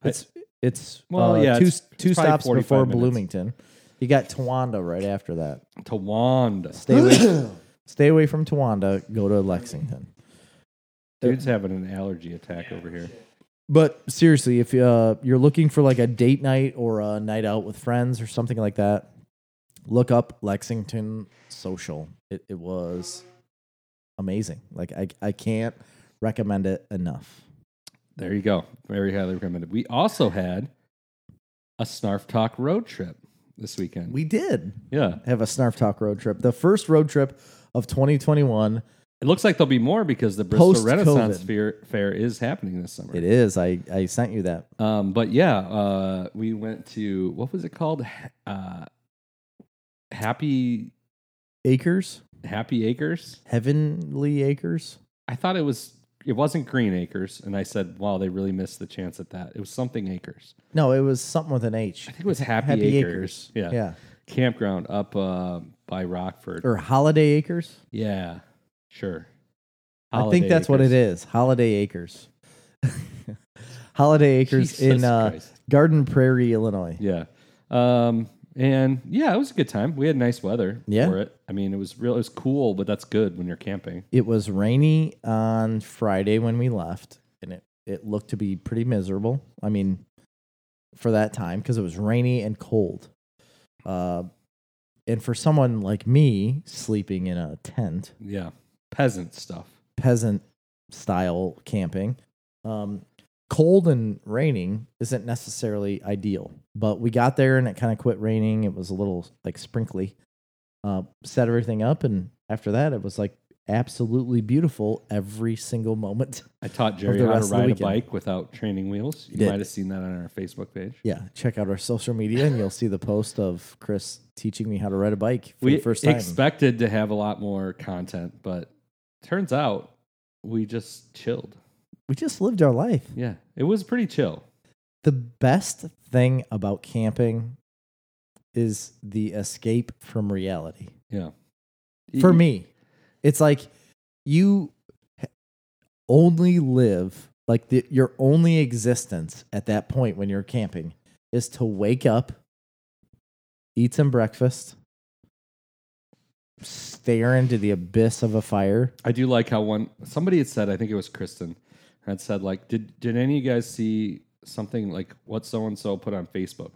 [SPEAKER 1] it's it's
[SPEAKER 2] Well,
[SPEAKER 1] uh,
[SPEAKER 2] yeah,
[SPEAKER 1] two
[SPEAKER 2] it's-
[SPEAKER 1] two
[SPEAKER 2] it's probably
[SPEAKER 1] stops
[SPEAKER 2] 45
[SPEAKER 1] before
[SPEAKER 2] minutes.
[SPEAKER 1] Bloomington. You got Towanda right after that.
[SPEAKER 2] Tawanda. <clears throat>
[SPEAKER 1] Stay
[SPEAKER 3] <coughs>
[SPEAKER 1] away, stay away from Towanda. Go to Lexington.
[SPEAKER 2] Dude's having an allergy attack over here.
[SPEAKER 1] But seriously, if uh, you're looking for like a date night or a night out with friends or something like that, look up Lexington Social. It, it was amazing. Like I I can't recommend it enough.
[SPEAKER 2] There you go. Very highly recommended. We also had a Snarf Talk road trip this weekend.
[SPEAKER 1] We did
[SPEAKER 2] yeah.
[SPEAKER 1] have a Snarf Talk road trip. The first road trip of 2021.
[SPEAKER 2] It looks like there'll be more because the Bristol
[SPEAKER 1] Post-COVID.
[SPEAKER 2] Renaissance Fair, Fair is happening this summer.
[SPEAKER 1] It is. I, I sent you that.
[SPEAKER 2] Um, but yeah, uh, we went to what was it called? Ha- Uh, Happy
[SPEAKER 1] Acres?
[SPEAKER 2] Happy Acres.
[SPEAKER 1] Heavenly Acres?
[SPEAKER 2] I thought it was. It wasn't Green Acres, and I said, "Wow, they really missed the chance at that." It was something Acres.
[SPEAKER 1] No, it was something with an H.
[SPEAKER 2] I think it was Happy, Acres. Yeah.
[SPEAKER 1] Yeah.
[SPEAKER 2] campground up uh, by Rockford.
[SPEAKER 1] Or Holiday Acres?
[SPEAKER 2] yeah, sure.
[SPEAKER 1] I think that's what it is. Holiday Acres. <laughs> Holiday Acres in uh, Garden Prairie, Illinois.
[SPEAKER 2] Yeah. Um, and yeah, it was a good time. We had nice weather
[SPEAKER 1] Yeah.
[SPEAKER 2] for it. I mean, it was real. It was cool, but that's good when you're camping.
[SPEAKER 1] It was rainy on Friday when we left, and it, it looked to be pretty miserable. I mean, for that time, because it was rainy and cold. Uh, and for someone like me sleeping in a tent,
[SPEAKER 2] Yeah. Peasant stuff.
[SPEAKER 1] peasant style camping, um, cold and raining isn't necessarily ideal. But we got there and it kind of quit raining. It was a little like sprinkly. Uh, set everything up, and after that, it was like absolutely beautiful every single moment. <laughs>
[SPEAKER 2] I taught Jerry
[SPEAKER 1] the
[SPEAKER 2] how to
[SPEAKER 1] rest of the
[SPEAKER 2] ride a
[SPEAKER 1] weekend.
[SPEAKER 2] bike without training wheels. You
[SPEAKER 1] did.
[SPEAKER 2] might have seen that on our Facebook page.
[SPEAKER 1] Yeah, check out our social media, and you'll see the post of Chris teaching me how to ride a bike for
[SPEAKER 2] we
[SPEAKER 1] the first time.
[SPEAKER 2] expected to have a lot more content, but turns out we just chilled.
[SPEAKER 1] we just lived our life.
[SPEAKER 2] Yeah, it was pretty chill.
[SPEAKER 1] The best thing about camping is the escape from reality.
[SPEAKER 2] Yeah.
[SPEAKER 1] for me it's like you h- only live like the, your only existence at that point when you're camping is to wake up eat some breakfast stare into the abyss of a fire
[SPEAKER 2] I do like how one somebody had said, I think it was Kristen, had said like, did did any of you guys see something like what so and so put on Facebook?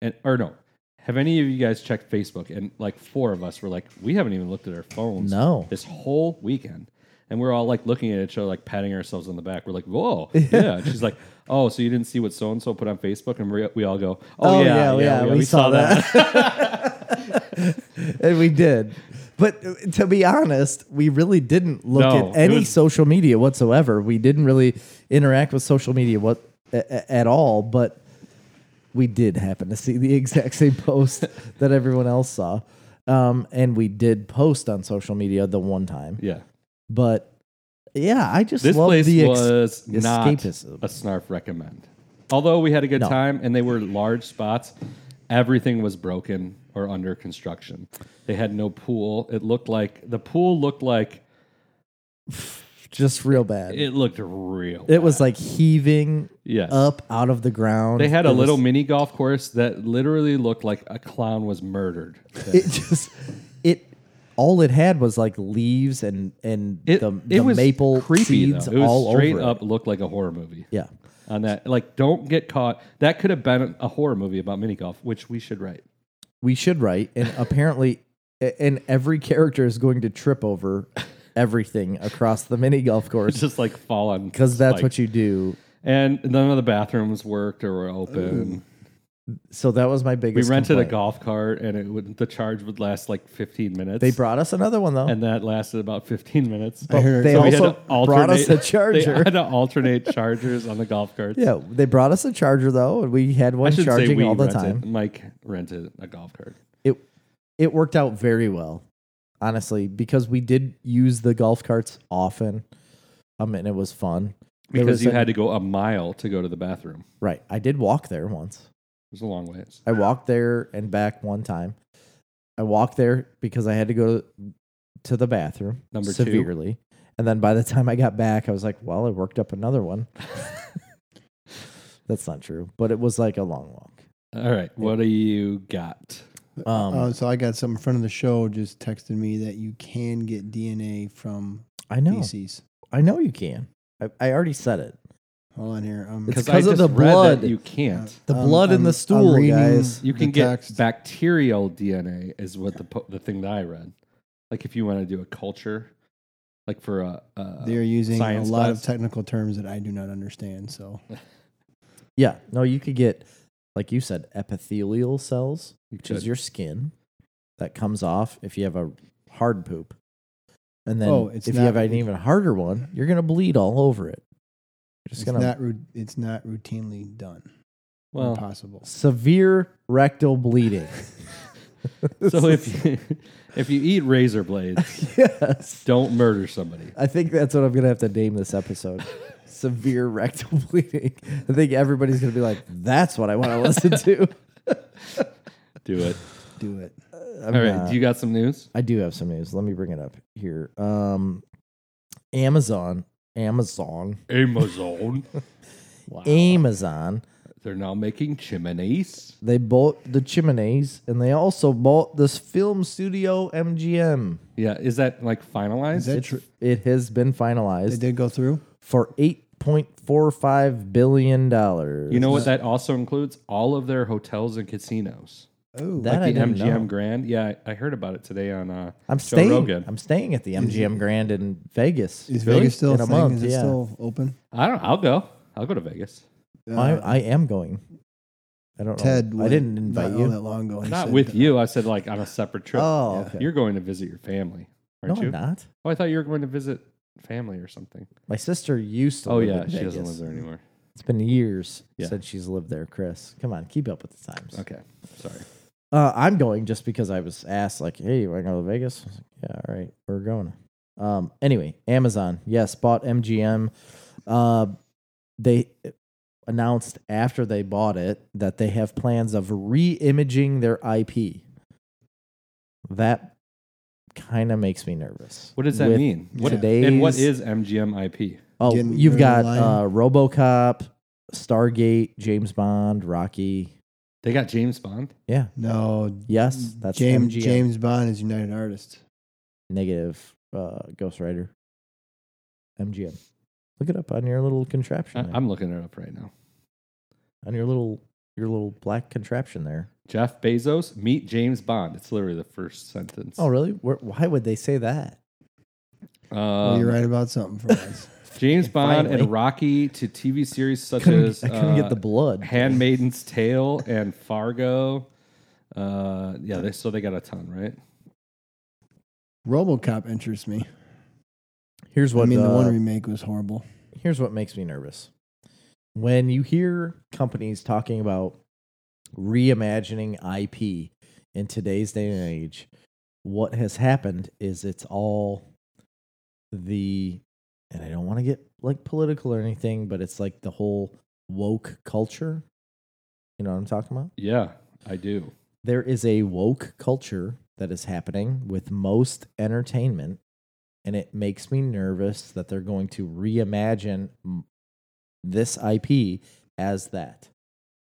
[SPEAKER 2] And or no, have any of you guys checked Facebook? And like four of us were like, we haven't even looked at our phones
[SPEAKER 1] no
[SPEAKER 2] this whole weekend. And we're all like looking at each other, like patting ourselves on the back. We're like,
[SPEAKER 1] <laughs>
[SPEAKER 2] "Whoa, yeah!" And She's like, "Oh, so you didn't see what so and so put on Facebook?" And we, we all go, "Oh,
[SPEAKER 1] Oh,
[SPEAKER 2] yeah, yeah,
[SPEAKER 1] yeah, yeah, we saw <laughs> and we did but uh, to be honest we really didn't look
[SPEAKER 2] No,
[SPEAKER 1] at
[SPEAKER 2] it
[SPEAKER 1] any
[SPEAKER 2] was-
[SPEAKER 1] social media whatsoever we didn't really interact with social media what a- a- at all but we did happen to see the <laughs> exact same post that everyone else saw um, and we did post on social media the one time
[SPEAKER 2] <laughs> yeah."
[SPEAKER 1] but yeah i just
[SPEAKER 2] This
[SPEAKER 1] love
[SPEAKER 2] place
[SPEAKER 1] the ex-
[SPEAKER 2] was not a
[SPEAKER 1] escapism.
[SPEAKER 2] snarf recommend. Although we had a good
[SPEAKER 1] No.
[SPEAKER 2] time and they were large spots, everything was broken or under construction. They had no pool. It looked like the pool looked like
[SPEAKER 1] just real bad it,
[SPEAKER 2] it looked real.
[SPEAKER 1] was like heaving
[SPEAKER 2] yes.
[SPEAKER 1] up out of the ground
[SPEAKER 2] they had
[SPEAKER 1] It
[SPEAKER 2] a
[SPEAKER 1] was-
[SPEAKER 2] little mini golf course that literally looked like a clown was murdered.
[SPEAKER 1] <laughs> it just it all it had was like leaves and and
[SPEAKER 2] It,
[SPEAKER 1] the,
[SPEAKER 2] it
[SPEAKER 1] the
[SPEAKER 2] was
[SPEAKER 1] maple
[SPEAKER 2] creepy
[SPEAKER 1] seeds
[SPEAKER 2] though. It was
[SPEAKER 1] all
[SPEAKER 2] straight
[SPEAKER 1] over it.
[SPEAKER 2] up looked like a horror movie.
[SPEAKER 1] yeah
[SPEAKER 2] On that, like, don't get caught. That could have been a horror movie about mini golf, which we should write.
[SPEAKER 1] we should write and apparently a- and every character is going to trip
[SPEAKER 2] <laughs>
[SPEAKER 1] over everything across the mini golf course
[SPEAKER 2] Just like fall on
[SPEAKER 1] because that's
[SPEAKER 2] spikes.
[SPEAKER 1] what you do
[SPEAKER 2] and none of the bathrooms worked or were open.
[SPEAKER 1] so that was my
[SPEAKER 2] We
[SPEAKER 1] biggest
[SPEAKER 2] rented a
[SPEAKER 1] complaint.
[SPEAKER 2] golf cart, and it would the charge would last like 15 minutes.
[SPEAKER 1] they brought us another one though
[SPEAKER 2] and that lasted about 15 minutes.
[SPEAKER 1] But
[SPEAKER 3] heard-
[SPEAKER 1] they
[SPEAKER 2] So we had
[SPEAKER 1] also
[SPEAKER 2] to
[SPEAKER 1] brought us
[SPEAKER 2] alternate-
[SPEAKER 1] a
[SPEAKER 2] <laughs> They had
[SPEAKER 1] charger
[SPEAKER 2] to alternate chargers on the golf carts.
[SPEAKER 1] yeah they brought us a charger though and we had
[SPEAKER 2] I
[SPEAKER 1] one
[SPEAKER 2] should say
[SPEAKER 1] charging
[SPEAKER 2] we
[SPEAKER 1] all the
[SPEAKER 2] rented.
[SPEAKER 1] time
[SPEAKER 2] Mike rented a golf cart.
[SPEAKER 1] it it worked out very well, honestly, because we did use the golf carts often. Um, and it was fun. There
[SPEAKER 2] Because
[SPEAKER 1] was
[SPEAKER 2] you
[SPEAKER 1] a-
[SPEAKER 2] had to go a mile to go to the bathroom.
[SPEAKER 1] right. I did walk there once.
[SPEAKER 2] It was a long ways.
[SPEAKER 1] I walked there and back one time. I walked there because I had to go to, to the bathroom
[SPEAKER 2] Number two.
[SPEAKER 1] severely. And then by the time I got back, I was like, well, I worked up another
[SPEAKER 2] <laughs>
[SPEAKER 1] one. That's not true, but it was like a long walk.
[SPEAKER 2] All right, what do you got?
[SPEAKER 1] Um,
[SPEAKER 3] Uh, so I got some friend of the show just texted me that you can get DNA from
[SPEAKER 1] I know.
[SPEAKER 3] feces.
[SPEAKER 1] I know you can. I, I already said it.
[SPEAKER 3] Hold on here. Um,
[SPEAKER 1] It's
[SPEAKER 2] I
[SPEAKER 1] 'cause of
[SPEAKER 2] just
[SPEAKER 1] the
[SPEAKER 2] read
[SPEAKER 1] blood.
[SPEAKER 2] that You can't.
[SPEAKER 1] The
[SPEAKER 3] Um,
[SPEAKER 1] blood in
[SPEAKER 3] I'm-
[SPEAKER 1] the
[SPEAKER 3] I'm
[SPEAKER 1] stool,
[SPEAKER 3] reading-
[SPEAKER 1] guys.
[SPEAKER 2] You
[SPEAKER 3] The
[SPEAKER 2] can get
[SPEAKER 3] text.
[SPEAKER 2] bacterial DNA is what the po- the thing that I read. Like if you want to do a culture, like for a, a
[SPEAKER 3] they're using a
[SPEAKER 2] science
[SPEAKER 3] lot
[SPEAKER 2] class.
[SPEAKER 3] of technical terms that I do not understand. So
[SPEAKER 1] Yeah. No, you could get like you said, epithelial cells,
[SPEAKER 2] You
[SPEAKER 1] which is
[SPEAKER 2] could.
[SPEAKER 1] your skin, that comes off if you have a hard poop. And then
[SPEAKER 3] Oh,
[SPEAKER 1] if
[SPEAKER 3] it's
[SPEAKER 1] you
[SPEAKER 3] not-
[SPEAKER 1] have an even harder one, you're gonna bleed all over it. You're just
[SPEAKER 3] It's
[SPEAKER 1] gonna
[SPEAKER 3] not ru- it's not routinely done.
[SPEAKER 2] well.
[SPEAKER 3] Impossible.
[SPEAKER 1] severe rectal
[SPEAKER 3] <laughs>
[SPEAKER 1] bleeding.
[SPEAKER 2] So if you, <laughs> if you eat
[SPEAKER 1] <laughs>
[SPEAKER 2] razor blades,
[SPEAKER 1] yes.
[SPEAKER 2] don't murder somebody.
[SPEAKER 1] I think that's what I'm gonna have to name this
[SPEAKER 3] <laughs>
[SPEAKER 1] episode. Severe rectal bleeding. I think everybody's gonna be like, "That's what I want to listen
[SPEAKER 3] <laughs>
[SPEAKER 1] to."
[SPEAKER 2] Do it.
[SPEAKER 3] Do it.
[SPEAKER 1] I'm
[SPEAKER 2] All right.
[SPEAKER 1] not-
[SPEAKER 2] Do you got some news?
[SPEAKER 1] I do have some news. Let me bring it up here. Um, Amazon, Amazon,
[SPEAKER 2] Amazon. wow.
[SPEAKER 1] Amazon.
[SPEAKER 2] <laughs> They're now making chimneys.
[SPEAKER 1] They bought the chimneys, and they also bought this film studio MGM.
[SPEAKER 2] Yeah. Is that like finalized?
[SPEAKER 3] Is that
[SPEAKER 1] It's-
[SPEAKER 3] true?
[SPEAKER 1] It has been
[SPEAKER 3] They
[SPEAKER 1] finalized
[SPEAKER 3] did go through.
[SPEAKER 1] for eight point four five billion dollars.
[SPEAKER 2] you know what? That also includes all of their hotels and casinos.
[SPEAKER 3] Oh,
[SPEAKER 1] That I
[SPEAKER 2] like the
[SPEAKER 1] didn't
[SPEAKER 2] MGM
[SPEAKER 1] know.
[SPEAKER 2] Grand. Yeah, I, I heard about it today on uh,
[SPEAKER 1] I'm
[SPEAKER 2] Joe
[SPEAKER 1] staying.
[SPEAKER 2] Rogan.
[SPEAKER 1] I'm staying at the MGM Grand in Vegas.
[SPEAKER 3] is
[SPEAKER 1] Really?
[SPEAKER 3] Vegas still
[SPEAKER 1] in
[SPEAKER 3] a
[SPEAKER 1] a
[SPEAKER 3] thing?
[SPEAKER 1] month?
[SPEAKER 3] Is it
[SPEAKER 1] yeah,
[SPEAKER 3] still open?
[SPEAKER 2] I don't. I'll go. I'll go to Vegas.
[SPEAKER 1] I,
[SPEAKER 3] Uh,
[SPEAKER 1] I am going. I don't.
[SPEAKER 3] Ted,
[SPEAKER 1] know. I
[SPEAKER 3] went
[SPEAKER 1] didn't invite
[SPEAKER 3] not
[SPEAKER 1] you.
[SPEAKER 3] all that long ago. He
[SPEAKER 2] Not
[SPEAKER 3] said,
[SPEAKER 2] with you. I said like on a separate trip.
[SPEAKER 1] Oh,
[SPEAKER 3] Yeah.
[SPEAKER 1] okay.
[SPEAKER 2] You're going to visit your family,
[SPEAKER 1] no,
[SPEAKER 2] aren't you?
[SPEAKER 1] I'm not.
[SPEAKER 2] Oh, I thought you were going to visit family or something.
[SPEAKER 1] My sister used to.
[SPEAKER 2] Oh
[SPEAKER 1] live
[SPEAKER 2] yeah,
[SPEAKER 1] in
[SPEAKER 2] she doesn't
[SPEAKER 1] Vegas.
[SPEAKER 2] live there anymore.
[SPEAKER 1] It's been years
[SPEAKER 2] Yeah.
[SPEAKER 1] since she's lived there, Chris. Come on, keep up with the times.
[SPEAKER 2] Okay, sorry.
[SPEAKER 1] Uh, I'm going just because I was asked, like, hey, we're going to Vegas. I was like, yeah, all right, we're going. Um, anyway, Amazon, yes, bought MGM. Uh, they announced after they bought it that they have plans of re-imaging their IP. That kind of makes me nervous.
[SPEAKER 2] What does that
[SPEAKER 1] With-
[SPEAKER 2] mean? What
[SPEAKER 1] today's-
[SPEAKER 2] and what is MGM IP?
[SPEAKER 1] Oh,
[SPEAKER 3] Getting
[SPEAKER 1] you've
[SPEAKER 3] rid of
[SPEAKER 1] got
[SPEAKER 3] the
[SPEAKER 1] uh, RoboCop, Stargate, James Bond, Rocky.
[SPEAKER 2] They got James Bond.
[SPEAKER 1] Yeah.
[SPEAKER 3] No, Mm,
[SPEAKER 1] Yes, that's
[SPEAKER 3] James
[SPEAKER 1] MGM.
[SPEAKER 3] James Bond is United Artists.
[SPEAKER 1] negative uh, Ghost Rider. MGM. Look it up on your little
[SPEAKER 2] I,
[SPEAKER 1] contraption. there.
[SPEAKER 2] I'm looking it up right now.
[SPEAKER 1] on your little your little black contraption there.
[SPEAKER 2] Jeff Bezos meet James Bond. It's literally the first sentence.
[SPEAKER 1] Oh, really? Where, why would they say that?
[SPEAKER 2] Um,
[SPEAKER 3] Well, you're right about something for
[SPEAKER 1] <laughs>
[SPEAKER 3] once.
[SPEAKER 2] James Bond
[SPEAKER 1] Finally.
[SPEAKER 2] and Rocky to TV series such
[SPEAKER 1] Couldn't-
[SPEAKER 2] as
[SPEAKER 1] I couldn't
[SPEAKER 2] uh,
[SPEAKER 1] get the <laughs> blood.
[SPEAKER 2] Handmaiden's Tale and Fargo. Uh, yeah, they, so they got a ton, right?
[SPEAKER 3] RoboCop interests me.
[SPEAKER 1] Here's what
[SPEAKER 3] I mean, the
[SPEAKER 1] uh,
[SPEAKER 3] one remake was horrible.
[SPEAKER 1] here's what makes me nervous. When you hear companies talking about reimagining IP in today's day and age, what has happened is it's all the, and I don't want to get like political or anything, but it's like the whole woke culture. You know what I'm talking about?
[SPEAKER 2] Yeah, I do.
[SPEAKER 1] there is a woke culture that is happening with most entertainment and it makes me nervous that they're going to reimagine m- this IP as that.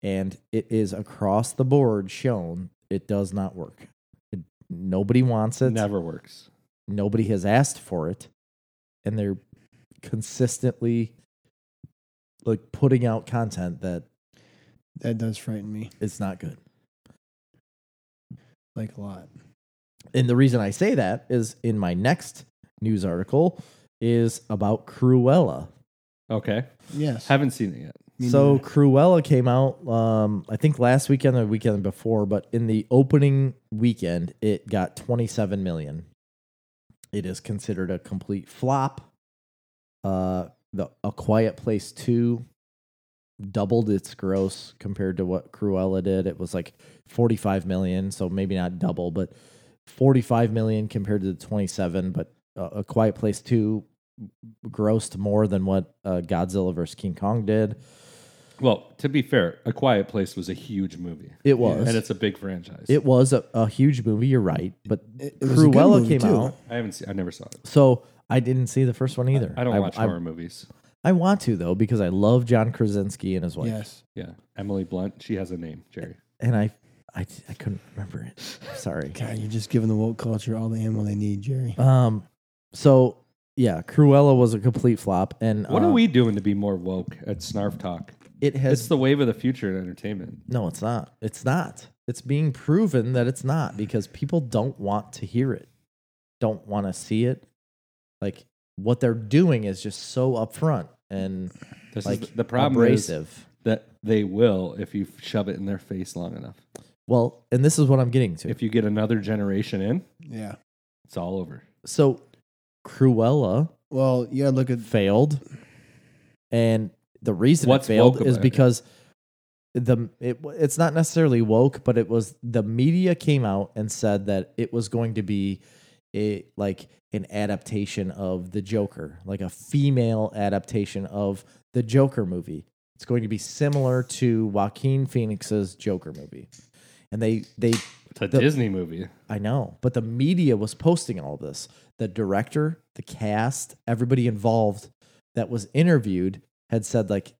[SPEAKER 1] And it is across the board shown it does not work. It, nobody wants it.
[SPEAKER 2] Never works.
[SPEAKER 1] Nobody has asked for it. And they're consistently like putting out content that
[SPEAKER 3] That does frighten me
[SPEAKER 1] is not good.
[SPEAKER 3] like a lot.
[SPEAKER 1] And the reason I say that is in my next news article is about Cruella.
[SPEAKER 2] Okay,
[SPEAKER 3] Yes.
[SPEAKER 2] haven't seen it yet.
[SPEAKER 3] me
[SPEAKER 1] so
[SPEAKER 3] neither.
[SPEAKER 1] Cruella came out, um, I think last weekend or the weekend before, but in the opening weekend, it got 27 million. It is considered a complete flop. Uh, the A Quiet Place 2 doubled its gross compared to what Cruella did. It was like 45 million, so maybe not double, but 45 million compared to the 27. But uh, A Quiet Place 2 grossed more than what uh, Godzilla vs. King Kong did.
[SPEAKER 2] Well, to be fair, A Quiet Place was a huge movie,
[SPEAKER 1] It was.
[SPEAKER 2] and it's a big franchise.
[SPEAKER 1] it was a, a huge movie. You're right, but
[SPEAKER 3] It- it was a good
[SPEAKER 1] Cruella
[SPEAKER 3] movie,
[SPEAKER 1] came
[SPEAKER 3] too.
[SPEAKER 1] out,
[SPEAKER 2] I haven't seen. I never saw it.
[SPEAKER 1] so I didn't see the first one either.
[SPEAKER 2] I don't watch
[SPEAKER 1] I,
[SPEAKER 2] horror movies.
[SPEAKER 1] I want to though because I love John Krasinski and his wife,
[SPEAKER 3] Yes.
[SPEAKER 2] Yeah, Emily Blunt. She has a name, Jerry.
[SPEAKER 1] and I, I, I couldn't remember it. Sorry.
[SPEAKER 3] God, you're just giving the woke culture all the ammo they need, Jerry.
[SPEAKER 1] Um. So yeah, Cruella was a complete flop, and
[SPEAKER 2] What
[SPEAKER 1] uh,
[SPEAKER 2] are we doing to be more woke at Snarf Talk?
[SPEAKER 1] It has
[SPEAKER 2] It's the wave of the future in entertainment.
[SPEAKER 1] no. It's not. It's not. It's being proven that it's not because people don't want to hear it, don't want to see it. Like what they're doing is just so upfront and
[SPEAKER 2] This
[SPEAKER 1] like
[SPEAKER 2] is the problem. Is
[SPEAKER 1] abrasive.
[SPEAKER 2] that they will if you shove it in their face long enough.
[SPEAKER 1] Well, and this is what I'm getting to.
[SPEAKER 2] If you get another generation in,
[SPEAKER 3] Yeah.
[SPEAKER 2] it's all over.
[SPEAKER 1] so Cruella
[SPEAKER 3] Well, yeah. Look at
[SPEAKER 1] failed, and the reason
[SPEAKER 2] What's
[SPEAKER 1] it failed
[SPEAKER 2] woke
[SPEAKER 1] is
[SPEAKER 2] about it?
[SPEAKER 1] because the it, it's not necessarily woke, but it was the media came out and said that it was going to be a like an adaptation of the Joker, like a female adaptation of the Joker movie. It's going to be similar to Joaquin Phoenix's Joker movie, and they they
[SPEAKER 2] It's a
[SPEAKER 1] The-
[SPEAKER 2] Disney movie.
[SPEAKER 1] I know, but the media was posting all this. The director, the cast, everybody involved that was interviewed had said like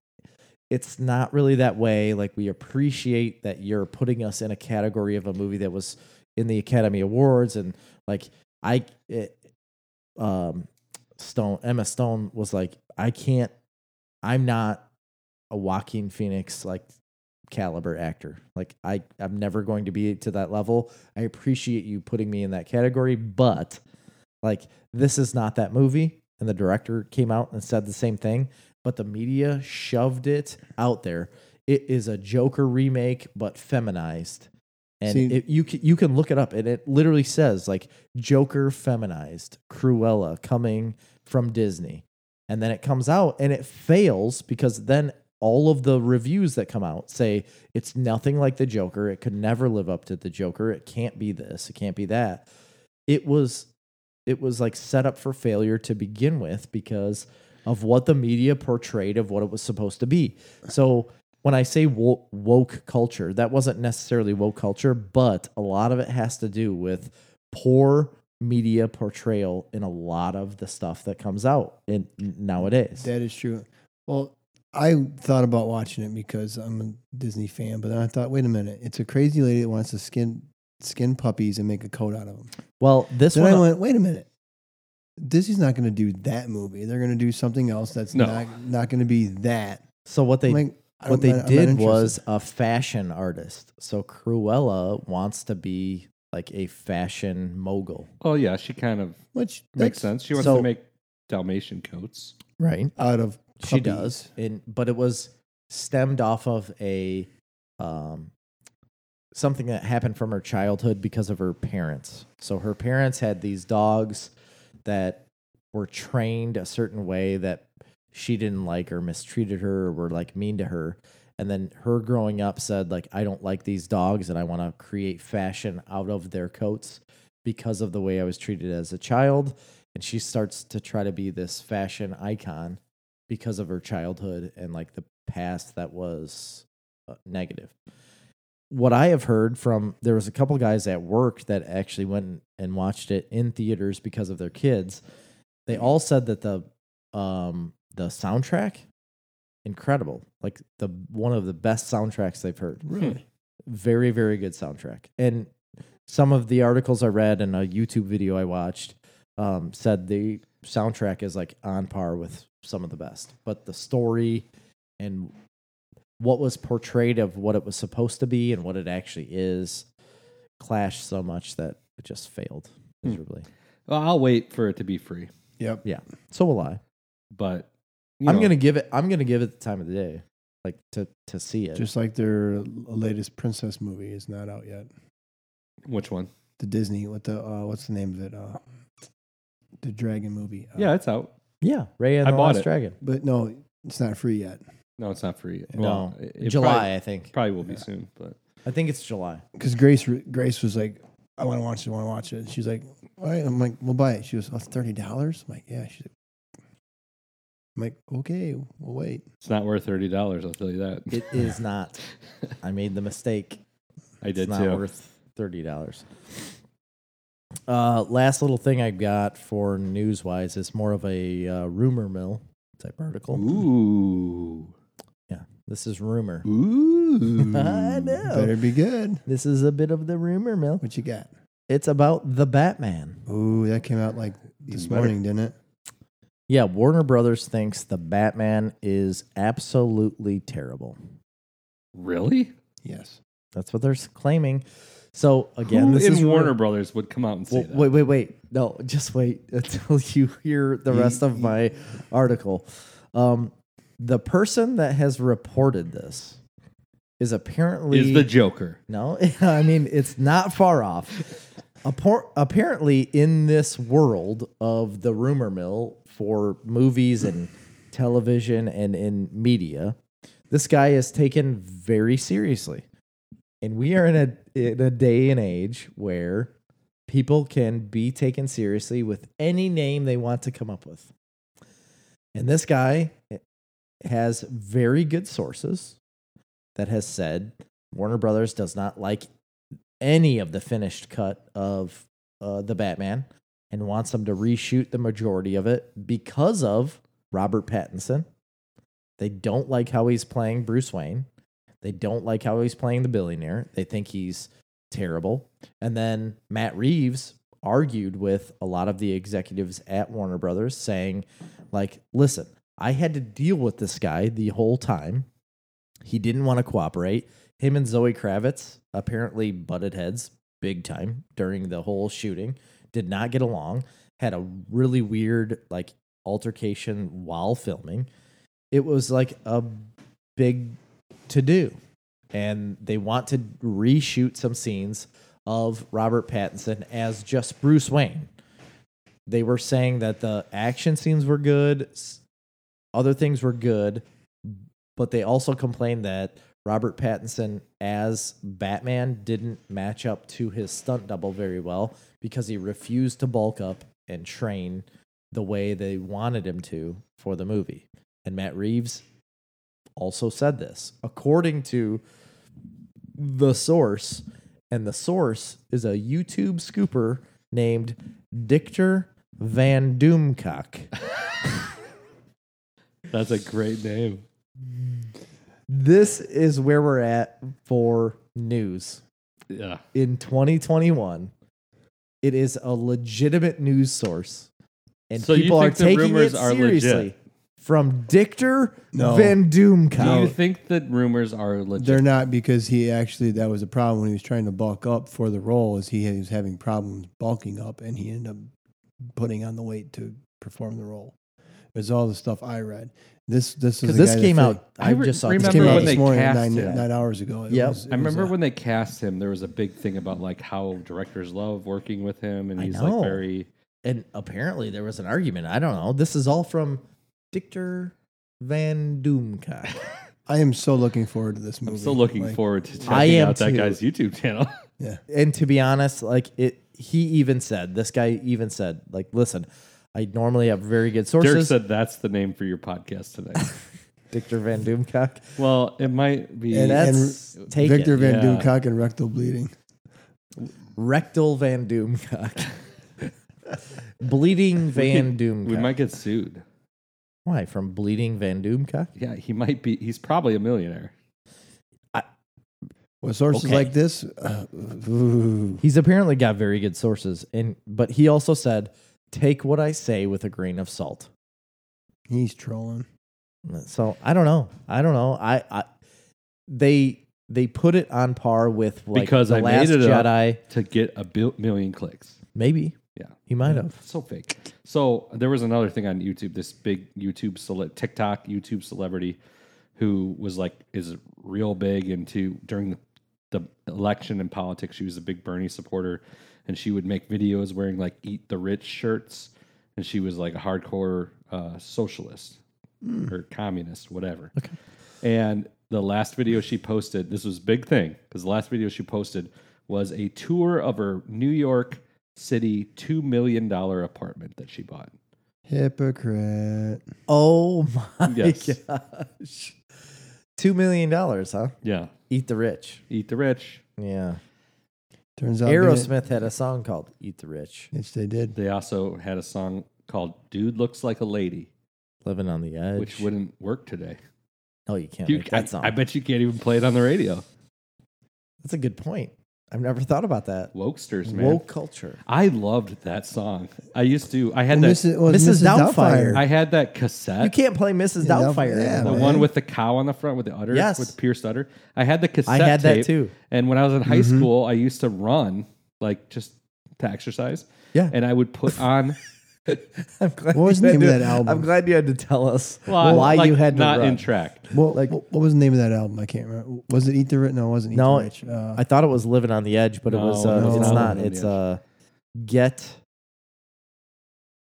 [SPEAKER 1] it's not really that way. Like we appreciate that you're putting us in a category of a movie that was in the Academy Awards and like I it, um Stone Emma Stone was like I can't I'm not a Joaquin Phoenix like caliber actor. Like I I'm never going to be to that level. I appreciate you putting me in that category, but like this is not that movie. And the director came out and said the same thing, but the media shoved it out there. It is a Joker remake, but feminized. And
[SPEAKER 3] See-
[SPEAKER 1] it, you can, you can look it up, and it literally says like Joker feminized, Cruella coming from Disney, and then it comes out and it fails because then all of the reviews that come out say it's nothing like the Joker. It could never live up to the Joker. It can't be this. It can't be that. It was it was like set up for failure to begin with because of what the media portrayed of what it was supposed to be. So when I say wo- woke culture, that wasn't necessarily woke culture, but a lot of it has to do with poor media portrayal in a lot of the stuff that comes out in nowadays.
[SPEAKER 3] That is true. Well, I thought about watching it because I'm a Disney fan, but then I thought, wait a minute, it's a crazy lady that wants to skin skin puppies and make a coat out of them.
[SPEAKER 1] Well, this
[SPEAKER 3] Then
[SPEAKER 1] one
[SPEAKER 3] I went, wait a minute, Disney's not going to do that movie. They're going to do something else that's
[SPEAKER 2] No.
[SPEAKER 3] not not going to be that.
[SPEAKER 1] so what they
[SPEAKER 3] I'm like, I
[SPEAKER 1] what
[SPEAKER 3] don't-
[SPEAKER 1] they
[SPEAKER 3] I'm not
[SPEAKER 1] did
[SPEAKER 3] interested.
[SPEAKER 1] was a fashion artist. So Cruella wants to be like a fashion mogul,
[SPEAKER 2] Oh yeah, she kind of
[SPEAKER 3] which
[SPEAKER 2] makes
[SPEAKER 3] that's
[SPEAKER 2] sense. She wants
[SPEAKER 1] so-
[SPEAKER 2] to make Dalmatian coats.
[SPEAKER 1] right?
[SPEAKER 3] out of
[SPEAKER 1] She
[SPEAKER 3] puppies.
[SPEAKER 1] does, and but it was stemmed off of a um, something that happened from her childhood because of her parents. So her parents had these dogs that were trained a certain way that she didn't like or mistreated her or were like mean to her. And then her growing up said like I don't like these dogs and I want to create fashion out of their coats because of the way I was treated as a child. And she starts to try to be this fashion icon because of her childhood and like the past that was uh, negative. What I have heard from there was a couple guys at work that actually went and watched it in theaters because of their kids. They all said that the um the soundtrack incredible. Like the one of the best soundtracks they've heard
[SPEAKER 2] Hmm.
[SPEAKER 3] Really?
[SPEAKER 1] very very good soundtrack and some of the articles i read and a youtube video i watched um, said the soundtrack is like on par with some of the best but the story and what was portrayed of what it was supposed to be and what it actually is clashed so much that it just failed
[SPEAKER 2] Hmm.
[SPEAKER 1] miserably
[SPEAKER 2] Well, I'll wait for it to be free,
[SPEAKER 3] Yep.
[SPEAKER 1] so will i
[SPEAKER 2] but you
[SPEAKER 1] i'm
[SPEAKER 2] know,
[SPEAKER 1] gonna give it i'm gonna give it the time of the day like to to see it
[SPEAKER 3] Just like their latest princess movie is not out yet.
[SPEAKER 2] which one?
[SPEAKER 3] the Disney what the uh, what's the name of it? Uh, the dragon movie. Uh,
[SPEAKER 2] yeah, it's out.
[SPEAKER 1] yeah ray and
[SPEAKER 2] I
[SPEAKER 1] the
[SPEAKER 2] bought
[SPEAKER 1] last
[SPEAKER 2] it.
[SPEAKER 1] dragon
[SPEAKER 3] but no, it's not free yet
[SPEAKER 2] No, it's not free.
[SPEAKER 1] No,
[SPEAKER 2] it- it
[SPEAKER 1] july
[SPEAKER 2] probably-
[SPEAKER 1] i think
[SPEAKER 2] probably will be
[SPEAKER 3] Yeah.
[SPEAKER 2] soon, but
[SPEAKER 1] i think it's july
[SPEAKER 3] because Grace re- Grace was like, I want to watch it. I want to watch it. And she's like, all right. I'm like, we'll buy it. She was oh, thirty dollars. I'm like, yeah. She's like, I'm like, okay, we'll wait.
[SPEAKER 2] it's not worth thirty dollars. I'll tell you that.
[SPEAKER 1] It is not. I made the mistake.
[SPEAKER 2] <laughs> I did
[SPEAKER 1] it's not
[SPEAKER 2] too.
[SPEAKER 1] worth thirty dollars. Uh, last little thing I got for news wise is more of a uh, rumor mill type article.
[SPEAKER 2] Ooh,
[SPEAKER 1] Yeah, this is rumor.
[SPEAKER 2] ooh.
[SPEAKER 1] <laughs> I know.
[SPEAKER 3] Better be good.
[SPEAKER 1] This is a bit of the rumor mill.
[SPEAKER 3] What you got?
[SPEAKER 1] It's about the Batman.
[SPEAKER 3] Ooh, that came out like this
[SPEAKER 2] Even better.
[SPEAKER 3] morning, didn't it?
[SPEAKER 1] Yeah, Warner Brothers thinks the Batman is absolutely terrible.
[SPEAKER 2] Really?
[SPEAKER 3] Yes.
[SPEAKER 1] That's what they're s- claiming. So again,
[SPEAKER 2] Who
[SPEAKER 1] this
[SPEAKER 2] in
[SPEAKER 1] is ru-
[SPEAKER 2] Warner Brothers would come out and say
[SPEAKER 1] Well,
[SPEAKER 2] that?
[SPEAKER 1] wait, wait, wait. No, <laughs> just wait until you hear the
[SPEAKER 3] Ye-
[SPEAKER 1] rest of
[SPEAKER 3] ye-
[SPEAKER 1] my article. Um, The person that has reported this is apparently
[SPEAKER 2] Is the Joker.
[SPEAKER 1] No, <laughs> I mean it's not far off. Appor- apparently, in this world of the rumor mill for movies and television and in media, this guy is taken very seriously, and we are in a in a day and age where people can be taken seriously with any name they want to come up with. And this guy eh, has very good sources that has said Warner Brothers does not like any of the finished cut of uh, the Batman and wants them to reshoot the majority of it because of Robert Pattinson. They don't like how he's playing Bruce Wayne. They don't like how he's playing the billionaire. They think he's terrible. And then Matt Reeves argued with a lot of the executives at Warner Brothers saying, like, listen, I had to deal with this guy the whole time. He didn't want to cooperate. Him and Zoe Kravitz apparently butted heads big time during the whole shooting. Did not get along. Had a really weird like altercation while filming. It was like a big to do. And they want to reshoot some scenes of Robert Pattinson as just Bruce Wayne. They were saying that the action scenes were good, s- other things were good, but they also complained that Robert Pattinson as Batman didn't match up to his stunt double very well because he refused to bulk up and train the way they wanted him to for the movie. And Matt Reeves also said this, according to the source, and the source is a YouTube scooper named Dictor Van Doomcock.
[SPEAKER 2] That's a great name.
[SPEAKER 1] This is where we're at for news.
[SPEAKER 2] Yeah.
[SPEAKER 1] in 2021. It is a legitimate news source, and
[SPEAKER 2] So you
[SPEAKER 1] people are
[SPEAKER 2] think the
[SPEAKER 1] taking it
[SPEAKER 2] rumors are legit?
[SPEAKER 1] seriously. From Dictor
[SPEAKER 3] No.
[SPEAKER 1] Van
[SPEAKER 2] Do you
[SPEAKER 1] Doomcock.
[SPEAKER 2] think that rumors are legit?
[SPEAKER 3] They're not because he actually that was a problem when he was trying to bulk up for the role is he was having problems bulking up and he ended up putting on the weight to perform the role. It's all the stuff I read. This this is
[SPEAKER 1] Because
[SPEAKER 3] the
[SPEAKER 1] this
[SPEAKER 3] guy that
[SPEAKER 1] came
[SPEAKER 3] fit-
[SPEAKER 1] out, I,
[SPEAKER 2] I re-
[SPEAKER 1] just saw
[SPEAKER 3] This
[SPEAKER 1] this
[SPEAKER 3] came
[SPEAKER 2] Remember
[SPEAKER 3] out
[SPEAKER 2] when
[SPEAKER 3] this
[SPEAKER 2] they
[SPEAKER 3] morning
[SPEAKER 2] cast
[SPEAKER 3] nine,
[SPEAKER 2] it?
[SPEAKER 3] nine hours ago. It
[SPEAKER 1] Yep.
[SPEAKER 3] was- it
[SPEAKER 2] I
[SPEAKER 3] was,
[SPEAKER 2] remember
[SPEAKER 3] uh,
[SPEAKER 2] when they cast him, there was a big thing about like how directors love working with him, and
[SPEAKER 1] I
[SPEAKER 2] he's
[SPEAKER 1] know.
[SPEAKER 2] like very
[SPEAKER 1] and apparently there was an argument. I don't know. This is all from Dictor Van
[SPEAKER 2] <laughs>
[SPEAKER 1] Doomcock.
[SPEAKER 3] I am so looking forward to this movie.
[SPEAKER 2] I'm still looking
[SPEAKER 3] Like,
[SPEAKER 2] forward to checking
[SPEAKER 1] I am
[SPEAKER 2] out that
[SPEAKER 1] too.
[SPEAKER 2] guy's YouTube channel. <laughs>
[SPEAKER 1] and to be honest, like it, he even said this guy even said like, listen, I normally have very good
[SPEAKER 2] Dirk
[SPEAKER 1] sources.
[SPEAKER 2] said that's the name for your podcast tonight. <laughs>
[SPEAKER 1] Dictor Van Doomcock,
[SPEAKER 2] well, it might be.
[SPEAKER 1] and that's taken.
[SPEAKER 3] Victor Van
[SPEAKER 2] yeah.
[SPEAKER 3] Doomcock and rectal bleeding.
[SPEAKER 1] Rectal Van Doomcock. <laughs> Bleeding Van Doomcock.
[SPEAKER 2] we might get sued.
[SPEAKER 1] Why? From Bleeding Van Doomcock?
[SPEAKER 2] Yeah, he might be. He's probably a millionaire.
[SPEAKER 3] With sources
[SPEAKER 1] Okay.
[SPEAKER 3] like this, uh, ooh.
[SPEAKER 1] He's apparently got very good sources. and But he also said, take what I say with a grain of salt.
[SPEAKER 3] he's trolling.
[SPEAKER 1] So I don't know. I don't know. I, I they they put it on par with like
[SPEAKER 2] Because
[SPEAKER 1] the
[SPEAKER 2] I made
[SPEAKER 1] Last
[SPEAKER 2] it up.
[SPEAKER 1] Jedi.
[SPEAKER 2] To get a bil- million clicks.
[SPEAKER 1] Maybe.
[SPEAKER 2] Yeah.
[SPEAKER 1] He might have.
[SPEAKER 2] So fake. So there was another thing on YouTube. This big YouTube cele- TikTok YouTube celebrity who was like is real big into during the, the election and politics. She was a big Bernie supporter, and she would make videos wearing like "Eat the Rich" shirts, and she was like a hardcore uh, socialist or communist, whatever. Okay. And the last video she posted, this was a big thing because the last video she posted was a tour of her New York City $2 million apartment that she bought.
[SPEAKER 3] Hypocrite.
[SPEAKER 1] Oh my
[SPEAKER 2] Yes.
[SPEAKER 1] gosh. Two million dollars, huh?
[SPEAKER 2] Yeah.
[SPEAKER 1] Eat the rich.
[SPEAKER 2] Eat the rich.
[SPEAKER 1] Yeah.
[SPEAKER 3] Turns out
[SPEAKER 1] Aerosmith had a song called "Eat the Rich,"
[SPEAKER 3] Yes, they did.
[SPEAKER 2] They also had a song called Dude Looks Like a Lady,
[SPEAKER 1] "Living on the Edge."
[SPEAKER 2] which wouldn't work today.
[SPEAKER 1] no, you can't
[SPEAKER 2] You,
[SPEAKER 1] make
[SPEAKER 2] I,
[SPEAKER 1] that song.
[SPEAKER 2] I bet you can't even play it on the radio.
[SPEAKER 1] That's a good point. I've never thought about that.
[SPEAKER 2] Wokesters, man.
[SPEAKER 1] Woke culture.
[SPEAKER 2] I loved that song. I used to, I had
[SPEAKER 3] And
[SPEAKER 2] that.
[SPEAKER 3] Mrs. well,
[SPEAKER 1] Mrs.
[SPEAKER 3] Mrs.
[SPEAKER 1] Doubtfire.
[SPEAKER 3] Doubtfire.
[SPEAKER 2] I had that cassette.
[SPEAKER 1] You can't play Mrs.
[SPEAKER 3] Yeah, that-
[SPEAKER 1] Doubtfire.
[SPEAKER 3] yeah,
[SPEAKER 2] The
[SPEAKER 1] anymore.
[SPEAKER 3] man.
[SPEAKER 2] one with the cow on the front with the udder,
[SPEAKER 1] Yes.
[SPEAKER 2] with the pierced udder. I had the cassette.
[SPEAKER 1] I had that
[SPEAKER 2] tape,
[SPEAKER 1] too. Mm-hmm.
[SPEAKER 2] And when I was in high school, I used to run like just to exercise.
[SPEAKER 1] Yeah. <laughs>
[SPEAKER 2] And I would put on
[SPEAKER 1] I'm glad
[SPEAKER 3] What was
[SPEAKER 1] you
[SPEAKER 3] the
[SPEAKER 1] had
[SPEAKER 3] name of
[SPEAKER 1] to-
[SPEAKER 3] that album?
[SPEAKER 1] I'm glad you had to tell us why
[SPEAKER 2] <laughs> like,
[SPEAKER 1] you had to
[SPEAKER 2] not
[SPEAKER 1] run.
[SPEAKER 2] in track.
[SPEAKER 3] Well,
[SPEAKER 1] Like-
[SPEAKER 3] like, what was the name of that album? I can't remember. Was it Eat the Rich? No, it wasn't Eat
[SPEAKER 1] No,
[SPEAKER 3] the Rich. Uh,
[SPEAKER 1] I thought it was living on the edge, but it was.
[SPEAKER 2] No,
[SPEAKER 1] Uh,
[SPEAKER 3] no,
[SPEAKER 1] it's
[SPEAKER 3] no.
[SPEAKER 1] not.
[SPEAKER 2] Living on
[SPEAKER 1] It's
[SPEAKER 2] the
[SPEAKER 1] uh, get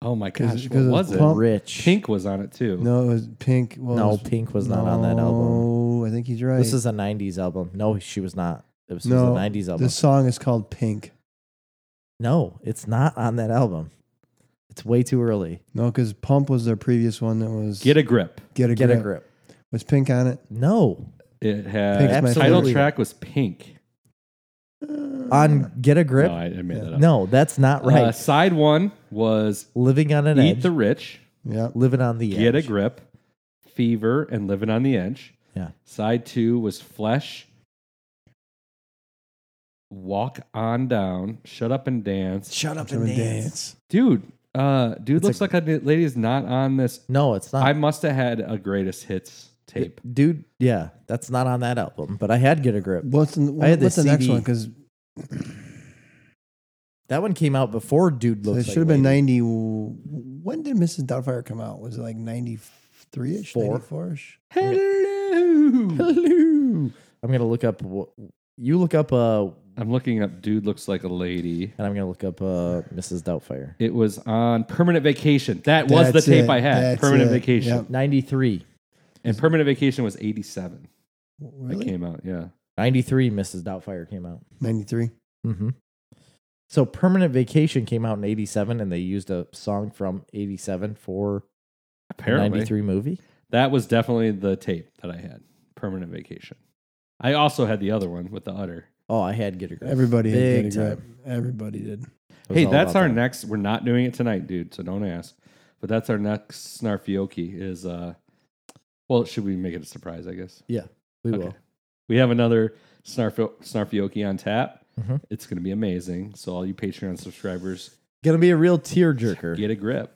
[SPEAKER 2] Oh my
[SPEAKER 3] 'Cause-
[SPEAKER 2] gosh,
[SPEAKER 3] 'cause it
[SPEAKER 2] what was
[SPEAKER 3] was
[SPEAKER 2] it?
[SPEAKER 3] Pump.
[SPEAKER 1] rich.
[SPEAKER 2] Pink was on it too.
[SPEAKER 3] no, it was Pink. Well, it
[SPEAKER 1] no,
[SPEAKER 3] was-
[SPEAKER 1] Pink was not on that album.
[SPEAKER 3] No, I think he's right.
[SPEAKER 1] This is a '90s album. No, she was not. This was
[SPEAKER 3] No,
[SPEAKER 1] a '90s album.
[SPEAKER 3] the song is called Pink.
[SPEAKER 1] No, it's not on that album. It's way too early.
[SPEAKER 3] No, because Pump was their previous one that was
[SPEAKER 2] Get a grip.
[SPEAKER 3] Get a
[SPEAKER 1] Get
[SPEAKER 3] grip.
[SPEAKER 1] a grip.
[SPEAKER 3] Was Pink on it?
[SPEAKER 1] No,
[SPEAKER 2] It had
[SPEAKER 3] Pink's my
[SPEAKER 2] title
[SPEAKER 1] favorite.
[SPEAKER 2] track was Pink.
[SPEAKER 1] on get a grip.
[SPEAKER 2] No, I, I made that up.
[SPEAKER 1] No, that's not right.
[SPEAKER 2] Uh, side one was
[SPEAKER 1] living on an
[SPEAKER 2] Eat
[SPEAKER 1] edge.
[SPEAKER 2] the Rich,
[SPEAKER 3] Yeah.
[SPEAKER 1] living on the edge.
[SPEAKER 2] Get a Grip, Fever, and Living on the Edge.
[SPEAKER 1] Yeah.
[SPEAKER 2] Side two was Flesh, Walk on Down, Shut Up and Dance.
[SPEAKER 1] Shut up
[SPEAKER 3] Jump
[SPEAKER 1] and
[SPEAKER 3] and
[SPEAKER 1] dance.
[SPEAKER 3] dance.
[SPEAKER 2] Dude, uh, dude
[SPEAKER 1] It's
[SPEAKER 2] looks like a lady is not on this.
[SPEAKER 1] No, it's not.
[SPEAKER 2] I must have had a greatest hits tape.
[SPEAKER 1] Dude, yeah, that's not on that album. But I had get a grip.
[SPEAKER 3] What's the,
[SPEAKER 1] I had the
[SPEAKER 3] what's the next
[SPEAKER 1] CD.
[SPEAKER 3] one? Because
[SPEAKER 1] That one came out before Dude
[SPEAKER 3] it
[SPEAKER 1] looks.
[SPEAKER 3] should have been ninety. When did Mrs. Doubtfire come out? Was it like ninety three ish,
[SPEAKER 1] Four.
[SPEAKER 3] ninety four ish?
[SPEAKER 2] Hello.
[SPEAKER 1] Hello. I'm gonna look up. wh- You look up. Uh,
[SPEAKER 2] I'm looking up Dude Looks Like a Lady.
[SPEAKER 1] and I'm gonna look up. Uh, Mrs. Doubtfire.
[SPEAKER 2] It was on Permanent Vacation. That was the
[SPEAKER 3] That's
[SPEAKER 2] tape
[SPEAKER 3] it.
[SPEAKER 2] I had.
[SPEAKER 3] That's
[SPEAKER 2] Permanent
[SPEAKER 3] it.
[SPEAKER 2] Vacation.
[SPEAKER 3] Yep.
[SPEAKER 1] Ninety-three.
[SPEAKER 2] And Permanent Vacation was 87. That
[SPEAKER 3] Really?
[SPEAKER 2] came out, yeah.
[SPEAKER 1] Ninety-three. Mrs. Doubtfire came out.
[SPEAKER 3] Ninety three.
[SPEAKER 1] Mm-hmm. So Permanent Vacation came out in 87 and they used a song from 87 for the
[SPEAKER 2] Apparently.
[SPEAKER 1] 93 movie.
[SPEAKER 2] That was definitely the tape that I had. Permanent Vacation. I also had the other one with the udder.
[SPEAKER 1] Oh, I had Get a Grip.
[SPEAKER 3] Everybody had
[SPEAKER 1] Big
[SPEAKER 3] Get a grip. Everybody did.
[SPEAKER 1] It was
[SPEAKER 2] Hey,
[SPEAKER 1] all
[SPEAKER 2] that's
[SPEAKER 1] about
[SPEAKER 2] our
[SPEAKER 1] that.
[SPEAKER 2] next. We're not doing it tonight, dude. So don't ask. But that's our next snarfioki. Is uh, well, should we make it a surprise? I guess
[SPEAKER 1] We
[SPEAKER 2] Okay.
[SPEAKER 1] will.
[SPEAKER 2] we have another snarf snarfioki on tap.
[SPEAKER 1] Mhm.
[SPEAKER 2] It's gonna be amazing. So all you Patreon subscribers,
[SPEAKER 1] Gonna be a real tearjerker.
[SPEAKER 2] get a grip.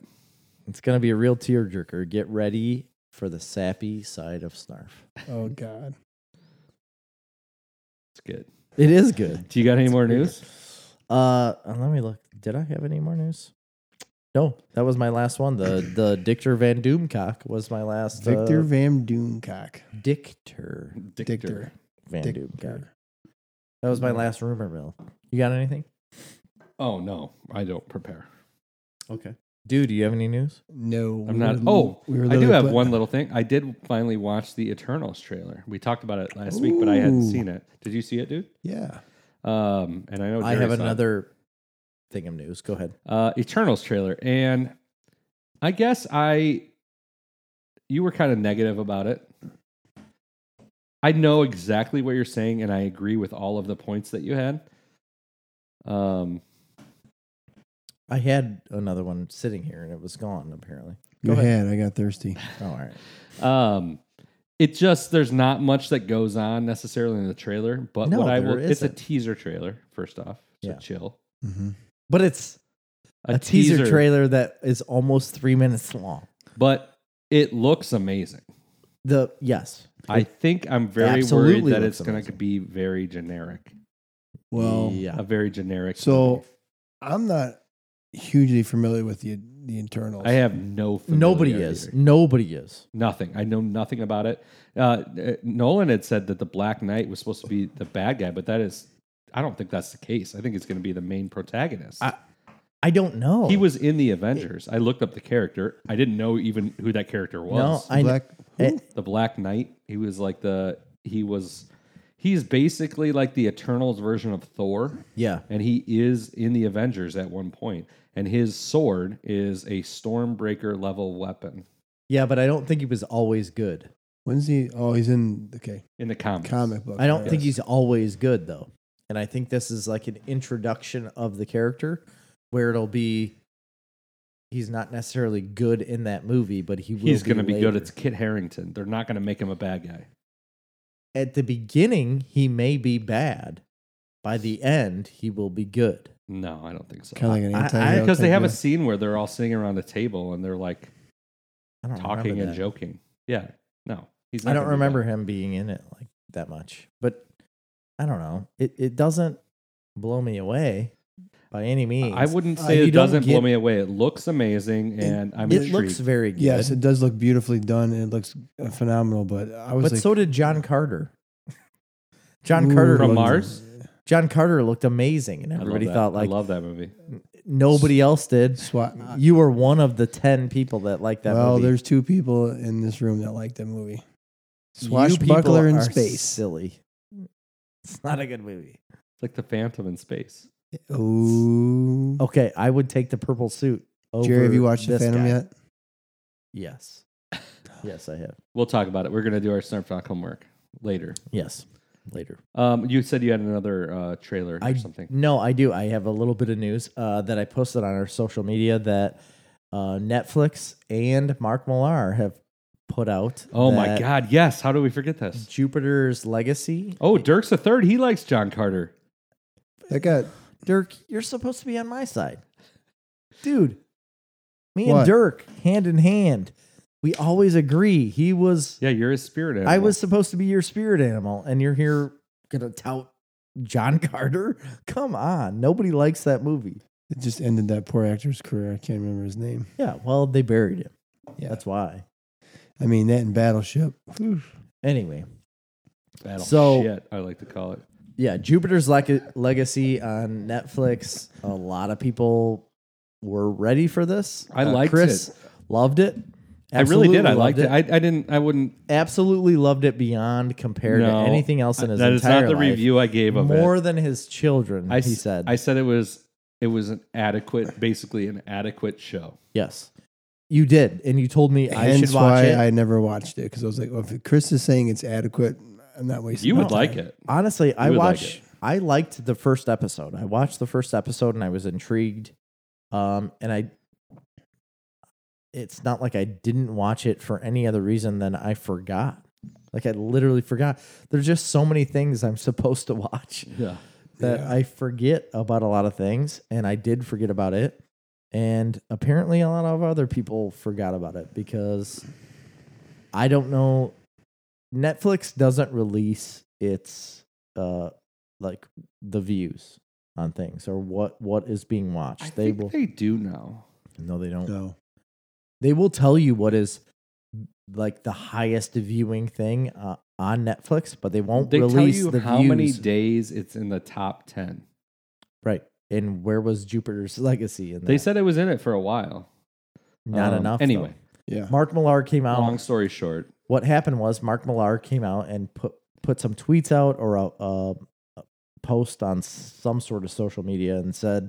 [SPEAKER 1] It's gonna be a real tearjerker. Get ready for the sappy side of Snarf.
[SPEAKER 3] Oh God.
[SPEAKER 2] It's good.
[SPEAKER 1] It is good.
[SPEAKER 2] Do you got any more news?
[SPEAKER 1] Uh, let me look. Did I have any more news? No, that was my last one. The the Dictor Van Doomcock was my last. uh,
[SPEAKER 3] Victor Van Doomcock.
[SPEAKER 1] Dictor
[SPEAKER 3] Dictor.
[SPEAKER 1] Van Doomcock.
[SPEAKER 3] Dictor.
[SPEAKER 1] That was my last rumor mill. You got anything?
[SPEAKER 2] Oh no, I don't prepare.
[SPEAKER 1] Okay. Dude, do you have any news?
[SPEAKER 3] No,
[SPEAKER 2] I'm
[SPEAKER 3] we
[SPEAKER 2] not.
[SPEAKER 3] were-
[SPEAKER 2] Oh,
[SPEAKER 3] we were
[SPEAKER 2] I do
[SPEAKER 3] literally
[SPEAKER 2] have
[SPEAKER 3] put-
[SPEAKER 2] one little thing. I did finally watch the Eternals trailer. We talked about it last week, but I hadn't
[SPEAKER 3] Ooh.
[SPEAKER 2] seen it. Did you see it, dude?
[SPEAKER 3] Yeah,
[SPEAKER 2] Um, and I know
[SPEAKER 1] I
[SPEAKER 2] Jerry
[SPEAKER 1] have
[SPEAKER 2] saw it.
[SPEAKER 1] another thing of news. Go ahead.
[SPEAKER 2] uh, Eternals trailer, and I guess I you were kind of negative about it. I know exactly what you're saying, and I agree with all of the points that you had. Um,
[SPEAKER 1] I had another one sitting here and it was gone apparently.
[SPEAKER 3] go
[SPEAKER 1] ahead.
[SPEAKER 3] ahead. I got thirsty.
[SPEAKER 1] Oh, all right.
[SPEAKER 2] um, it just there's not much that goes on necessarily in the trailer, but
[SPEAKER 1] No,
[SPEAKER 2] what I
[SPEAKER 1] there
[SPEAKER 2] will it's a
[SPEAKER 1] isn't.
[SPEAKER 2] teaser trailer. First off, so
[SPEAKER 1] Yeah.
[SPEAKER 2] chill.
[SPEAKER 3] hmm
[SPEAKER 1] But it's a, teaser, trailer that is almost three minutes long.
[SPEAKER 2] but it looks amazing.
[SPEAKER 1] The yes.
[SPEAKER 2] I think I'm very worried
[SPEAKER 1] absolutely
[SPEAKER 2] that
[SPEAKER 1] looks
[SPEAKER 2] it's going to
[SPEAKER 1] amazing.
[SPEAKER 2] be very generic.
[SPEAKER 3] Well,
[SPEAKER 1] yeah.
[SPEAKER 2] A very generic.
[SPEAKER 3] So
[SPEAKER 2] movie.
[SPEAKER 3] I'm not hugely familiar with the the internals.
[SPEAKER 2] I have no.
[SPEAKER 1] Nobody
[SPEAKER 2] familiarity.
[SPEAKER 1] is. Nobody is.
[SPEAKER 2] Nothing. I know nothing about it. Uh, uh, Nolan had said that the Black Knight was supposed to be the bad guy, but that is. I don't think that's the case. I think it's going to be the main protagonist.
[SPEAKER 1] I- I don't know.
[SPEAKER 2] he was in the Avengers. I looked up the character. I didn't know even who that character was.
[SPEAKER 1] I-
[SPEAKER 3] Black. who?
[SPEAKER 1] Eh,
[SPEAKER 2] the Black Knight. He was like the. He was. He's basically like the Eternals version of Thor.
[SPEAKER 1] yeah.
[SPEAKER 2] and he is in the Avengers at one point, and his sword is a Stormbreaker level weapon
[SPEAKER 1] Yeah, but I don't think he was always good.
[SPEAKER 3] When's he? Oh, he's in okay
[SPEAKER 2] in the comics.
[SPEAKER 3] comic book.
[SPEAKER 1] I don't
[SPEAKER 3] right.
[SPEAKER 1] think he's always good though. And I think this is like an introduction of the character where it'll be he's not necessarily good in that movie, but he will
[SPEAKER 2] He's going to be good.
[SPEAKER 1] later.
[SPEAKER 2] It's Kit Harrington. They're not going to make him a bad guy.
[SPEAKER 1] at the beginning he may be bad. By the end, he will be good.
[SPEAKER 2] No, I don't think so.
[SPEAKER 3] kind of like an
[SPEAKER 1] I- I-
[SPEAKER 3] anti.
[SPEAKER 2] because they have a scene where they're all sitting around a table and they're like
[SPEAKER 1] I don't
[SPEAKER 2] talking
[SPEAKER 1] remember
[SPEAKER 2] and
[SPEAKER 1] that.
[SPEAKER 2] joking. Yeah, no, he's. Not
[SPEAKER 1] I don't
[SPEAKER 2] gonna be
[SPEAKER 1] remember
[SPEAKER 2] bad.
[SPEAKER 1] him being in it like that much. But I don't know. It it doesn't blow me away. by any means.
[SPEAKER 2] I wouldn't
[SPEAKER 3] Uh,
[SPEAKER 2] say
[SPEAKER 1] you
[SPEAKER 2] it
[SPEAKER 1] don't
[SPEAKER 2] doesn't blow
[SPEAKER 1] get-
[SPEAKER 2] me away. It looks amazing, and I'm
[SPEAKER 1] it
[SPEAKER 2] intrigued.
[SPEAKER 1] looks very good.
[SPEAKER 3] Yes, it does look beautifully done and it looks uh, phenomenal. But I was
[SPEAKER 1] but
[SPEAKER 3] like,
[SPEAKER 1] so did John Carter. <laughs> John
[SPEAKER 3] ooh,
[SPEAKER 1] Carter
[SPEAKER 2] From
[SPEAKER 1] looked-
[SPEAKER 2] Mars?
[SPEAKER 1] John Carter looked amazing, and
[SPEAKER 2] I love
[SPEAKER 1] everybody
[SPEAKER 2] that.
[SPEAKER 1] thought
[SPEAKER 2] I
[SPEAKER 1] like
[SPEAKER 2] love that movie.
[SPEAKER 1] nobody else did.
[SPEAKER 3] Swat.
[SPEAKER 1] You were one of the ten people that liked that
[SPEAKER 3] well,
[SPEAKER 1] movie.
[SPEAKER 3] there's two people in this room that like that movie.
[SPEAKER 1] You
[SPEAKER 3] Swashbuckler
[SPEAKER 1] people
[SPEAKER 3] in
[SPEAKER 1] are
[SPEAKER 3] space.
[SPEAKER 1] Silly. It's not a good movie.
[SPEAKER 2] It's like the Phantom in space.
[SPEAKER 3] Ooh.
[SPEAKER 1] Okay, I would take the purple suit. Over
[SPEAKER 3] Jerry, have you watched the
[SPEAKER 1] this
[SPEAKER 3] Phantom
[SPEAKER 1] guy.
[SPEAKER 3] yet?
[SPEAKER 1] <laughs> Yes. yes, I have.
[SPEAKER 2] We'll talk about it. We're gonna do our Snarf homework later.
[SPEAKER 1] Yes. Later.
[SPEAKER 2] Um, you said you had another uh, trailer or
[SPEAKER 1] I
[SPEAKER 2] something.
[SPEAKER 1] No, I do. I have a little bit of news uh, that I posted on our social media that uh, Netflix and Mark Millar have put out.
[SPEAKER 2] Oh my
[SPEAKER 1] that
[SPEAKER 2] God! Yes. How do we forget this?
[SPEAKER 1] Jupiter's Legacy.
[SPEAKER 2] Oh, Dirk's a third. He likes John Carter.
[SPEAKER 3] That got
[SPEAKER 1] Dirk, you're supposed to be on my side, dude. Me and
[SPEAKER 3] What?
[SPEAKER 1] Dirk, hand in hand, we always agree. He was.
[SPEAKER 2] Yeah, you're his spirit animal.
[SPEAKER 1] I was supposed to be your spirit animal, and you're here gonna tout John <laughs> Carter. Come on, nobody likes that movie.
[SPEAKER 3] it just ended that poor actor's career. I can't remember his name.
[SPEAKER 1] Yeah, well, they buried him.
[SPEAKER 3] Yeah.
[SPEAKER 1] That's why.
[SPEAKER 3] I mean that in Battleship.
[SPEAKER 1] Anyway,
[SPEAKER 2] Battle
[SPEAKER 1] so-
[SPEAKER 2] shit. I like to call it.
[SPEAKER 1] yeah, Jupiter's Leg- Legacy on Netflix. A lot of people were ready for this. Uh,
[SPEAKER 2] I liked
[SPEAKER 1] Chris
[SPEAKER 2] it.
[SPEAKER 1] loved it.
[SPEAKER 2] I really did. I
[SPEAKER 1] Absolutely loved
[SPEAKER 2] liked it. I, I didn't. I wouldn't.
[SPEAKER 1] absolutely loved it beyond compared
[SPEAKER 2] No.
[SPEAKER 1] to anything else in his
[SPEAKER 2] That is
[SPEAKER 1] entire
[SPEAKER 2] not the
[SPEAKER 1] life.
[SPEAKER 2] review I gave of it.
[SPEAKER 1] More than his children,
[SPEAKER 2] I
[SPEAKER 1] he
[SPEAKER 2] s-
[SPEAKER 1] said.
[SPEAKER 2] I said it was. It was an adequate, basically an adequate show.
[SPEAKER 1] yes, you did, and you told me I
[SPEAKER 3] Hence
[SPEAKER 1] should watch
[SPEAKER 3] why
[SPEAKER 1] it.
[SPEAKER 3] I never watched it because I was like, well, if Chris is saying it's adequate, I'm not wasting.
[SPEAKER 2] You
[SPEAKER 3] my
[SPEAKER 2] would
[SPEAKER 3] time.
[SPEAKER 2] like it.
[SPEAKER 1] Honestly, I
[SPEAKER 2] would like
[SPEAKER 1] watched.
[SPEAKER 2] it.
[SPEAKER 1] I liked the first episode. I watched the first episode, and I was intrigued. Um, and I. It's not like I didn't watch it for any other reason than I forgot. Like I literally forgot. There's just so many things I'm supposed to watch.
[SPEAKER 2] Yeah.
[SPEAKER 1] that
[SPEAKER 3] Yeah.
[SPEAKER 1] I forget about a lot of things, and I did forget about it. And apparently, a lot of other people forgot about it because I don't know. Netflix doesn't release its uh like the views on things or what what is being watched.
[SPEAKER 2] I
[SPEAKER 1] they
[SPEAKER 2] think
[SPEAKER 1] will
[SPEAKER 2] they do now.
[SPEAKER 1] <laughs> no, they don't.
[SPEAKER 3] No,
[SPEAKER 1] They will tell you what is like the highest viewing thing uh, on Netflix, but they won't
[SPEAKER 2] They tell
[SPEAKER 1] release
[SPEAKER 2] you
[SPEAKER 1] the
[SPEAKER 2] how
[SPEAKER 1] views.
[SPEAKER 2] many days it's in the top ten.
[SPEAKER 1] right. And where was Jupiter's <laughs> legacy? In
[SPEAKER 2] They
[SPEAKER 1] that?
[SPEAKER 2] said it was in it for a while.
[SPEAKER 1] Not
[SPEAKER 2] Um,
[SPEAKER 1] enough. though.
[SPEAKER 2] Anyway,
[SPEAKER 3] yeah,
[SPEAKER 1] Mark Millar came out.
[SPEAKER 2] long story short,
[SPEAKER 1] What happened was Mark Millar came out and put put some tweets out or a, a, a post on some sort of social media and said,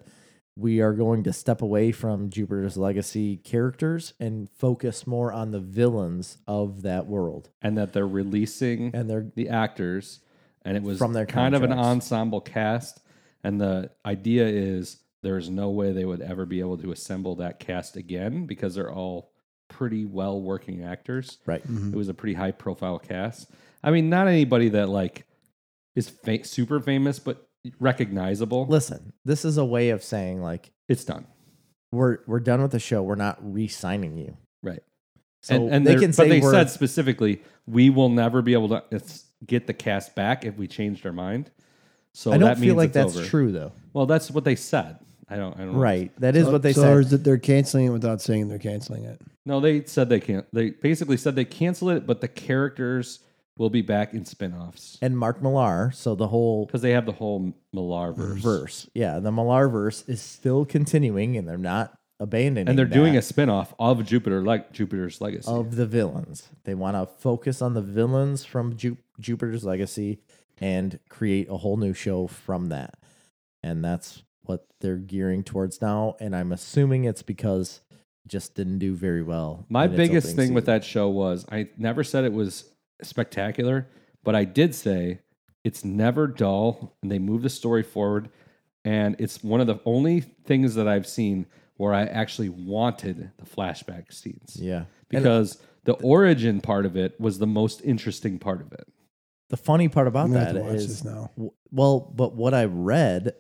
[SPEAKER 1] "We are going to step away from Jupiter's Legacy characters and focus more on the villains of that world."
[SPEAKER 2] and that they're releasing
[SPEAKER 1] And they're
[SPEAKER 2] the actors, and it was
[SPEAKER 1] From their
[SPEAKER 2] kind of an
[SPEAKER 1] contracts.
[SPEAKER 2] ensemble cast. And the idea is there's no way they would ever be able to assemble that cast again because they're all pretty well working actors.
[SPEAKER 1] right.
[SPEAKER 3] Mm-hmm.
[SPEAKER 2] It was a pretty high profile cast. I mean, not anybody that like is fa- super famous, but recognizable.
[SPEAKER 1] Listen, this is a way of saying like
[SPEAKER 2] it's done,
[SPEAKER 1] we're we're done with the show. We're not re-signing you.
[SPEAKER 2] right?
[SPEAKER 1] So
[SPEAKER 2] and, and
[SPEAKER 1] they
[SPEAKER 2] they're-
[SPEAKER 1] can
[SPEAKER 2] but
[SPEAKER 1] say
[SPEAKER 2] they
[SPEAKER 1] we're-
[SPEAKER 2] said specifically, we will never be able to it's, get the cast back if we changed our mind. So
[SPEAKER 1] I don't
[SPEAKER 2] that
[SPEAKER 1] feel
[SPEAKER 2] means
[SPEAKER 1] like
[SPEAKER 2] it's
[SPEAKER 1] that's
[SPEAKER 2] over.
[SPEAKER 1] true though.
[SPEAKER 2] Well, that's what they said. I don't. I don't. know.
[SPEAKER 1] Right. That is
[SPEAKER 3] Mm-hmm. So-
[SPEAKER 1] what they
[SPEAKER 3] so
[SPEAKER 1] said.
[SPEAKER 3] or is that they're canceling it without saying they're canceling it?
[SPEAKER 2] No, they said they can't. They basically said they cancel it, but the characters will be back in spin-offs
[SPEAKER 1] and Mark Millar, so the whole
[SPEAKER 2] because they have the whole Millarverse,
[SPEAKER 1] verse. Yeah, the Millar verse is still continuing, and they're not abandoning.
[SPEAKER 2] and they're doing a
[SPEAKER 1] that
[SPEAKER 2] spin-off of Jupiter, like Jupiter's Legacy.
[SPEAKER 1] of the villains. They want to focus on the villains from Ju- Jupiter's Legacy and create a whole new show from that. And that's what they're gearing towards now. And I'm assuming it's because it just didn't do very well.
[SPEAKER 2] My
[SPEAKER 1] in its
[SPEAKER 2] biggest thing
[SPEAKER 1] opening
[SPEAKER 2] with
[SPEAKER 1] season.
[SPEAKER 2] that show was I never said it was spectacular, but I did say it's never dull and they move the story forward. And it's one of the only things that I've seen where I actually wanted the flashback scenes
[SPEAKER 1] yeah. and
[SPEAKER 2] because the origin part of it was the most interesting part of it.
[SPEAKER 1] the funny part about
[SPEAKER 3] I'm gonna have
[SPEAKER 1] that
[SPEAKER 3] to watch
[SPEAKER 1] is
[SPEAKER 3] this now.
[SPEAKER 1] W- well but what i read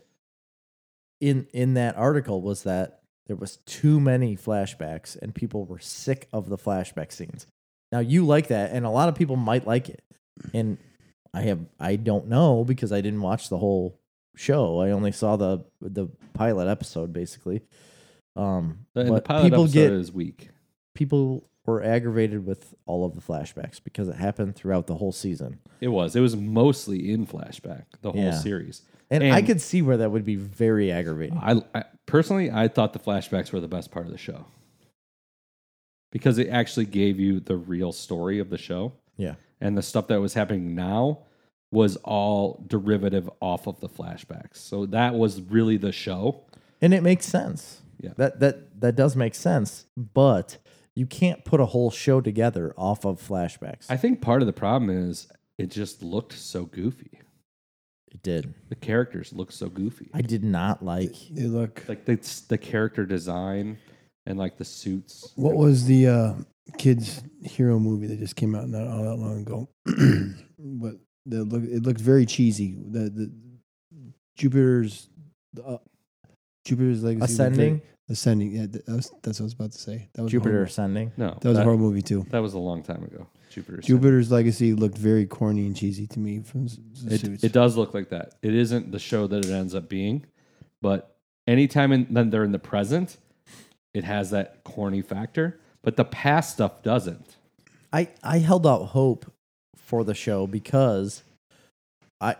[SPEAKER 1] in in that article was that there was too many flashbacks and people were sick of the flashback scenes now you like that and a lot of people might like it and i have i don't know because i didn't watch the whole show. I only saw the the pilot episode basically. Um,
[SPEAKER 2] The, and the
[SPEAKER 1] but
[SPEAKER 2] pilot
[SPEAKER 1] people
[SPEAKER 2] episode
[SPEAKER 1] get
[SPEAKER 2] is weak.
[SPEAKER 1] people were aggravated with all of the flashbacks because it happened throughout the whole season.
[SPEAKER 2] It was. It was mostly in flashback the whole
[SPEAKER 1] Yeah.
[SPEAKER 2] series.
[SPEAKER 1] And, I
[SPEAKER 2] And-
[SPEAKER 1] could see where that would be very aggravating.
[SPEAKER 2] I, I personally, I thought the flashbacks were the best part of the show because it actually gave you the real story of the show.
[SPEAKER 1] Yeah.
[SPEAKER 2] and the stuff that was happening now was all derivative off of the flashbacks. So that was really the show.
[SPEAKER 1] And it makes sense.
[SPEAKER 2] Yeah.
[SPEAKER 1] That that that does make sense, but you can't put a whole show together off of flashbacks.
[SPEAKER 2] I think part of the problem is it just looked so goofy.
[SPEAKER 1] it did.
[SPEAKER 2] The characters looked so goofy.
[SPEAKER 1] I did not like
[SPEAKER 3] They look.
[SPEAKER 2] like the the character design and like the suits.
[SPEAKER 3] What was the uh, kids hero movie that just came out not all that long ago? <clears throat> but that look, it looked very cheesy. The the Jupiter's uh, Jupiter's legacy looked very-
[SPEAKER 1] ascending
[SPEAKER 3] ascending. Yeah, that was, that's what I was about to say. That was a horror
[SPEAKER 1] Jupiter
[SPEAKER 3] movie.
[SPEAKER 1] ascending.
[SPEAKER 2] No,
[SPEAKER 3] That was
[SPEAKER 2] that,
[SPEAKER 3] a horror movie too.
[SPEAKER 2] that was a long time ago. Jupiter's
[SPEAKER 3] Jupiter's legacy looked very corny and cheesy to me from s- the
[SPEAKER 2] It,
[SPEAKER 3] suits.
[SPEAKER 2] it does look like that. It isn't the show that it ends up being, but anytime in, then they're in the present, it has that corny factor. But the past stuff doesn't.
[SPEAKER 1] I I held out hope for the show because I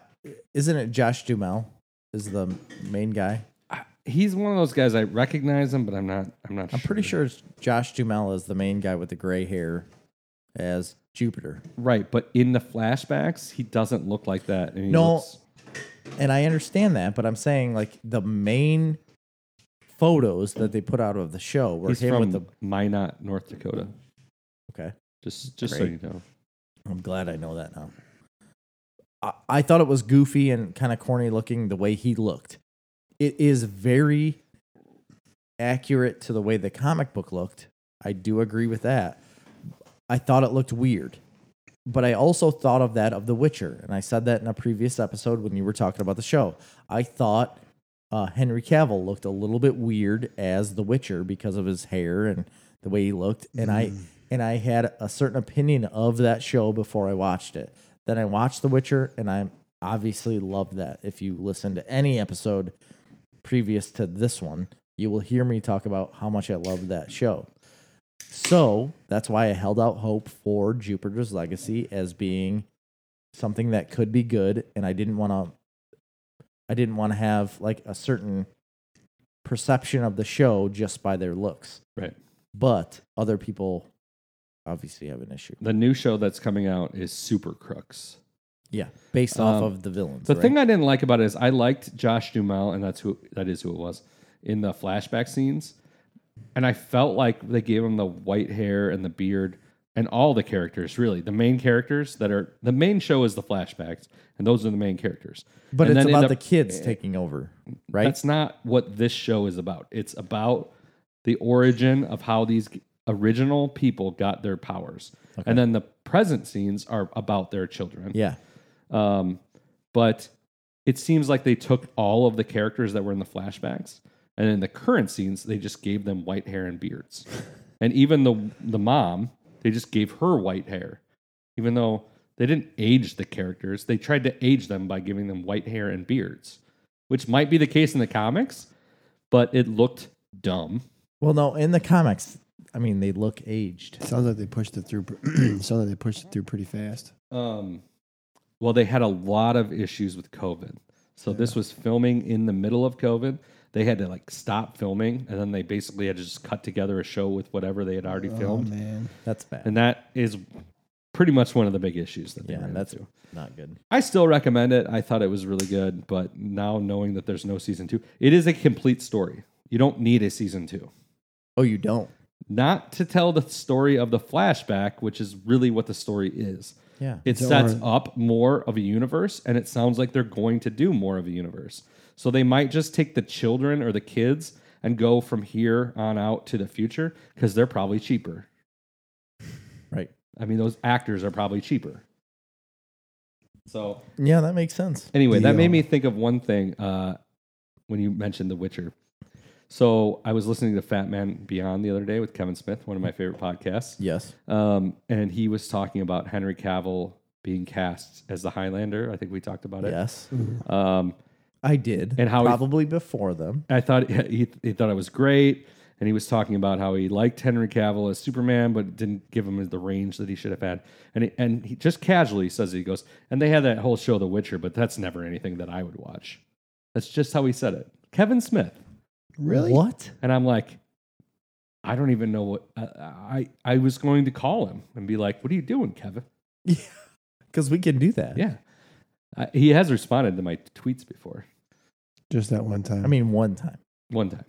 [SPEAKER 1] isn't it Josh Dumel is the main guy.
[SPEAKER 2] I- He's one of those guys I recognize him, but I'm not. I'm not.
[SPEAKER 1] I'm pretty sure it's Josh Dumel is the main guy with the gray hair as Jupiter.
[SPEAKER 2] Right, but in the flashbacks, he doesn't look like that. And he
[SPEAKER 1] No.
[SPEAKER 2] looks-
[SPEAKER 1] And I understand that, but I'm saying like the main photos that they put out of the show were
[SPEAKER 2] he's
[SPEAKER 1] him
[SPEAKER 2] from
[SPEAKER 1] with the
[SPEAKER 2] Minot, North Dakota.
[SPEAKER 1] okay.
[SPEAKER 2] Just, just so
[SPEAKER 1] Great.
[SPEAKER 2] you know.
[SPEAKER 1] I'm glad I know that now. I, I thought it was goofy and kind of corny looking the way he looked. It is very accurate to the way the comic book looked. I do agree with that. I thought it looked weird. But I also thought of that of The Witcher. And I said that in a previous episode when you were talking about the show. I thought uh, Henry Cavill looked a little bit weird as The Witcher because of his hair and the way he looked. And I and I had a certain opinion of that show before I watched it. Then I watched The Witcher and I obviously loved that. If you listen to any episode previous to this one, you will hear me talk about how much I love that show. So that's why I held out hope for Jupiter's Legacy as being something that could be good, and I didn't want to. I didn't want to have like a certain perception of the show just by their looks,
[SPEAKER 2] Right.
[SPEAKER 1] but other people obviously have an issue.
[SPEAKER 2] The new show that's coming out is Super Crooks.
[SPEAKER 1] Yeah, based off
[SPEAKER 2] Um,
[SPEAKER 1] of the villains.
[SPEAKER 2] The
[SPEAKER 1] right?
[SPEAKER 2] thing I didn't like about it is I liked Josh Dumel, and that's who that is who it was in the flashback scenes, and I felt like they gave him the white hair and the beard, and all the characters really the main characters that are the main show is the flashbacks, and those are the main characters.
[SPEAKER 1] but
[SPEAKER 2] And
[SPEAKER 1] it's
[SPEAKER 2] then in
[SPEAKER 1] about the kids taking over, right?
[SPEAKER 2] eh, That's not what this show is about. It's about the origin of how these original people got their powers, and then the present scenes are about their children.
[SPEAKER 1] yeah,
[SPEAKER 2] Um, but it seems like they took all of the characters that were in the flashbacks, and in the current scenes, they just gave them white hair and beards. and even the the mom, they just gave her white hair, even though they didn't age the characters. They tried to age them by giving them white hair and beards, which might be the case in the comics, but it looked dumb.
[SPEAKER 1] Well, no, in the comics, I mean, they look aged.
[SPEAKER 3] Sounds like they pushed it through. pr- <clears throat> sounds like they pushed it through pretty fast.
[SPEAKER 2] Um, well, they had a lot of issues with COVID. So this was filming in the middle of COVID. They had to like stop filming, and then they basically had to just cut together a show with whatever they had already
[SPEAKER 3] Oh
[SPEAKER 2] filmed,
[SPEAKER 3] man,
[SPEAKER 1] That's bad.
[SPEAKER 2] and that is pretty much one of the big issues that they
[SPEAKER 1] yeah,
[SPEAKER 2] ran
[SPEAKER 1] that's
[SPEAKER 2] into.
[SPEAKER 1] not good.
[SPEAKER 2] I still recommend it. I thought it was really good, but now knowing that there's no season two, it is a complete story. You don't need a season two.
[SPEAKER 1] Oh, you don't?
[SPEAKER 2] Not to tell the story of the flashback, which is really what the story is.
[SPEAKER 1] Yeah.
[SPEAKER 2] It
[SPEAKER 3] Don't
[SPEAKER 2] sets
[SPEAKER 3] worry.
[SPEAKER 2] up more of a universe, and it sounds like they're going to do more of a universe. So they might just take the children or the kids and go from here on out to the future because they're probably cheaper.
[SPEAKER 1] Right.
[SPEAKER 2] I mean, those actors are probably cheaper. So
[SPEAKER 1] Yeah, that makes sense.
[SPEAKER 2] Anyway, that made
[SPEAKER 3] Deal.
[SPEAKER 2] me think of one thing uh, when you mentioned The Witcher. So I was listening to Fat Man Beyond the other day with Kevin Smith, one of my favorite podcasts.
[SPEAKER 1] Yes.
[SPEAKER 2] Um, and he was talking about Henry Cavill being cast as the Highlander. I think we talked about it.
[SPEAKER 1] Yes.
[SPEAKER 2] Um,
[SPEAKER 1] I did.
[SPEAKER 2] And how he-
[SPEAKER 1] probably before them.
[SPEAKER 2] I thought he, he thought it was great, and he was talking about how he liked Henry Cavill as Superman, but didn't give him the range that he should have had. And he, and he just casually says he goes, and they had that whole show The Witcher, but that's never anything that I would watch. That's just how he said it. Kevin Smith,
[SPEAKER 3] Really?
[SPEAKER 1] What?
[SPEAKER 2] and I'm like, I don't even know what uh, I I, I was going to call him and be like, what are you doing, Kevin?
[SPEAKER 1] Because we can do that.
[SPEAKER 2] Yeah, I, he has responded to my tweets before
[SPEAKER 3] Just that one time.
[SPEAKER 1] I mean, one time.
[SPEAKER 2] one time.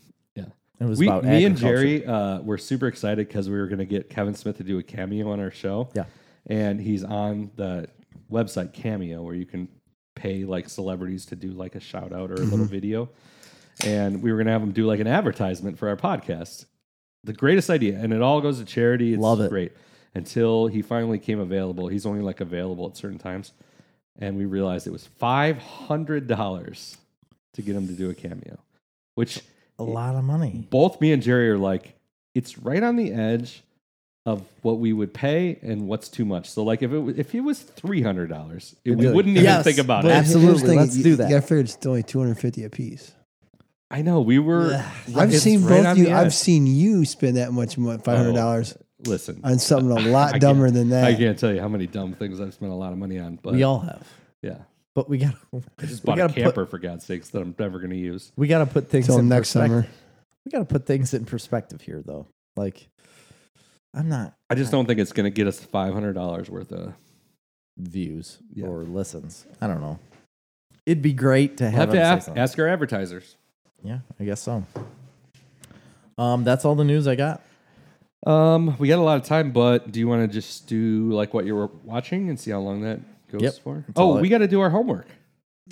[SPEAKER 1] It was
[SPEAKER 2] we,
[SPEAKER 1] about
[SPEAKER 2] me and
[SPEAKER 1] agriculture.
[SPEAKER 2] Jerry uh, were super excited because we were going to get Kevin Smith to do a cameo on our show.
[SPEAKER 1] Yeah.
[SPEAKER 2] and he's on the website Cameo where you can pay like celebrities to do like a shout out or a
[SPEAKER 1] Mm-hmm.
[SPEAKER 2] little video, and we were going to have him do like an advertisement for our podcast. The greatest idea, and it all goes to charity. It's
[SPEAKER 1] Love it.
[SPEAKER 2] Great. Until he finally came available, he's only like available at certain times, and we realized it was five hundred dollars to get him to do a cameo, which
[SPEAKER 1] A lot of money.
[SPEAKER 2] both me and Jerry are like, it's right on the edge of what we would pay and what's too much. So like if it was, if it was three hundred dollars, we
[SPEAKER 3] do it.
[SPEAKER 2] wouldn't even
[SPEAKER 1] Yes,
[SPEAKER 2] think about
[SPEAKER 1] but-
[SPEAKER 2] it.
[SPEAKER 1] Absolutely,
[SPEAKER 3] Here's the thing,
[SPEAKER 1] let's
[SPEAKER 3] you-
[SPEAKER 1] do that.
[SPEAKER 3] You gotta figure it's still only 250 a piece.
[SPEAKER 2] I know we were.
[SPEAKER 3] I've
[SPEAKER 2] it's
[SPEAKER 3] seen
[SPEAKER 2] right
[SPEAKER 3] both
[SPEAKER 2] on
[SPEAKER 3] you.
[SPEAKER 2] the
[SPEAKER 3] I've
[SPEAKER 2] edge.
[SPEAKER 3] seen you spend that much money, $500
[SPEAKER 2] Listen,
[SPEAKER 3] on something <laughs> a
[SPEAKER 2] I
[SPEAKER 3] lot
[SPEAKER 2] can't-
[SPEAKER 3] dumber than that.
[SPEAKER 2] I can't tell you how many dumb things I've spent a lot of money on, but
[SPEAKER 1] we all have,
[SPEAKER 2] yeah,
[SPEAKER 1] but we <laughs> got.
[SPEAKER 2] I just
[SPEAKER 1] we
[SPEAKER 2] bought a
[SPEAKER 1] gotta put-
[SPEAKER 2] camper for God's sakes that I'm never going to use.
[SPEAKER 1] We got to put things
[SPEAKER 3] Till
[SPEAKER 1] in
[SPEAKER 3] next
[SPEAKER 1] perspective.
[SPEAKER 3] summer.
[SPEAKER 1] We got to put things in perspective here, though. Like, I'm not
[SPEAKER 2] I just don't think it's going to get us five hundred dollars worth of.
[SPEAKER 1] views
[SPEAKER 2] Yeah.
[SPEAKER 1] or listens. I don't know. It'd be great to
[SPEAKER 2] We'll
[SPEAKER 1] have,
[SPEAKER 2] have to
[SPEAKER 1] him say
[SPEAKER 2] ask,
[SPEAKER 1] something.
[SPEAKER 2] ask our advertisers.
[SPEAKER 1] Yeah, I guess so. Um, that's all the news I got.
[SPEAKER 2] Um, we got a lot of time, but do you want to just do like what you were watching and see how long that goes
[SPEAKER 1] Yep.
[SPEAKER 2] for?
[SPEAKER 1] That's all
[SPEAKER 2] Oh,
[SPEAKER 1] I-
[SPEAKER 2] we got to do our homework.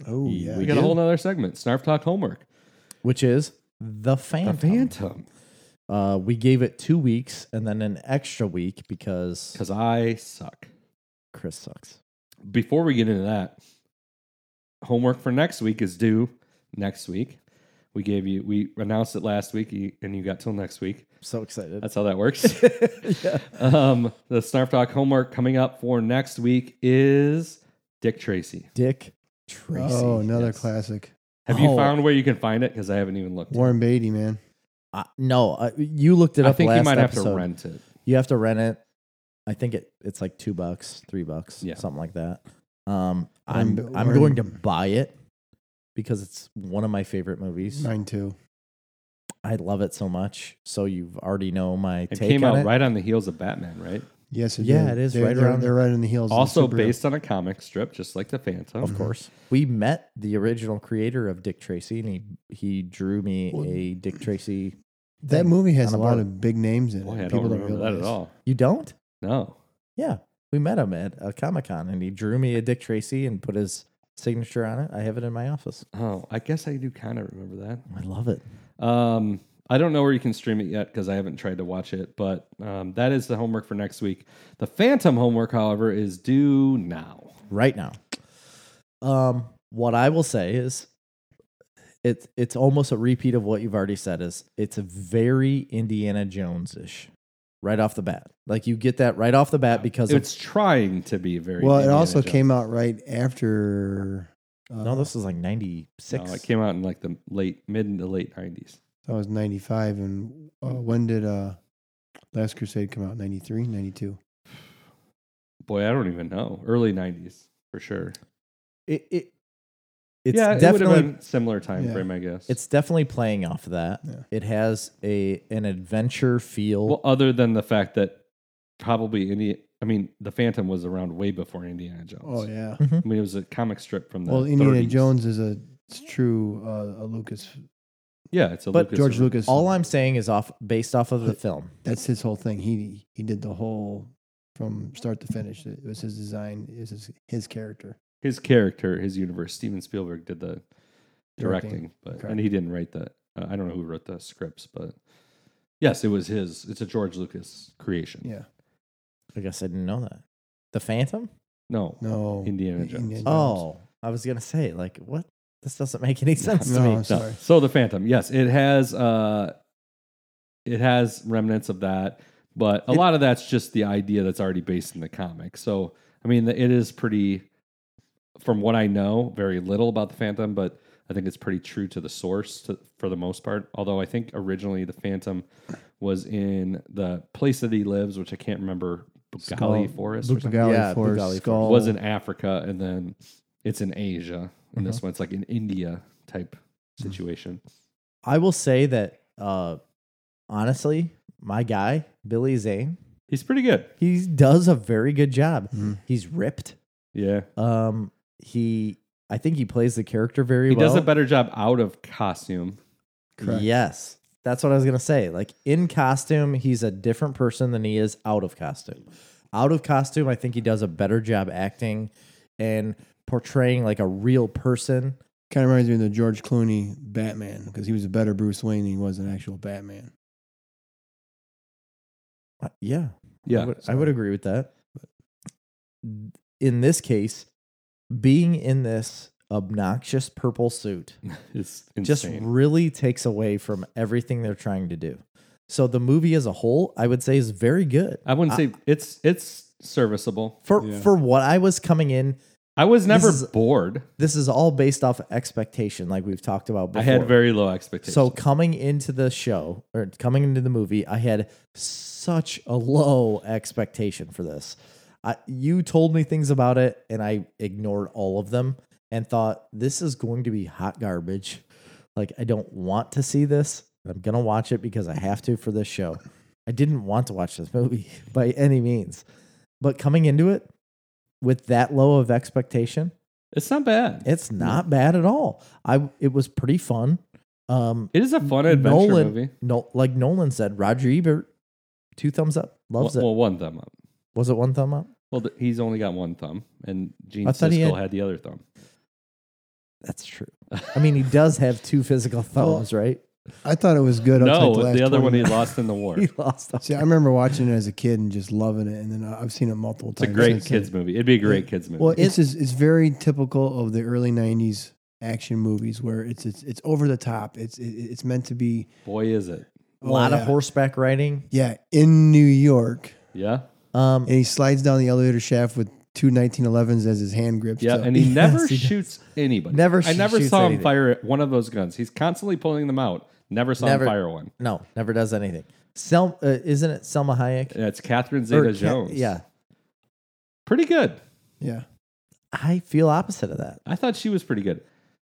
[SPEAKER 3] Oh yeah.
[SPEAKER 2] We got a
[SPEAKER 1] do.
[SPEAKER 2] whole nother segment, Snarf Talk Homework.
[SPEAKER 1] which is the Phantom.
[SPEAKER 2] The Phantom.
[SPEAKER 1] Uh, we gave it two weeks and then an extra week because
[SPEAKER 2] Because I suck.
[SPEAKER 1] Chris sucks.
[SPEAKER 2] Before we get into that, homework for next week is due next week. We gave you, we announced it last week you- and you got till next week.
[SPEAKER 1] So excited.
[SPEAKER 2] That's how
[SPEAKER 1] <laughs>
[SPEAKER 2] that works. <laughs> um, the Snarf Talk homework coming up for next week is Dick Tracy.
[SPEAKER 1] Dick Tracy.
[SPEAKER 3] Oh, another
[SPEAKER 2] yes.
[SPEAKER 3] classic.
[SPEAKER 2] Have you
[SPEAKER 1] Oh.
[SPEAKER 2] found where you can find it? Because I haven't even looked.
[SPEAKER 3] Warren Beatty, man.
[SPEAKER 1] Uh, no, uh, you looked it
[SPEAKER 2] I
[SPEAKER 1] up.
[SPEAKER 2] think
[SPEAKER 1] last
[SPEAKER 2] you might
[SPEAKER 1] episode.
[SPEAKER 2] have to rent it.
[SPEAKER 1] You have to rent it. I think it, it's like two bucks, three bucks,
[SPEAKER 2] Yeah.
[SPEAKER 1] something like that. Um, I'm
[SPEAKER 3] I'm-
[SPEAKER 1] I'm
[SPEAKER 3] I'm-
[SPEAKER 1] going to buy it because it's one of my favorite movies.
[SPEAKER 3] Mine too.
[SPEAKER 1] I love it so much. So you've already know my
[SPEAKER 2] It
[SPEAKER 1] take
[SPEAKER 2] came
[SPEAKER 1] on
[SPEAKER 2] out
[SPEAKER 1] it.
[SPEAKER 2] right on the heels of Batman, right?
[SPEAKER 3] Yes, it
[SPEAKER 1] Yeah,
[SPEAKER 3] did.
[SPEAKER 1] it is
[SPEAKER 3] They're,
[SPEAKER 1] right
[SPEAKER 3] they're,
[SPEAKER 1] around-
[SPEAKER 3] They're right in the heels. of
[SPEAKER 2] Also
[SPEAKER 3] Superhero.
[SPEAKER 2] based on a comic strip, just like the Phantom.
[SPEAKER 3] Mm-hmm.
[SPEAKER 1] Of course. We met the original creator of Dick Tracy and he he drew me
[SPEAKER 3] Well-
[SPEAKER 1] a Dick Tracy.
[SPEAKER 3] That movie has
[SPEAKER 1] on a
[SPEAKER 3] a lot
[SPEAKER 1] board.
[SPEAKER 3] of big names in it.
[SPEAKER 2] Boy, I
[SPEAKER 3] that
[SPEAKER 2] don't
[SPEAKER 3] People
[SPEAKER 2] remember that at
[SPEAKER 3] realize.
[SPEAKER 2] all.
[SPEAKER 1] You don't?
[SPEAKER 2] No.
[SPEAKER 1] Yeah. We met him at a Comic Con and he drew me a Dick Tracy and put his signature on it. I have it in my office.
[SPEAKER 2] Oh, I guess I do kind of remember
[SPEAKER 1] I love it.
[SPEAKER 2] that. Um, I don't know where you can stream it yet because I haven't tried to watch it, but um, that is the homework for next week. The Phantom homework, however, is due now.
[SPEAKER 1] right now. Um, what I will say is, it's it's almost a repeat of what you've already said. Is it's a very Indiana Jones ish, right off the bat. Like you get that right off the bat because
[SPEAKER 2] It's
[SPEAKER 1] it's
[SPEAKER 2] trying to be very
[SPEAKER 3] Well, it
[SPEAKER 2] Indiana
[SPEAKER 3] also
[SPEAKER 2] Jones.
[SPEAKER 3] came out right after. Uh,
[SPEAKER 1] no, this is like ninety
[SPEAKER 2] No,
[SPEAKER 1] six.
[SPEAKER 2] it came out in like the late mid to late nineties.
[SPEAKER 3] that was '95, and uh, when did uh, Last Crusade come out? '93, '92.
[SPEAKER 2] Boy, I don't even know. Early nineties for sure.
[SPEAKER 1] it, it it's
[SPEAKER 2] yeah, it would
[SPEAKER 1] definitely
[SPEAKER 2] have been similar time
[SPEAKER 3] Yeah.
[SPEAKER 2] frame, I guess.
[SPEAKER 1] it's definitely playing off of that.
[SPEAKER 3] Yeah.
[SPEAKER 1] It has a an adventure feel.
[SPEAKER 2] Well, other than the fact that probably Indiana, I mean, the Phantom was around way before Indiana Jones.
[SPEAKER 3] Oh yeah.
[SPEAKER 2] I mean, it was a comic strip from the
[SPEAKER 3] Well, Indiana
[SPEAKER 2] 30s.
[SPEAKER 3] Jones is a it's true uh, a Lucas
[SPEAKER 2] Yeah, it's a
[SPEAKER 1] But
[SPEAKER 2] Lucas
[SPEAKER 3] George Lucas.
[SPEAKER 1] All I'm saying is off based off of the film.
[SPEAKER 3] that's his whole thing. He he did the whole from start to finish. It was his design. It was his, his character.
[SPEAKER 2] his character, his universe. Steven Spielberg did the directing, but
[SPEAKER 3] Okay.
[SPEAKER 2] and he didn't write the. Uh, I don't know who wrote the scripts, but yes, it was his. It's a George Lucas creation.
[SPEAKER 3] Yeah.
[SPEAKER 1] I guess I didn't know that. The Phantom.
[SPEAKER 2] No,
[SPEAKER 3] No.
[SPEAKER 2] Indiana
[SPEAKER 3] Indiana
[SPEAKER 2] Jones.
[SPEAKER 3] Jones.
[SPEAKER 1] Oh, I was gonna say like what? This doesn't make any sense to
[SPEAKER 3] <laughs> No,
[SPEAKER 1] me.
[SPEAKER 3] I'm
[SPEAKER 2] No.
[SPEAKER 3] sorry.
[SPEAKER 2] So the Phantom, yes, it has uh it has remnants of that, but a
[SPEAKER 1] It-
[SPEAKER 2] lot of that's just the idea that's already based in the comic. So I mean, it is pretty from what I know, very little about the Phantom, but I think it's pretty true to the source to, for the most part. Although I think originally the Phantom was in the place that he lives, which I can't remember, Bugali
[SPEAKER 3] Skull-
[SPEAKER 2] Forest. Or
[SPEAKER 3] Luke
[SPEAKER 2] something.
[SPEAKER 3] Magali
[SPEAKER 1] Yeah,
[SPEAKER 3] for
[SPEAKER 1] Bugali for-
[SPEAKER 3] Skull.
[SPEAKER 2] was in Africa, and then it's in Asia,
[SPEAKER 1] Uh-huh.
[SPEAKER 2] and this one's like an India type situation.
[SPEAKER 1] I will say that uh honestly, my guy, Billy Zane,
[SPEAKER 2] He's pretty good.
[SPEAKER 1] he does a very good job.
[SPEAKER 3] Mhm.
[SPEAKER 1] He's ripped.
[SPEAKER 2] Yeah,
[SPEAKER 1] Um he I think he plays the character very
[SPEAKER 2] he
[SPEAKER 1] well.
[SPEAKER 2] does a better job out of costume.
[SPEAKER 3] Correct.
[SPEAKER 1] Yes. That's what I was going to say. Like in costume, he's a different person than he is out of costume. Out of costume, I think he does a better job acting and portraying like a real person.
[SPEAKER 3] Kind of reminds me of the George Clooney Batman because he was a better Bruce Wayne than he was an actual Batman.
[SPEAKER 1] Uh, Yeah. I
[SPEAKER 2] Yeah,
[SPEAKER 1] would, I would agree with that. In this case, being in this obnoxious purple
[SPEAKER 2] <laughs>
[SPEAKER 1] suit
[SPEAKER 2] it's
[SPEAKER 1] just
[SPEAKER 2] insane.
[SPEAKER 1] really takes away from everything they're trying to do. So the movie as a whole, I would say, is very good.
[SPEAKER 2] I wouldn't say it's it's serviceable.
[SPEAKER 1] For
[SPEAKER 3] Yeah.
[SPEAKER 1] for what I was coming in,
[SPEAKER 2] I was never
[SPEAKER 1] is-
[SPEAKER 2] bored.
[SPEAKER 1] this is all based off expectation, like we've talked about before.
[SPEAKER 2] I had very low expectations.
[SPEAKER 1] so coming into the show or coming into the movie, I had such a low expectation for this. I, you told me things about it, and I ignored all of them and thought this is going to be hot garbage. Like I don't want to see this. and I'm gonna watch it because I have to for this show. I didn't want to watch this movie <laughs> by any means, but coming into it with that low of expectation,
[SPEAKER 2] it's not bad.
[SPEAKER 1] it's not bad at all. I it was pretty fun. Um,
[SPEAKER 2] it is a fun adventure
[SPEAKER 1] Nolan,
[SPEAKER 2] movie.
[SPEAKER 1] No, like Nolan said, Roger Ebert, two thumbs up, loves
[SPEAKER 2] well,
[SPEAKER 1] it.
[SPEAKER 2] well, one thumb up.
[SPEAKER 1] Was it one thumb up?
[SPEAKER 2] Well, th- he's only got one thumb, and Gene
[SPEAKER 1] I thought
[SPEAKER 2] Siskel
[SPEAKER 1] he
[SPEAKER 2] had,
[SPEAKER 1] had-
[SPEAKER 2] the other thumb.
[SPEAKER 1] That's true. I mean, he does have two physical thumbs, right?
[SPEAKER 3] I thought it was good. up to,
[SPEAKER 2] No,
[SPEAKER 3] like,
[SPEAKER 2] the,
[SPEAKER 3] last
[SPEAKER 2] other
[SPEAKER 3] 20
[SPEAKER 2] one he lost in the war.
[SPEAKER 1] <laughs> He
[SPEAKER 2] It's
[SPEAKER 1] lost. them.
[SPEAKER 3] See, I remember watching it as a kid and just loving it, and then I- I've seen it multiple
[SPEAKER 2] a
[SPEAKER 3] times.
[SPEAKER 2] great
[SPEAKER 3] since
[SPEAKER 2] kids
[SPEAKER 3] then.
[SPEAKER 2] movie. It'd be a great kids movie.
[SPEAKER 3] Well, it's is it's very typical of the early '90s action movies where it's it's it's over the top. It's it, it's meant to be
[SPEAKER 2] Boy, is it.
[SPEAKER 1] A lot
[SPEAKER 3] oh,
[SPEAKER 1] of
[SPEAKER 3] yeah.
[SPEAKER 1] horseback riding.
[SPEAKER 3] Yeah, in New York,
[SPEAKER 2] Yeah.
[SPEAKER 1] Um,
[SPEAKER 3] and he slides down the elevator shaft with two 1911s as his hand grips.
[SPEAKER 2] Yeah,
[SPEAKER 3] to-
[SPEAKER 2] and
[SPEAKER 1] <laughs>
[SPEAKER 2] he
[SPEAKER 1] Yes,
[SPEAKER 2] never
[SPEAKER 1] he does.
[SPEAKER 2] shoots anybody.
[SPEAKER 1] Never
[SPEAKER 2] I
[SPEAKER 1] sh-
[SPEAKER 2] never
[SPEAKER 1] shoots
[SPEAKER 2] saw him
[SPEAKER 1] anything.
[SPEAKER 2] fire one of those guns. He's constantly pulling them out. Never saw
[SPEAKER 1] Never.
[SPEAKER 2] him fire one.
[SPEAKER 1] no, never does anything. Sel, uh, isn't it Selma Hayek?
[SPEAKER 2] That's Catherine
[SPEAKER 1] Or Ca-
[SPEAKER 2] Zeta-Jones.
[SPEAKER 1] Yeah,
[SPEAKER 2] pretty good.
[SPEAKER 3] <laughs> yeah,
[SPEAKER 1] I feel opposite of that.
[SPEAKER 2] I thought she was pretty good.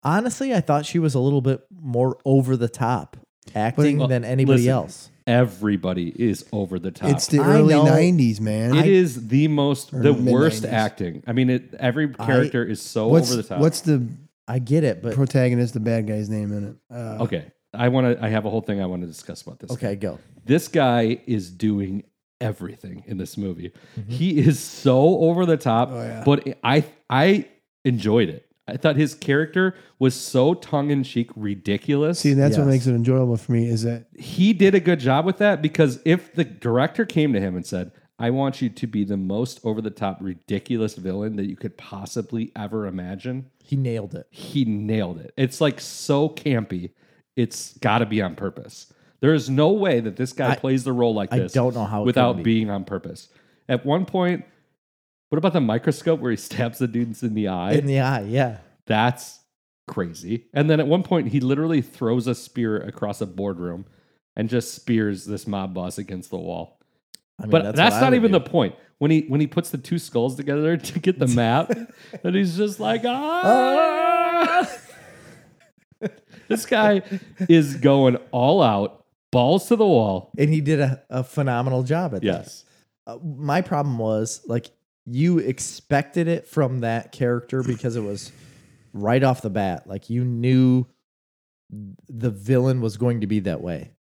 [SPEAKER 1] Honestly, I thought she was a little bit more over the top acting
[SPEAKER 2] Well,
[SPEAKER 1] than anybody
[SPEAKER 2] listen,
[SPEAKER 1] else.
[SPEAKER 2] Everybody is over the top.
[SPEAKER 3] it's the
[SPEAKER 1] I
[SPEAKER 3] early
[SPEAKER 1] know.
[SPEAKER 3] '90s, man.
[SPEAKER 2] It is the most
[SPEAKER 3] Or
[SPEAKER 2] the
[SPEAKER 3] mid-nineties.
[SPEAKER 2] worst acting. I mean, it, every character is so
[SPEAKER 3] what's
[SPEAKER 2] over the top.
[SPEAKER 3] what's the
[SPEAKER 1] I get it, but
[SPEAKER 3] protagonist, the bad guy's name in it? Uh,
[SPEAKER 2] okay? I want to. I have a whole thing I want to discuss about this.
[SPEAKER 1] okay, go.
[SPEAKER 2] this guy is doing everything in this movie. He is so over the top,
[SPEAKER 3] Mm-hmm. Oh, yeah.
[SPEAKER 2] but I I enjoyed it. I thought his character was so tongue in cheek, ridiculous.
[SPEAKER 3] See, that's what
[SPEAKER 1] Yes.
[SPEAKER 3] makes it enjoyable for me is that
[SPEAKER 2] he did a good job with that because if the director came to him and said, I want you to be the most over the top, ridiculous villain that you could possibly ever imagine,
[SPEAKER 1] He nailed it.
[SPEAKER 2] he nailed it. It's like so campy. It's got to be on purpose. There is no way that this guy
[SPEAKER 1] I-
[SPEAKER 2] plays the role like
[SPEAKER 1] I
[SPEAKER 2] this
[SPEAKER 1] don't know how it
[SPEAKER 2] without
[SPEAKER 1] can be.
[SPEAKER 2] being on purpose. At one point, what about the microscope where he <laughs> stabs the dudes in the eye?
[SPEAKER 1] In the eye, yeah.
[SPEAKER 2] That's crazy. And then at one point, he literally throws a spear across a boardroom and just spears this mob boss against the wall.
[SPEAKER 1] I mean,
[SPEAKER 2] but
[SPEAKER 1] what
[SPEAKER 2] that's,
[SPEAKER 1] I
[SPEAKER 2] not
[SPEAKER 1] would
[SPEAKER 2] even
[SPEAKER 1] do.
[SPEAKER 2] the point. When he when he puts the two skulls together to get the <laughs> map, and he's just like, <laughs> ah. this guy is going all out, balls to the wall.
[SPEAKER 1] and he did a, a phenomenal job at
[SPEAKER 2] Yes.
[SPEAKER 1] that. Uh, my problem was like you expected it from that character because it was right off the bat. Like you knew the villain was going to be that way.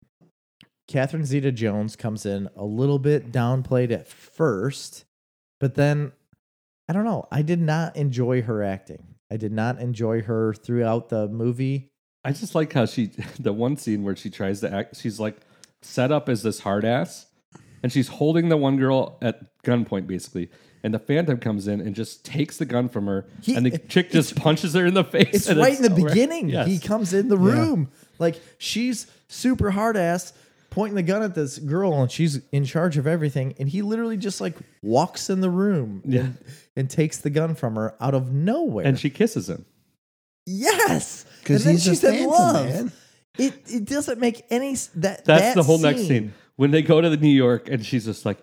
[SPEAKER 1] Catherine Zeta Jones comes in a little bit downplayed at first, but then I don't know. I did not enjoy her acting. I did not enjoy her throughout the movie.
[SPEAKER 2] I just like how she <laughs> the one scene where she tries to act she's like set up as this hard ass and she's holding the one girl at gunpoint basically and the phantom comes in and just takes the gun from her
[SPEAKER 1] He-
[SPEAKER 2] and the chick just punches her in the face
[SPEAKER 1] It's
[SPEAKER 2] and
[SPEAKER 1] right in the
[SPEAKER 2] over.
[SPEAKER 1] beginning.
[SPEAKER 2] Yes.
[SPEAKER 1] He comes in the room. Like she's super hard ass pointing the gun at this girl and she's in charge of everything and he literally just like walks in the room
[SPEAKER 2] Yeah.
[SPEAKER 1] and, and takes the gun from her out of nowhere.
[SPEAKER 2] and she kisses him
[SPEAKER 1] Yes. And
[SPEAKER 3] Because
[SPEAKER 1] then
[SPEAKER 3] he's
[SPEAKER 1] she
[SPEAKER 3] a
[SPEAKER 1] said
[SPEAKER 3] Phantom,
[SPEAKER 1] love.
[SPEAKER 3] man.
[SPEAKER 1] It it doesn't make any s- that
[SPEAKER 2] That's
[SPEAKER 1] that
[SPEAKER 2] the whole next scene when they go to the New York and she's just like,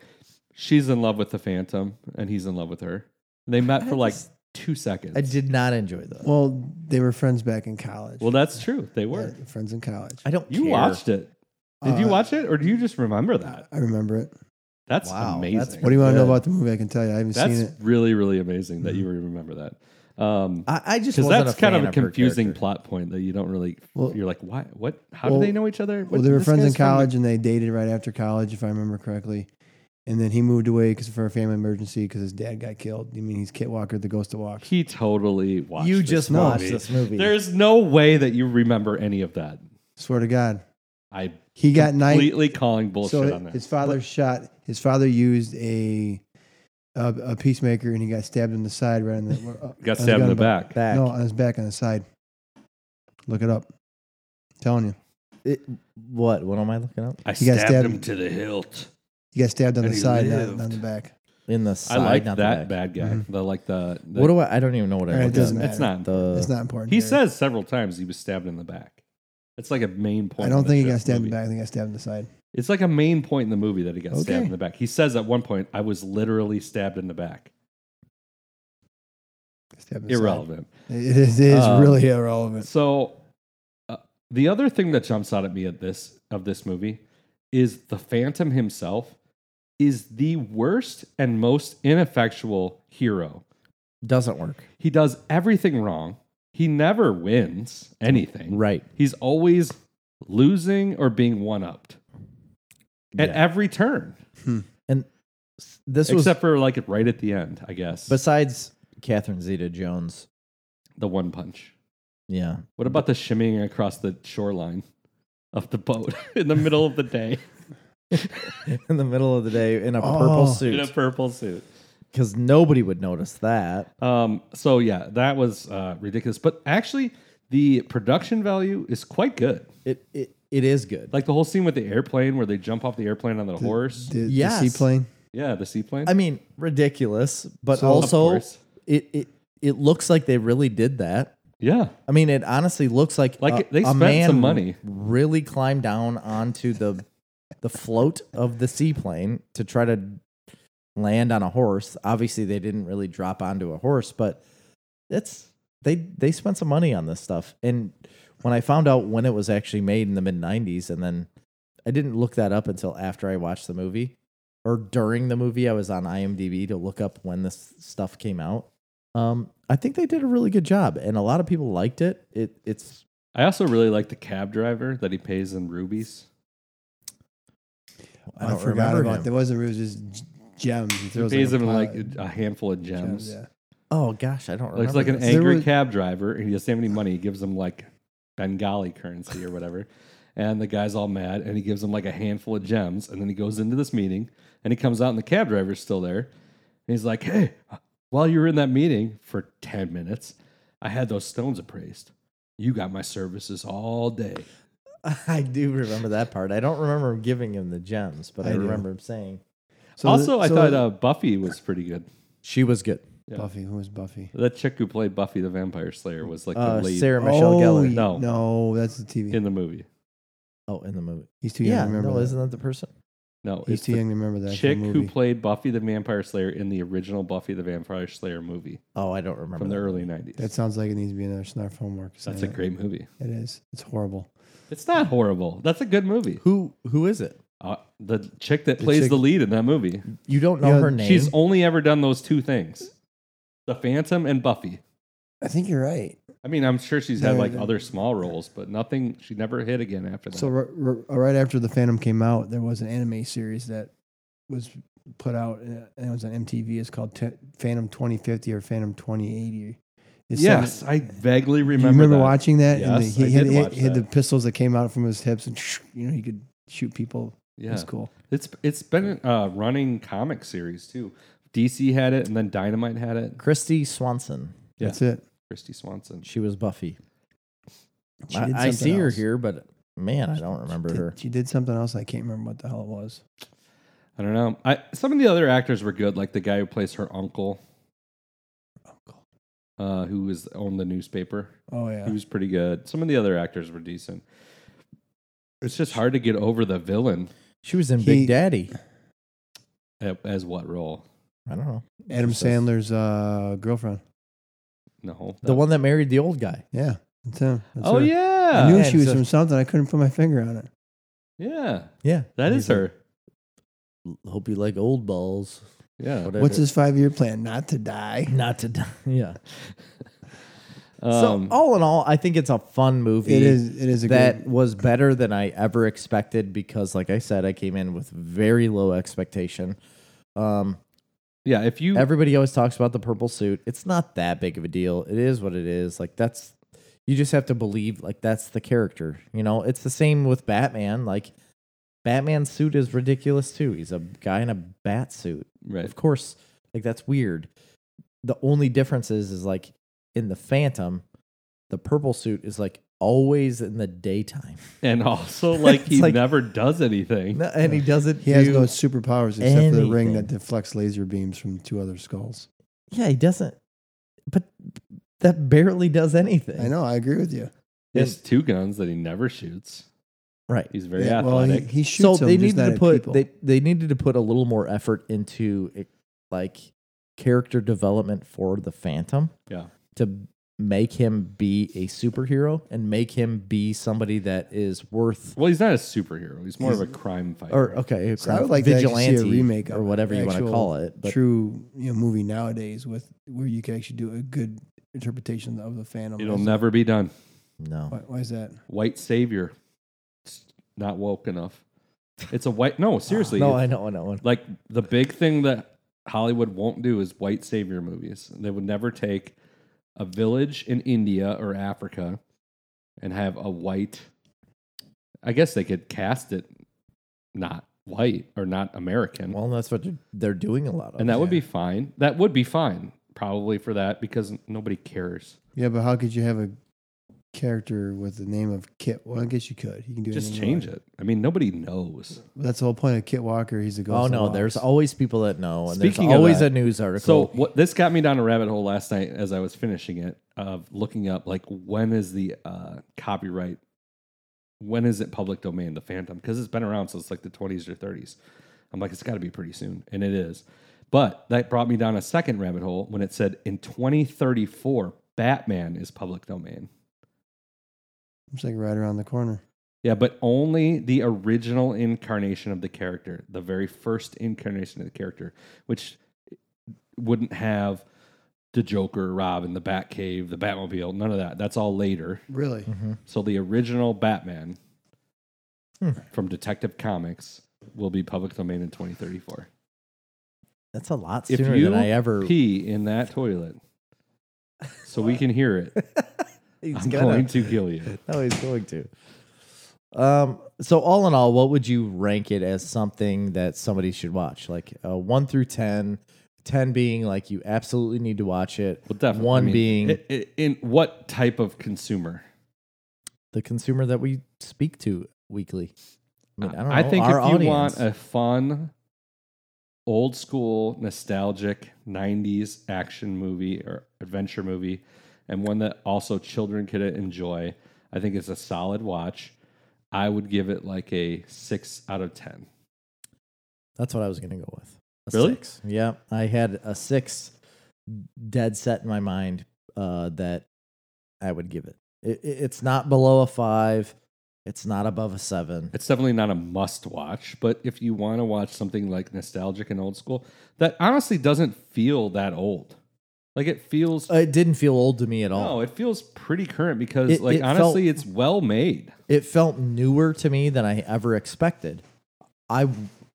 [SPEAKER 2] she's in love with the Phantom and he's in love with her. They met for like two seconds.
[SPEAKER 1] I did not enjoy that.
[SPEAKER 3] Well, they were friends back in college.
[SPEAKER 2] Well, that's true. They were.
[SPEAKER 3] Yeah, friends in college.
[SPEAKER 1] I don't.
[SPEAKER 2] You
[SPEAKER 1] care.
[SPEAKER 2] watched it. Did you
[SPEAKER 3] Uh,
[SPEAKER 2] watch it or do you just remember that?
[SPEAKER 3] I remember it.
[SPEAKER 2] That's
[SPEAKER 1] Wow,
[SPEAKER 2] amazing.
[SPEAKER 1] that's
[SPEAKER 3] What do you want to know
[SPEAKER 1] Good.
[SPEAKER 3] about the movie? I can tell you. I haven't
[SPEAKER 2] That's
[SPEAKER 3] seen it.
[SPEAKER 2] really, really amazing that you remember that. Um,
[SPEAKER 1] I, I just
[SPEAKER 2] because
[SPEAKER 1] wasn't
[SPEAKER 2] that's
[SPEAKER 1] a
[SPEAKER 2] kind
[SPEAKER 1] fan
[SPEAKER 2] of a
[SPEAKER 1] her
[SPEAKER 2] confusing
[SPEAKER 1] character.
[SPEAKER 2] plot point that you don't really.
[SPEAKER 3] Well-
[SPEAKER 2] you're like, why? What? How
[SPEAKER 3] well-
[SPEAKER 2] do they know each other?
[SPEAKER 3] Well,
[SPEAKER 2] What-
[SPEAKER 3] they were
[SPEAKER 2] this
[SPEAKER 3] friends in
[SPEAKER 2] guy's from the-
[SPEAKER 3] college, and they dated right after college, if I remember correctly. And then he moved away because for a family emergency because his dad got killed. I mean, he's Kit Walker, the Ghost of Walks.
[SPEAKER 2] He totally watched.
[SPEAKER 1] You
[SPEAKER 2] this
[SPEAKER 1] just watched
[SPEAKER 2] movie.
[SPEAKER 1] this movie.
[SPEAKER 2] There's no way that you remember any of that.
[SPEAKER 3] Swear to God,
[SPEAKER 2] I
[SPEAKER 3] he got nine.
[SPEAKER 2] completely calling bullshit
[SPEAKER 3] So
[SPEAKER 2] on that.
[SPEAKER 3] his father shot. His father used a, a a peacemaker, and he got stabbed in the side right in the
[SPEAKER 2] <laughs>
[SPEAKER 3] uh,
[SPEAKER 2] got
[SPEAKER 3] on
[SPEAKER 2] stabbed in the
[SPEAKER 3] gun butt.
[SPEAKER 2] back.
[SPEAKER 1] back.
[SPEAKER 3] No, on his back on the side. Look it up. telling you,
[SPEAKER 1] It- what? What am I looking up?
[SPEAKER 2] I
[SPEAKER 3] He got
[SPEAKER 2] stabbed,
[SPEAKER 3] stabbed-
[SPEAKER 2] him to the hilt.
[SPEAKER 3] he got stabbed on
[SPEAKER 2] And
[SPEAKER 3] the
[SPEAKER 2] he
[SPEAKER 3] side, not,
[SPEAKER 2] lived.
[SPEAKER 3] not on the back.
[SPEAKER 1] In the side,
[SPEAKER 2] I like
[SPEAKER 1] not
[SPEAKER 2] that
[SPEAKER 1] the back.
[SPEAKER 2] bad guy.
[SPEAKER 3] Mhm.
[SPEAKER 2] The like the, the
[SPEAKER 1] What do I? I don't even know what I.
[SPEAKER 3] All right, it
[SPEAKER 1] looked
[SPEAKER 3] doesn't
[SPEAKER 1] up.
[SPEAKER 3] matter.
[SPEAKER 2] It's not. uh,
[SPEAKER 1] The-
[SPEAKER 3] It's not important.
[SPEAKER 2] he
[SPEAKER 3] Derek.
[SPEAKER 2] says several times he was stabbed in the back. It's like a main point.
[SPEAKER 3] I
[SPEAKER 2] in
[SPEAKER 3] don't
[SPEAKER 2] the
[SPEAKER 3] think he
[SPEAKER 2] shit
[SPEAKER 3] got stabbed in
[SPEAKER 2] movie.
[SPEAKER 3] the back. I think he got stabbed in the side.
[SPEAKER 2] It's like a main point in the movie that he got stabbed
[SPEAKER 3] Okay.
[SPEAKER 2] in the back. He says at one point, "I was literally stabbed in the back."
[SPEAKER 3] Stabbed in the side.
[SPEAKER 2] Irrelevant.
[SPEAKER 3] It is, it is
[SPEAKER 2] Um,
[SPEAKER 3] really irrelevant.
[SPEAKER 2] So, uh, the other thing that jumps out at me at this of this movie is the Phantom himself is the worst and most ineffectual hero.
[SPEAKER 1] doesn't work.
[SPEAKER 2] He does everything wrong. He never wins anything.
[SPEAKER 1] Right.
[SPEAKER 2] He's always losing or being one upped at
[SPEAKER 1] Yeah.
[SPEAKER 2] every turn,
[SPEAKER 1] This was
[SPEAKER 2] except for like right at the end, I guess.
[SPEAKER 1] besides Catherine Zeta-Jones.
[SPEAKER 2] the one punch.
[SPEAKER 1] Yeah, <laughs>
[SPEAKER 2] What about the shimmying across the shoreline of the boat <laughs> in the middle of the day
[SPEAKER 1] in the middle of the day in a purple
[SPEAKER 3] Oh.
[SPEAKER 2] in a
[SPEAKER 1] suit
[SPEAKER 2] purple suit?
[SPEAKER 1] because nobody would notice that.
[SPEAKER 2] Um, so yeah, that was uh, ridiculous. But actually, the production value is quite good.
[SPEAKER 1] It it, it is good.
[SPEAKER 2] Like the whole scene with the airplane where they jump off the airplane on the horse.
[SPEAKER 3] The,
[SPEAKER 1] Yes.
[SPEAKER 3] the seaplane.
[SPEAKER 2] yeah, the seaplane.
[SPEAKER 1] I mean, ridiculous, but
[SPEAKER 3] So- Of
[SPEAKER 1] also
[SPEAKER 2] course.
[SPEAKER 1] it it it looks like they really did that.
[SPEAKER 2] yeah,
[SPEAKER 1] I mean, it honestly looks like
[SPEAKER 2] Like,
[SPEAKER 1] a,
[SPEAKER 2] they
[SPEAKER 1] a
[SPEAKER 2] spent
[SPEAKER 1] man
[SPEAKER 2] some money.
[SPEAKER 1] Really climbed down onto the the float of the seaplane to try to land on a horse. Obviously, they didn't really drop onto a horse, but that's they they spent some money on this stuff. And when I found out when it was actually made in the mid '90s, and then I didn't look that up until after I watched the movie or during the movie. I was on IMDb to look up when this stuff came out. Um, I think they did a really good job, and a lot of people liked it. It it's
[SPEAKER 2] I also really like the cab driver that he pays in rubies.
[SPEAKER 1] I,
[SPEAKER 3] I,
[SPEAKER 1] don't
[SPEAKER 3] forgot
[SPEAKER 1] remember
[SPEAKER 3] about
[SPEAKER 1] him.
[SPEAKER 3] that. Wasn't it was just g- gems. He
[SPEAKER 2] He
[SPEAKER 3] throws
[SPEAKER 2] pays him
[SPEAKER 3] pile-
[SPEAKER 2] like a handful of gems.
[SPEAKER 3] Yeah.
[SPEAKER 1] Oh gosh, I don't remember.
[SPEAKER 2] Like, It's like an
[SPEAKER 1] this.
[SPEAKER 3] There
[SPEAKER 2] angry
[SPEAKER 3] was-
[SPEAKER 2] cab driver, and he doesn't have any money. He gives him like Bengali currency or whatever, and the guy's all mad, and he gives him like a handful of gems, and then he goes into this meeting, and he comes out, and the cab driver's still there, and he's like, "Hey, while you were in that meeting for ten minutes, I had those stones appraised. You got my services all day."
[SPEAKER 1] <laughs> I do remember that part. I don't remember him giving him the gems, but I,
[SPEAKER 3] I do.
[SPEAKER 1] remember him saying
[SPEAKER 3] So
[SPEAKER 2] also,
[SPEAKER 3] the-
[SPEAKER 2] I
[SPEAKER 3] so
[SPEAKER 2] thought uh, Buffy was pretty good.
[SPEAKER 1] she was good.
[SPEAKER 2] yeah.
[SPEAKER 3] Buffy. Who was Buffy?
[SPEAKER 2] That chick who played Buffy the Vampire Slayer was like
[SPEAKER 1] Uh,
[SPEAKER 2] the lead
[SPEAKER 1] Sarah Michelle
[SPEAKER 3] oh,
[SPEAKER 1] Gellar.
[SPEAKER 2] No.
[SPEAKER 3] No, no, that's the TV.
[SPEAKER 2] in the movie.
[SPEAKER 1] Oh, in the movie.
[SPEAKER 3] he's too young
[SPEAKER 1] Yeah,
[SPEAKER 3] to remember.
[SPEAKER 1] no,
[SPEAKER 3] that.
[SPEAKER 1] isn't that the person?
[SPEAKER 2] No,
[SPEAKER 1] E
[SPEAKER 3] he's
[SPEAKER 2] it's
[SPEAKER 3] too
[SPEAKER 2] the
[SPEAKER 3] young to remember that.
[SPEAKER 2] chick
[SPEAKER 3] movie.
[SPEAKER 2] who played Buffy the Vampire Slayer in the original Buffy the Vampire Slayer movie
[SPEAKER 1] Oh, I don't remember.
[SPEAKER 2] from the
[SPEAKER 1] that.
[SPEAKER 2] early 90s.
[SPEAKER 3] That
[SPEAKER 2] That's,
[SPEAKER 3] sounds like it needs to be another snarf homework.
[SPEAKER 2] a
[SPEAKER 3] assignment.
[SPEAKER 2] great movie.
[SPEAKER 3] It is. It's horrible.
[SPEAKER 2] It's not horrible. That's a good movie.
[SPEAKER 1] Who who is it?
[SPEAKER 2] Uh, the chick that
[SPEAKER 3] The
[SPEAKER 2] plays
[SPEAKER 3] chick-
[SPEAKER 2] the lead in that movie,
[SPEAKER 1] You don't know
[SPEAKER 3] Yeah,
[SPEAKER 1] her name.
[SPEAKER 2] she's only ever done those two things The Phantom and Buffy.
[SPEAKER 3] I think you're right.
[SPEAKER 2] I mean, I'm sure she's had
[SPEAKER 3] No,
[SPEAKER 2] like
[SPEAKER 3] no.
[SPEAKER 2] other small roles, but nothing, she never hit again after that.
[SPEAKER 3] So r- r- uh, right after the Phantom came out, there was an anime series that was put out, uh, and it was on MTV. It's called T- Phantom 2050 or Phantom 2080. It's
[SPEAKER 2] yes,
[SPEAKER 3] some-
[SPEAKER 2] I vaguely
[SPEAKER 3] do you
[SPEAKER 2] remember.
[SPEAKER 3] remember
[SPEAKER 2] that.
[SPEAKER 3] watching that? and the,
[SPEAKER 2] Yes,
[SPEAKER 3] he
[SPEAKER 2] I
[SPEAKER 3] had,
[SPEAKER 2] did
[SPEAKER 3] he-
[SPEAKER 2] watch
[SPEAKER 3] he had the
[SPEAKER 2] that.
[SPEAKER 3] pistols that came out from his hips, and you know he could shoot people.
[SPEAKER 2] Yeah.
[SPEAKER 3] It's cool.
[SPEAKER 2] It's, it's been a running comic series too. DC had it and then Dynamite had it.
[SPEAKER 1] Christy Swanson.
[SPEAKER 2] Yeah.
[SPEAKER 3] That's it.
[SPEAKER 2] Christy Swanson.
[SPEAKER 1] She was Buffy.
[SPEAKER 3] She
[SPEAKER 1] I,
[SPEAKER 3] did
[SPEAKER 1] I see
[SPEAKER 3] something
[SPEAKER 1] her
[SPEAKER 3] else.
[SPEAKER 1] here, but man, I don't remember
[SPEAKER 3] Did-
[SPEAKER 1] her.
[SPEAKER 3] She did something else. I can't remember what the hell it was.
[SPEAKER 2] I don't know. I some of the other actors were good, like the guy who plays her uncle. uh, who was owned the newspaper.
[SPEAKER 3] Oh yeah.
[SPEAKER 2] He was pretty good. Some of the other actors were decent. It's just hard to get over the villain
[SPEAKER 1] She was in
[SPEAKER 3] He-
[SPEAKER 1] Big Daddy.
[SPEAKER 2] a- as what role?
[SPEAKER 1] I don't know.
[SPEAKER 3] Adam
[SPEAKER 1] Just says-
[SPEAKER 3] Sandler's uh, girlfriend.
[SPEAKER 2] No,
[SPEAKER 1] The
[SPEAKER 2] that-
[SPEAKER 1] one that married the old guy.
[SPEAKER 3] Yeah. That's him. That's
[SPEAKER 2] Oh
[SPEAKER 3] her.
[SPEAKER 2] yeah,
[SPEAKER 3] I knew
[SPEAKER 1] Yeah,
[SPEAKER 3] she was
[SPEAKER 1] so-
[SPEAKER 3] from something. I couldn't put my finger on it.
[SPEAKER 2] yeah,
[SPEAKER 1] Yeah.
[SPEAKER 2] that
[SPEAKER 1] And
[SPEAKER 2] is
[SPEAKER 1] he's
[SPEAKER 2] her.
[SPEAKER 1] like, "L- Hope you like old balls.
[SPEAKER 2] Yeah.
[SPEAKER 1] Whatever.
[SPEAKER 3] What's his five year plan? Not to die.
[SPEAKER 1] Not to die. <laughs> Yeah.
[SPEAKER 2] Um,
[SPEAKER 1] so oh, all in all, I think it's a fun movie.
[SPEAKER 3] It is. It is a
[SPEAKER 1] that
[SPEAKER 3] good.
[SPEAKER 1] was better than I ever expected because, like I said, I came in with very low expectation. Um,
[SPEAKER 2] yeah, if you
[SPEAKER 1] everybody always talks about the purple suit. It's not that big of a deal. It is what it is. Like that's you just have to believe like that's the character. You know, it's the same with Batman. Like Batman's suit is ridiculous too. He's a guy in a bat suit.
[SPEAKER 2] right,
[SPEAKER 1] Of course, like that's weird. The only difference is is like in the Phantom, the purple suit is like always in the
[SPEAKER 3] <laughs>
[SPEAKER 1] daytime.
[SPEAKER 2] and also like
[SPEAKER 1] It's
[SPEAKER 2] he
[SPEAKER 1] like-
[SPEAKER 2] never does anything.
[SPEAKER 1] No, and he doesn't.
[SPEAKER 3] He has
[SPEAKER 1] do-
[SPEAKER 3] no superpowers except for the ring
[SPEAKER 1] anything.
[SPEAKER 3] that deflects laser beams from two other skulls.
[SPEAKER 1] Yeah, he doesn't. But that barely does anything.
[SPEAKER 3] I know. I agree with you.
[SPEAKER 2] He has two guns that he never shoots.
[SPEAKER 1] right?
[SPEAKER 2] He's very
[SPEAKER 3] Yeah, well, he,
[SPEAKER 2] athletic.
[SPEAKER 3] he shoots.
[SPEAKER 1] So
[SPEAKER 3] them,
[SPEAKER 1] they needed
[SPEAKER 3] just not
[SPEAKER 1] to
[SPEAKER 3] at
[SPEAKER 1] put
[SPEAKER 3] people.
[SPEAKER 1] they they needed to put a little more effort into it, like character development for the Phantom.
[SPEAKER 2] Yeah.
[SPEAKER 1] to make him be a superhero and make him be somebody that is worth.
[SPEAKER 2] well, he's not a superhero. He's more
[SPEAKER 3] He's-
[SPEAKER 2] of a crime fighter.
[SPEAKER 1] Or okay,
[SPEAKER 3] So I would like to actually see a
[SPEAKER 1] vigilante
[SPEAKER 3] remake of
[SPEAKER 1] or
[SPEAKER 3] it,
[SPEAKER 1] whatever you want to
[SPEAKER 3] actual
[SPEAKER 1] call it. But
[SPEAKER 3] true you know, movie nowadays with where you can actually do a good interpretation of the Phantom.
[SPEAKER 2] It'll
[SPEAKER 3] Is-
[SPEAKER 2] never be done.
[SPEAKER 1] no,
[SPEAKER 3] Why, why is that?
[SPEAKER 2] White savior. It's not woke enough. It's a white. No, seriously.
[SPEAKER 1] no, I know, I know.
[SPEAKER 2] like the big thing that Hollywood won't do is white savior movies. They would never take a village in India or Africa and have a white. I guess they could cast it not white or not American,
[SPEAKER 1] Well, that's what they're doing a lot of.
[SPEAKER 2] and that would
[SPEAKER 3] yeah.
[SPEAKER 2] be fine. That would be fine probably for that because nobody cares.
[SPEAKER 3] Yeah, but how could you have a character with the name of Kit? Well, I guess you could. You can do
[SPEAKER 2] Just change it. I mean, nobody knows.
[SPEAKER 3] That's the whole point of Kit Walker. He's a ghost.
[SPEAKER 1] oh
[SPEAKER 3] in a
[SPEAKER 1] no,
[SPEAKER 3] box.
[SPEAKER 1] there's always people that know, and
[SPEAKER 2] Speaking
[SPEAKER 1] there's
[SPEAKER 2] of
[SPEAKER 1] always
[SPEAKER 2] that,
[SPEAKER 1] a news
[SPEAKER 2] So
[SPEAKER 1] article.
[SPEAKER 2] what this got me down a rabbit hole last night as I was finishing it of looking up like when is the uh, copyright when is it public domain the phantom because it's been around since like the 20s or 30s. I'm like it's got to be pretty soon and it is. But that brought me down a second rabbit hole when it said in 2034 Batman is public domain.
[SPEAKER 3] It's like right around the corner.
[SPEAKER 2] Yeah, but only the original incarnation of the character, the very first incarnation of the character, which wouldn't have the Joker, Robin, the Batcave, the Batmobile, none of that. That's all later.
[SPEAKER 3] Really?
[SPEAKER 1] Mhm.
[SPEAKER 2] So the original Batman
[SPEAKER 1] Hmm.
[SPEAKER 2] from Detective Comics will be public domain in 2034.
[SPEAKER 1] That's a lot
[SPEAKER 2] If
[SPEAKER 1] sooner
[SPEAKER 2] you
[SPEAKER 1] than I ever.
[SPEAKER 2] Pee in that toilet so we can hear it.
[SPEAKER 1] <laughs> <laughs> He's
[SPEAKER 2] <laughs> I'm
[SPEAKER 1] gonna-
[SPEAKER 2] going to kill you.
[SPEAKER 1] <laughs> No, he's going to. Um. So all in all, what would you rank it as something that somebody should watch? Like uh, one through ten, ten being like you absolutely need to watch it.
[SPEAKER 2] Well, definitely.
[SPEAKER 1] One
[SPEAKER 2] I mean,
[SPEAKER 1] being
[SPEAKER 2] i- i- in what type of consumer?
[SPEAKER 1] the consumer that we speak to weekly. I mean, I don't know.
[SPEAKER 2] think
[SPEAKER 1] our
[SPEAKER 2] if you
[SPEAKER 1] audience,
[SPEAKER 2] want a fun, old school, nostalgic '90s action movie or adventure movie, and one that also children could enjoy, I think it's a solid watch. I would give it like a six out of ten.
[SPEAKER 1] that's what I was gonna go with. A
[SPEAKER 2] Really?
[SPEAKER 1] Six. Yeah, I had a six, dead set in my mind uh, that I would give it. It, it. It's not below a five. It's not above a seven.
[SPEAKER 2] It's definitely not a must watch, but if you want to watch something like nostalgic and old school, that honestly doesn't feel that old. Like it feels
[SPEAKER 1] Uh, It didn't feel old to me at all.
[SPEAKER 2] no, it feels pretty current because
[SPEAKER 1] It-
[SPEAKER 2] like
[SPEAKER 1] it felt-
[SPEAKER 2] honestly, it's well made.
[SPEAKER 1] It felt newer to me than I ever expected. I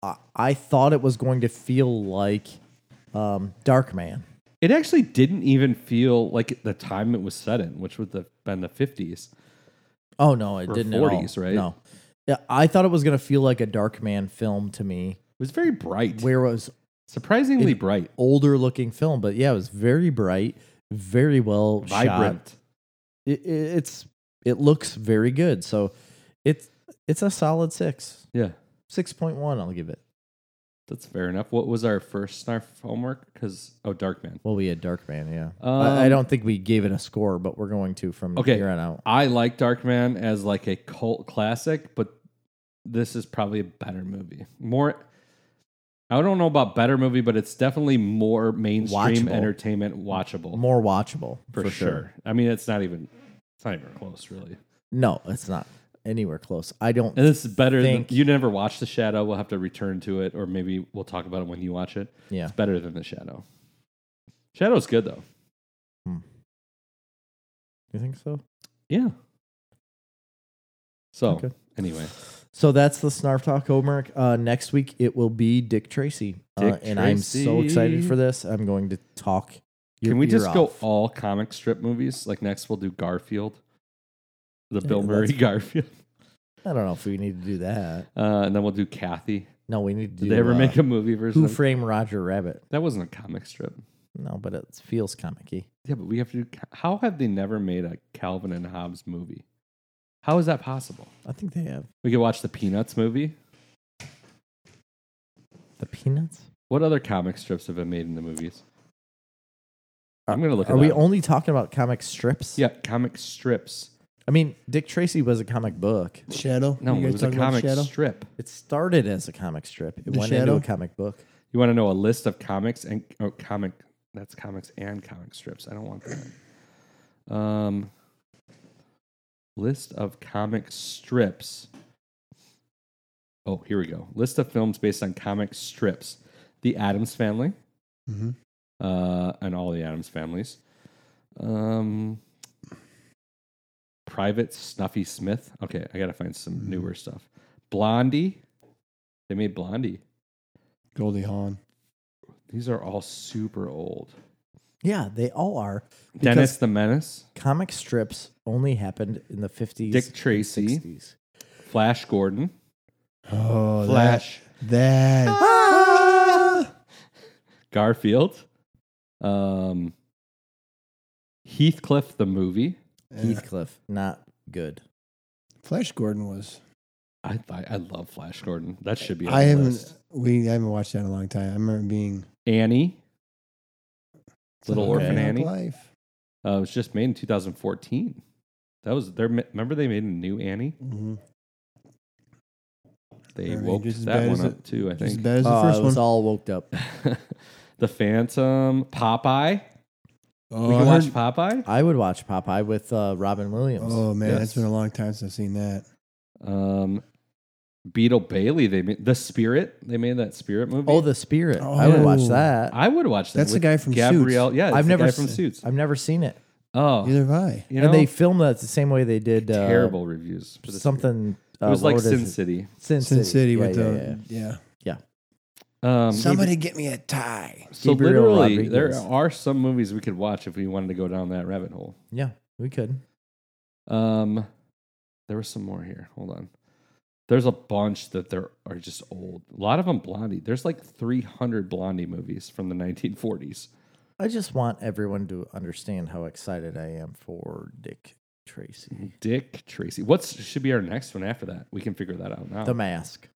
[SPEAKER 1] I- I thought it was going to feel like um, Dark Man.
[SPEAKER 2] It actually didn't even feel like at the time it was set in, which would have been the 50s.
[SPEAKER 1] Oh no, it
[SPEAKER 2] Or
[SPEAKER 1] didn't.
[SPEAKER 2] 40s,
[SPEAKER 1] at all.
[SPEAKER 2] right?
[SPEAKER 1] No, yeah, I thought it was going to feel like a Dark Man film to me,
[SPEAKER 2] It was very bright,
[SPEAKER 1] where it was
[SPEAKER 2] surprisingly bright,
[SPEAKER 1] older looking film. But yeah, it was very bright, very well shot.
[SPEAKER 2] vibrant.
[SPEAKER 1] It, it, it's it looks very good. So it's it's a solid six,
[SPEAKER 2] Yeah.
[SPEAKER 1] six point one. I'll give it.
[SPEAKER 2] That's fair enough. What was our first snarf homework? Because oh, Darkman.
[SPEAKER 1] Well, we had Darkman, yeah. I, I
[SPEAKER 2] Um,
[SPEAKER 1] don't think we gave it a score, but we're going to from
[SPEAKER 2] Okay.
[SPEAKER 1] here on out.
[SPEAKER 2] I like Darkman as like a cult classic, but this is probably a better movie. More, I don't know about better movie, but it's definitely more mainstream
[SPEAKER 1] Watchable.
[SPEAKER 2] entertainment, watchable
[SPEAKER 1] More watchable
[SPEAKER 2] for, sure. I mean, it's not even, it's not even close, really.
[SPEAKER 1] No, it's not anywhere close. I don't.
[SPEAKER 2] And it's better
[SPEAKER 1] Think-
[SPEAKER 2] than you never watched The Shadow. We'll have to return to it, or maybe we'll talk about it when you watch it.
[SPEAKER 1] Yeah.
[SPEAKER 2] It's better than The Shadow. Shadow's good though.
[SPEAKER 1] You think so?
[SPEAKER 2] Yeah. So
[SPEAKER 1] Okay.
[SPEAKER 2] anyway,
[SPEAKER 1] So that's the Snarf Talk homework. Uh, next week it will be Dick Tracy, uh,
[SPEAKER 2] Dick
[SPEAKER 1] and I'm so
[SPEAKER 2] Tracy.
[SPEAKER 1] excited for this. I'm going to talk. your
[SPEAKER 2] can we
[SPEAKER 1] ear
[SPEAKER 2] just go
[SPEAKER 1] off.
[SPEAKER 2] all comic strip movies? Like next, we'll do Garfield, the
[SPEAKER 1] Yeah,
[SPEAKER 2] Bill Murray
[SPEAKER 1] that's-
[SPEAKER 2] Garfield, <laughs>
[SPEAKER 1] I don't know if we need to do that.
[SPEAKER 2] uh, and then we'll do Kathy.
[SPEAKER 1] No, we need to.
[SPEAKER 2] Did
[SPEAKER 1] do,
[SPEAKER 2] they ever
[SPEAKER 1] uh,
[SPEAKER 2] make a movie version?
[SPEAKER 1] Who
[SPEAKER 2] of-
[SPEAKER 1] Framed Roger Rabbit?
[SPEAKER 2] that wasn't a comic strip.
[SPEAKER 1] No, but it feels comic-y.
[SPEAKER 2] Yeah, but we have to. do How have they never made a Calvin and Hobbes movie? How is that possible?
[SPEAKER 1] I think they have
[SPEAKER 2] We could watch the Peanuts movie.
[SPEAKER 1] the Peanuts.
[SPEAKER 2] What other comic strips have been made into movies? I'm gonna look.
[SPEAKER 1] Are
[SPEAKER 2] it
[SPEAKER 1] we
[SPEAKER 2] up.
[SPEAKER 1] only talking about comic strips?
[SPEAKER 2] Yeah, comic strips.
[SPEAKER 1] I mean, Dick Tracy was a comic book.
[SPEAKER 3] Shadow.
[SPEAKER 2] No,
[SPEAKER 3] You
[SPEAKER 2] it
[SPEAKER 3] guys
[SPEAKER 2] was a
[SPEAKER 3] talking about
[SPEAKER 2] comic
[SPEAKER 3] Shadow?
[SPEAKER 2] strip.
[SPEAKER 1] It started as a comic strip. It
[SPEAKER 3] The
[SPEAKER 1] went
[SPEAKER 3] Shadow?
[SPEAKER 1] into a comic book.
[SPEAKER 2] You want to know a list of comics and oh, comic that's comics and comic strips. I don't want that. Um, list of comic strips. Oh, here we go. List of films based on comic strips: The Adams Family
[SPEAKER 3] Mhm.
[SPEAKER 2] uh, and all the Adams families. Um, Private Snuffy Smith. Okay, I gotta find
[SPEAKER 3] Hmm.
[SPEAKER 2] some newer stuff. Blondie. They made Blondie.
[SPEAKER 3] Goldie Hawn.
[SPEAKER 2] These are all super old.
[SPEAKER 1] Yeah, they all are.
[SPEAKER 2] Dennis the Menace,
[SPEAKER 1] comic strips only happened in the 50s
[SPEAKER 2] Dick
[SPEAKER 1] and
[SPEAKER 2] Tracy.
[SPEAKER 1] 60s.
[SPEAKER 2] Flash Gordon,
[SPEAKER 3] Oh, that-
[SPEAKER 2] Flash,
[SPEAKER 3] That.
[SPEAKER 2] <laughs>
[SPEAKER 3] Ah!
[SPEAKER 2] Garfield, um, Heathcliff the movie.
[SPEAKER 3] Yeah.
[SPEAKER 1] Heathcliff, not good.
[SPEAKER 3] Flash Gordon was.
[SPEAKER 2] I I, I love Flash Gordon. That should be. On
[SPEAKER 3] I
[SPEAKER 2] the
[SPEAKER 3] haven't.
[SPEAKER 2] List.
[SPEAKER 3] We I haven't watched that in a long time. I remember being
[SPEAKER 2] Annie. Little
[SPEAKER 3] It's a
[SPEAKER 1] Orphan
[SPEAKER 3] grown-up
[SPEAKER 2] Annie.
[SPEAKER 3] Life.
[SPEAKER 2] Uh, it was just made in 2014. That was their. Remember they made a new Annie.
[SPEAKER 3] Mm-hmm.
[SPEAKER 2] They
[SPEAKER 3] I mean,
[SPEAKER 2] woke
[SPEAKER 3] just as
[SPEAKER 2] that
[SPEAKER 3] bad
[SPEAKER 2] one
[SPEAKER 3] as
[SPEAKER 2] up
[SPEAKER 3] it-
[SPEAKER 2] too. I
[SPEAKER 3] Just as
[SPEAKER 2] think.
[SPEAKER 3] bad as the
[SPEAKER 1] Oh,
[SPEAKER 3] first
[SPEAKER 1] I was
[SPEAKER 3] one.
[SPEAKER 1] all woked up.
[SPEAKER 2] <laughs> the Phantom, Popeye.
[SPEAKER 3] oh,
[SPEAKER 2] We
[SPEAKER 3] I
[SPEAKER 2] can watch
[SPEAKER 3] heard-
[SPEAKER 2] Popeye.
[SPEAKER 1] I would watch Popeye with uh, Robin Williams.
[SPEAKER 3] oh man,
[SPEAKER 2] Yes.
[SPEAKER 3] that's been a long time since I've seen that.
[SPEAKER 2] Um, Beetle Bailey. They made the Spirit. They made that Spirit movie.
[SPEAKER 1] Oh, The Spirit. I would
[SPEAKER 3] Oh.
[SPEAKER 1] watch that.
[SPEAKER 2] I would watch that.
[SPEAKER 3] That's the
[SPEAKER 2] with
[SPEAKER 3] guy from
[SPEAKER 2] Gabrielle. Yeah, it's
[SPEAKER 1] I've
[SPEAKER 2] the
[SPEAKER 1] never
[SPEAKER 2] guy from
[SPEAKER 1] se-
[SPEAKER 2] Suits.
[SPEAKER 1] I've never seen it.
[SPEAKER 2] oh,
[SPEAKER 3] Neither have I.
[SPEAKER 2] you know,
[SPEAKER 1] and they filmed that the same way they did uh,
[SPEAKER 2] terrible reviews. for this
[SPEAKER 1] something.
[SPEAKER 2] movie.
[SPEAKER 1] uh,
[SPEAKER 2] It was like
[SPEAKER 1] what is
[SPEAKER 2] Sin
[SPEAKER 1] it?
[SPEAKER 2] City.
[SPEAKER 1] Sin City.
[SPEAKER 3] Sin City
[SPEAKER 1] Yeah,
[SPEAKER 3] with
[SPEAKER 1] yeah, yeah.
[SPEAKER 3] the yeah.
[SPEAKER 2] Um,
[SPEAKER 3] get me a tie.
[SPEAKER 2] So
[SPEAKER 1] Gabriel
[SPEAKER 2] literally, there
[SPEAKER 1] Rodriguez.
[SPEAKER 2] are some movies we could watch if we wanted to go down that rabbit hole.
[SPEAKER 1] Yeah, we could.
[SPEAKER 2] Um, there was some more here. Hold on. There's a bunch that there are just old. A lot of them Blondie. There's like 300 Blondie movies from the 1940s.
[SPEAKER 1] I just want everyone to understand how excited I am for Dick
[SPEAKER 3] Mm-hmm.
[SPEAKER 1] Tracy.
[SPEAKER 2] Dick Tracy. What should be our next one after that? We can figure that out now.
[SPEAKER 1] The Mask.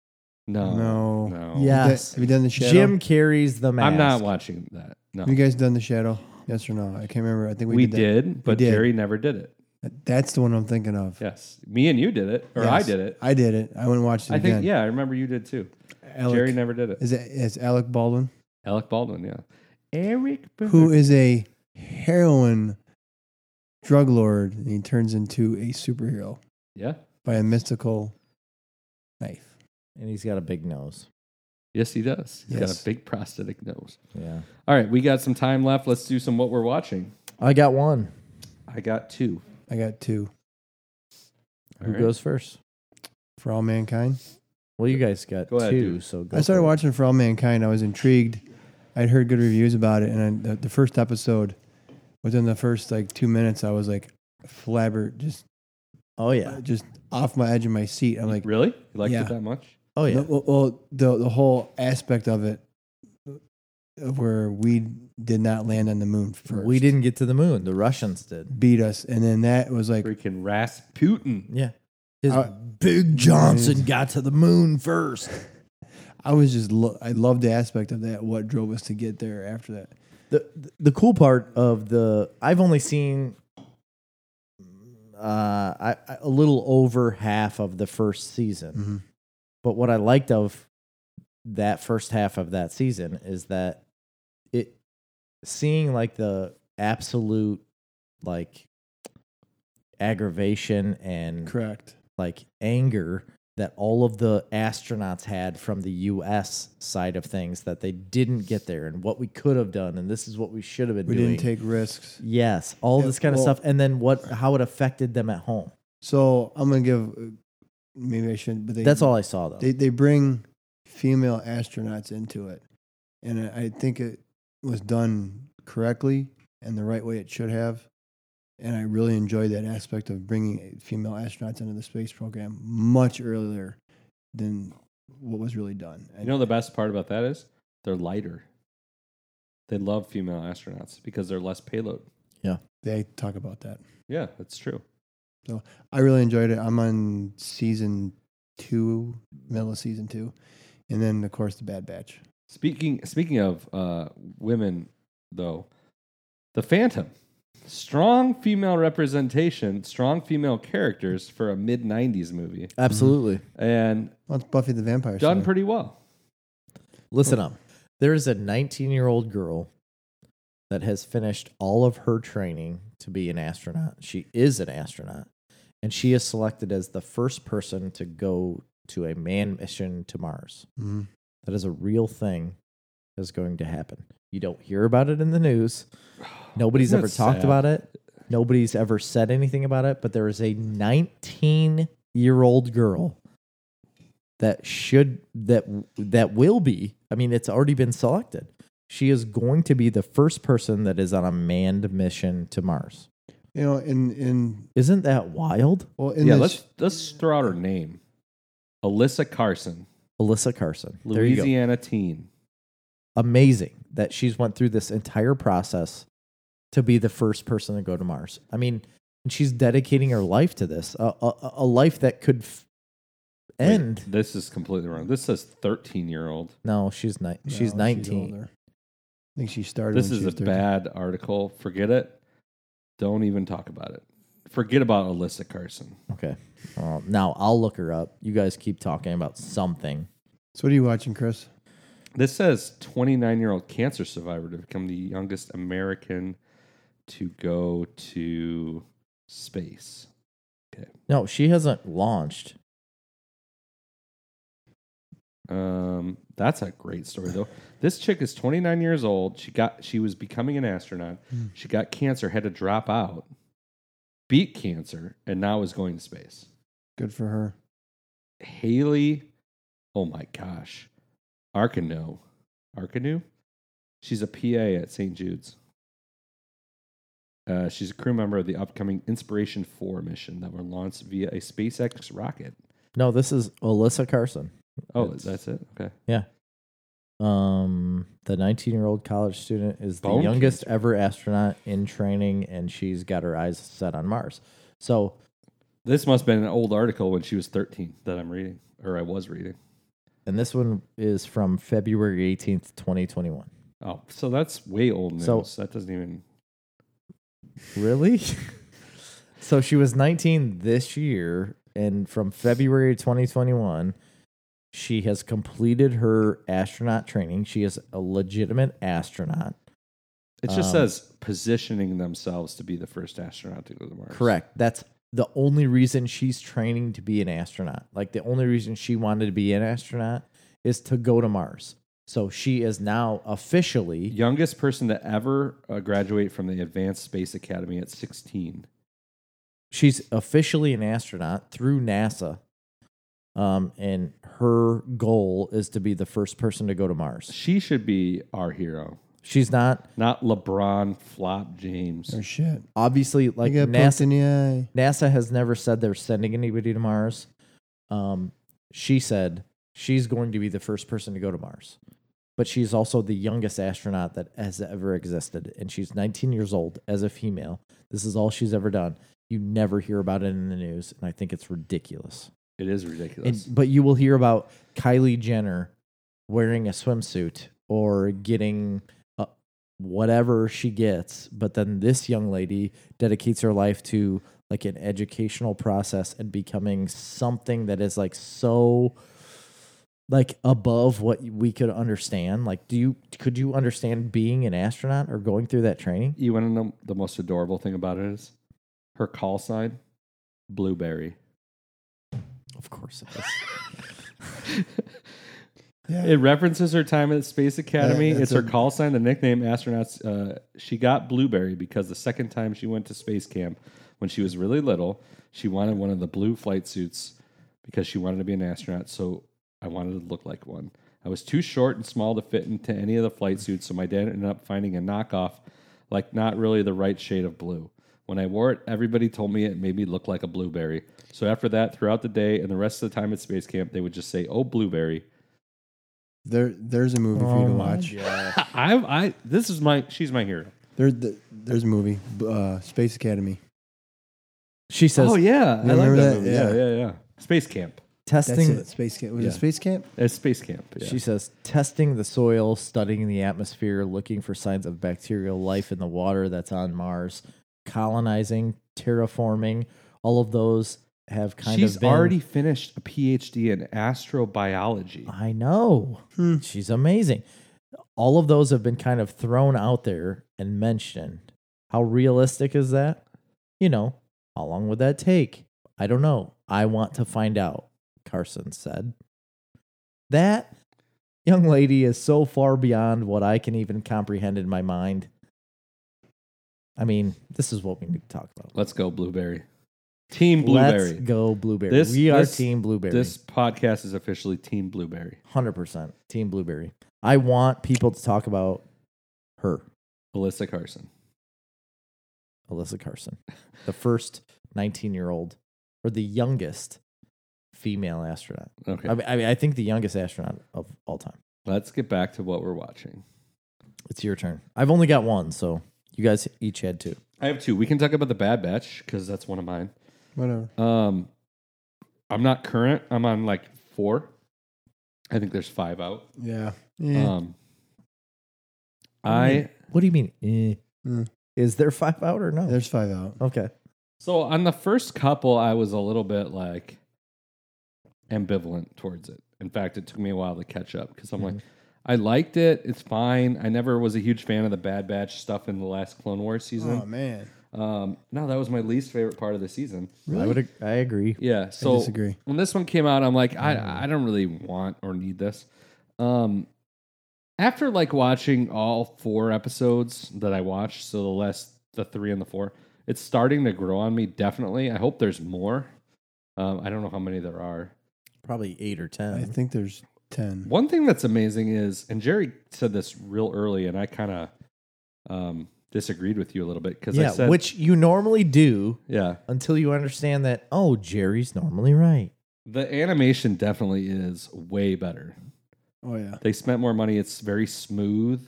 [SPEAKER 2] no,
[SPEAKER 3] No.
[SPEAKER 2] no.
[SPEAKER 1] Yeah.
[SPEAKER 3] Have you done-
[SPEAKER 1] Yes.
[SPEAKER 3] Have you done the shadow?
[SPEAKER 1] Jim carries The Mask.
[SPEAKER 2] I'm not watching that. No,
[SPEAKER 3] have you guys done the shadow? Yes or no? I can't remember. I think
[SPEAKER 2] we,
[SPEAKER 3] we,
[SPEAKER 2] did,
[SPEAKER 3] did.
[SPEAKER 2] but
[SPEAKER 3] did.
[SPEAKER 2] Jerry never did it.
[SPEAKER 3] that. That's the one I'm thinking of.
[SPEAKER 2] Yes, me and you did it, or I
[SPEAKER 3] Yes.
[SPEAKER 2] did it.
[SPEAKER 3] I did it. I went and watched it
[SPEAKER 2] I
[SPEAKER 3] again.
[SPEAKER 2] think. Yeah, I remember you did too.
[SPEAKER 3] Alec,
[SPEAKER 2] Jerry never did it.
[SPEAKER 3] is it is Alec Baldwin,
[SPEAKER 2] Alec Baldwin. Yeah. Eric.
[SPEAKER 3] who is a heroin drug lord, and he turns into a superhero
[SPEAKER 2] Yeah.
[SPEAKER 3] by a mystical knife.
[SPEAKER 1] And he's got a big nose.
[SPEAKER 2] Yes, he does. He's got
[SPEAKER 3] Yes.
[SPEAKER 2] a big prosthetic nose.
[SPEAKER 1] Yeah.
[SPEAKER 2] All right, we got some time left. Let's do some what we're watching.
[SPEAKER 1] I got one.
[SPEAKER 2] I got two.
[SPEAKER 3] I got two
[SPEAKER 2] All
[SPEAKER 1] Who
[SPEAKER 2] right.
[SPEAKER 1] goes first?
[SPEAKER 3] for all mankind.
[SPEAKER 1] Well, you guys got
[SPEAKER 2] Go ahead,
[SPEAKER 1] two,
[SPEAKER 2] dude.
[SPEAKER 1] so go
[SPEAKER 3] I started
[SPEAKER 1] for it.
[SPEAKER 3] watching For All Mankind. I was intrigued. I'd heard good reviews about it, and I, the, the first episode, within the first like two minutes, I was like flabber, just
[SPEAKER 1] Oh yeah,
[SPEAKER 3] just off my edge of my seat. I'm like,
[SPEAKER 2] really? You liked
[SPEAKER 3] Yeah.
[SPEAKER 2] it that much?
[SPEAKER 1] oh yeah.
[SPEAKER 3] No, well, well, the the whole aspect of it, of where we did not land on the moon first,
[SPEAKER 1] We didn't get to the moon. The Russians did.
[SPEAKER 3] beat us, and then that was like
[SPEAKER 2] Freaking Rasputin.
[SPEAKER 1] Yeah. His
[SPEAKER 3] I-
[SPEAKER 1] Big Johnson got to the moon first.
[SPEAKER 3] I was just lo- I loved the aspect of that. What drove us to get there after that?
[SPEAKER 1] the the cool part of the I've only seen uh I, I, a little over half of the first season.
[SPEAKER 3] Mhm.
[SPEAKER 1] But what I liked of that first half of that season is that it seeing like the absolute like aggravation and
[SPEAKER 3] Correct.
[SPEAKER 1] like anger that all of the astronauts had from the US side of things that they didn't get there and what we could have done and this is what we should have been
[SPEAKER 3] We
[SPEAKER 1] doing.
[SPEAKER 3] didn't take risks.
[SPEAKER 1] yes, all
[SPEAKER 3] Yeah,
[SPEAKER 1] this kind
[SPEAKER 3] well-
[SPEAKER 1] of stuff and then what how it affected them at home.
[SPEAKER 3] So I'm gonna give. uh, Maybe I shouldn't, but they,
[SPEAKER 1] That's all I saw though.
[SPEAKER 3] They they bring female astronauts into it, and I I think it was done correctly and the right way it should have. And I really enjoyed that aspect of bringing female astronauts into the space program much earlier than what was really done.
[SPEAKER 2] You know the best part about that is they're lighter. They love female astronauts because they're less payload.
[SPEAKER 3] they talk about that.
[SPEAKER 2] Yeah, that's true.
[SPEAKER 3] I really enjoyed it. I'm on season two, middle of season two, and then of course the Bad Batch.
[SPEAKER 2] Speaking speaking of uh, women, though, the Phantom, strong female representation, strong female characters for a mid '90s movie,
[SPEAKER 1] Absolutely.
[SPEAKER 2] and
[SPEAKER 3] Well, it's Buffy the Vampire
[SPEAKER 2] done
[SPEAKER 3] Slayer.
[SPEAKER 2] pretty well.
[SPEAKER 3] Mm-hmm.
[SPEAKER 1] Listen up. There is a 19-year-old girl that has finished all of her training to be an astronaut. She is an astronaut and she is selected as the first person to go to a manned mission to Mars.
[SPEAKER 3] Mhm.
[SPEAKER 1] That is a real thing that's going to happen. You don't hear about it in the
[SPEAKER 2] <sighs>
[SPEAKER 1] news. Nobody's
[SPEAKER 2] Isn't
[SPEAKER 1] ever
[SPEAKER 2] that
[SPEAKER 1] talked
[SPEAKER 2] sad?
[SPEAKER 1] about it. Nobody's ever said anything about it, but there is a 19 year old girl that should that that will be. I mean, it's already been selected. She is going to be the first person that is on a manned mission to Mars.
[SPEAKER 3] You know, in in
[SPEAKER 1] Isn't that wild?
[SPEAKER 3] well in
[SPEAKER 2] yeah,
[SPEAKER 3] this,
[SPEAKER 2] let's let's throw out her name, Alyssa Carson,
[SPEAKER 1] Alyssa Carson. There you go.
[SPEAKER 2] Louisiana teen.
[SPEAKER 1] amazing that she's went through this entire process to be the first person to go to Mars. I mean, and she's dedicating her life to this, a, a, a- a life that could f-
[SPEAKER 2] Wait,
[SPEAKER 1] end.
[SPEAKER 2] this is completely wrong. This says 13 year old.
[SPEAKER 1] No, she's ni-
[SPEAKER 3] No,
[SPEAKER 1] she's 19.
[SPEAKER 3] older. I think she started.
[SPEAKER 2] This is
[SPEAKER 3] when she
[SPEAKER 2] a
[SPEAKER 3] was 13.
[SPEAKER 2] bad article. Forget it. Don't even talk about it. Forget about Alyssa Carson.
[SPEAKER 1] okay. Well, now I'll look her up. You guys keep talking about something.
[SPEAKER 3] So what are you watching, Chris?
[SPEAKER 2] This says 29 year old cancer survivor to become the youngest American to go to space.
[SPEAKER 1] No, she hasn't launched.
[SPEAKER 2] Um, that's a great story though. This chick is 29 years old. She got she was becoming an astronaut. She got cancer, had to drop out, beat cancer, and now is going to space.
[SPEAKER 3] Good
[SPEAKER 2] <laughs>
[SPEAKER 3] for her.
[SPEAKER 2] Haley, oh my gosh, Arcano, Arcanu. She's a PA at St. Jude's. Uh, she's a crew member of the upcoming Inspiration 4 mission that were launched via a SpaceX rocket.
[SPEAKER 1] No, this is Alyssa Carson.
[SPEAKER 2] Oh,
[SPEAKER 1] That's-
[SPEAKER 2] that's it? Okay.
[SPEAKER 1] Um, the 19 year old college student is the
[SPEAKER 2] Bone
[SPEAKER 1] youngest ever astronaut in training, and she's got her eyes set on Mars. So
[SPEAKER 2] This must have been an old article when she was 13 that I'm reading, or I was reading.
[SPEAKER 1] And this one is from February 18th, 2021.
[SPEAKER 2] Oh, so that's way old news.
[SPEAKER 1] So-
[SPEAKER 2] that doesn't even.
[SPEAKER 1] Really? so she was 19 this year, and from February 2021, she has completed her astronaut training. She is a legitimate astronaut.
[SPEAKER 2] It just
[SPEAKER 1] Um,
[SPEAKER 2] says positioning themselves to be the first astronaut to go to Mars.
[SPEAKER 1] Correct. That's the only reason she's training to be an astronaut. Like the only reason she wanted to be an astronaut is to go to Mars. So she is now officially
[SPEAKER 2] youngest person to ever uh, graduate from the Advanced Space Academy at 16.
[SPEAKER 1] she's officially an astronaut through NASA. Um, and her goal is to be the first person to go to Mars.
[SPEAKER 2] She should be our hero,
[SPEAKER 1] She's not
[SPEAKER 2] not LeBron Flop James.
[SPEAKER 3] Oh shit!
[SPEAKER 1] obviously like
[SPEAKER 3] you got
[SPEAKER 1] NASA.
[SPEAKER 3] poked in the eye.
[SPEAKER 1] NASA has never said they're sending anybody to Mars. Um, she said she's going to be the first person to go to Mars, but she's also the youngest astronaut that has ever existed, and she's 19 years old as a female. This is all she's ever done. You never hear about it in the news, and I think it's ridiculous.
[SPEAKER 2] It is ridiculous.
[SPEAKER 1] And, but you will hear about Kylie Jenner wearing a swimsuit or getting uh, whatever she gets. But then this young lady dedicates her life to like an educational process and becoming something that is like so like above what we could understand like do you could you understand being an astronaut or going through that training
[SPEAKER 2] You want to know the most adorable thing about it is her call sign, blueberry.
[SPEAKER 1] of course it is
[SPEAKER 3] Yeah.
[SPEAKER 2] It references her time at Space Academy.
[SPEAKER 3] Yeah, that's
[SPEAKER 2] it's her
[SPEAKER 3] a-
[SPEAKER 2] call sign, the nickname astronauts. Uh, she got Blueberry because the second time she went to space camp when she was really little, she wanted one of the blue flight suits because she wanted to be an astronaut. So I wanted to look like one. I was too short and small to fit into any of the flight suits, so my dad ended up finding a knockoff, like not really the right shade of blue. When I wore it, everybody told me it made me look like a blueberry. So after that, throughout the day and the rest of the time at space camp, they would just say, "Oh, blueberry."
[SPEAKER 3] there, there's a movie
[SPEAKER 2] Oh
[SPEAKER 3] for you to watch.
[SPEAKER 2] I, I, this is my, she's my hero.
[SPEAKER 3] There, th- there's a movie, b- uh, Space Academy.
[SPEAKER 1] she says
[SPEAKER 2] oh yeah,
[SPEAKER 3] You
[SPEAKER 2] I like
[SPEAKER 3] remember
[SPEAKER 2] that.
[SPEAKER 3] that?
[SPEAKER 2] movie. Yeah. yeah, yeah, Space camp.
[SPEAKER 3] That's
[SPEAKER 1] testing
[SPEAKER 3] it. Space camp. Was
[SPEAKER 2] Yeah.
[SPEAKER 3] it Space Camp?
[SPEAKER 2] It's space camp. Yeah.
[SPEAKER 1] She says, testing the soil, studying the atmosphere, looking for signs of bacterial life in the water that's on Mars, colonizing, terraforming, all of those have kind
[SPEAKER 2] she's
[SPEAKER 1] of been.
[SPEAKER 2] already finished a PhD in astrobiology.
[SPEAKER 1] I know.
[SPEAKER 2] Hmm.
[SPEAKER 1] She's amazing. All of those have been kind of thrown out there and mentioned. How realistic is that? You know, how long would that take? I don't know. I want to find out, Carson said. That young lady is so far beyond what I can even comprehend in my mind. I mean, this is what we need to talk about.
[SPEAKER 2] Let's go blueberry. Team blueberry.
[SPEAKER 1] Let's go, Blueberry.
[SPEAKER 2] This-
[SPEAKER 1] we are
[SPEAKER 2] this-
[SPEAKER 1] Team Blueberry.
[SPEAKER 2] This podcast is officially Team Blueberry.
[SPEAKER 1] Hundred percent, Team Blueberry. I want people to talk about her,
[SPEAKER 2] Alyssa Carson.
[SPEAKER 1] Alyssa
[SPEAKER 3] <laughs>
[SPEAKER 1] Carson, the first nineteen-year-old or the youngest female astronaut.
[SPEAKER 2] Okay,
[SPEAKER 1] I mean, I mean, I think the youngest astronaut of all time.
[SPEAKER 2] let's get back to what we're watching.
[SPEAKER 1] It's your turn. I've only got one, so you guys each had two.
[SPEAKER 2] I have two. We can talk about the Bad Batch because that's one of mine.
[SPEAKER 3] Whatever.
[SPEAKER 2] Um, I'm not current. I'm on like four. I think there's five out.
[SPEAKER 3] Yeah.
[SPEAKER 2] Um, I
[SPEAKER 1] What do you mean? eh?
[SPEAKER 3] Mm.
[SPEAKER 1] Is there five out or no?
[SPEAKER 3] There's five out.
[SPEAKER 1] okay.
[SPEAKER 2] so on the first couple, I was a little bit like ambivalent towards it. In fact, it took me a while to catch up because I'm like, I liked it. It's fine. I never was a huge fan of the Bad Batch stuff in the last Clone Wars
[SPEAKER 3] Oh
[SPEAKER 2] season.
[SPEAKER 3] man.
[SPEAKER 2] Um, no, that was my least favorite part of the season.
[SPEAKER 1] I would. ag- I agree.
[SPEAKER 2] Yeah. So
[SPEAKER 3] disagree.
[SPEAKER 2] when this one came out, I'm like,
[SPEAKER 1] Mm.
[SPEAKER 2] I, I don't really want or need this. Um, after like watching all four episodes that I watched, so the last the three and the four, it's starting to grow on me. Definitely. I hope there's more. Um, I don't know how many there are.
[SPEAKER 1] Probably eight or ten.
[SPEAKER 3] I think there's ten.
[SPEAKER 2] One thing that's amazing is, and Jerry said this real early, and I kind of um, disagreed with you a little bit because
[SPEAKER 1] yeah,
[SPEAKER 2] I said,
[SPEAKER 1] which you normally do
[SPEAKER 2] yeah,
[SPEAKER 1] until you understand that. Oh, Jerry's normally right.
[SPEAKER 2] the animation definitely is way better.
[SPEAKER 3] Oh yeah.
[SPEAKER 2] They spent more money. It's very smooth.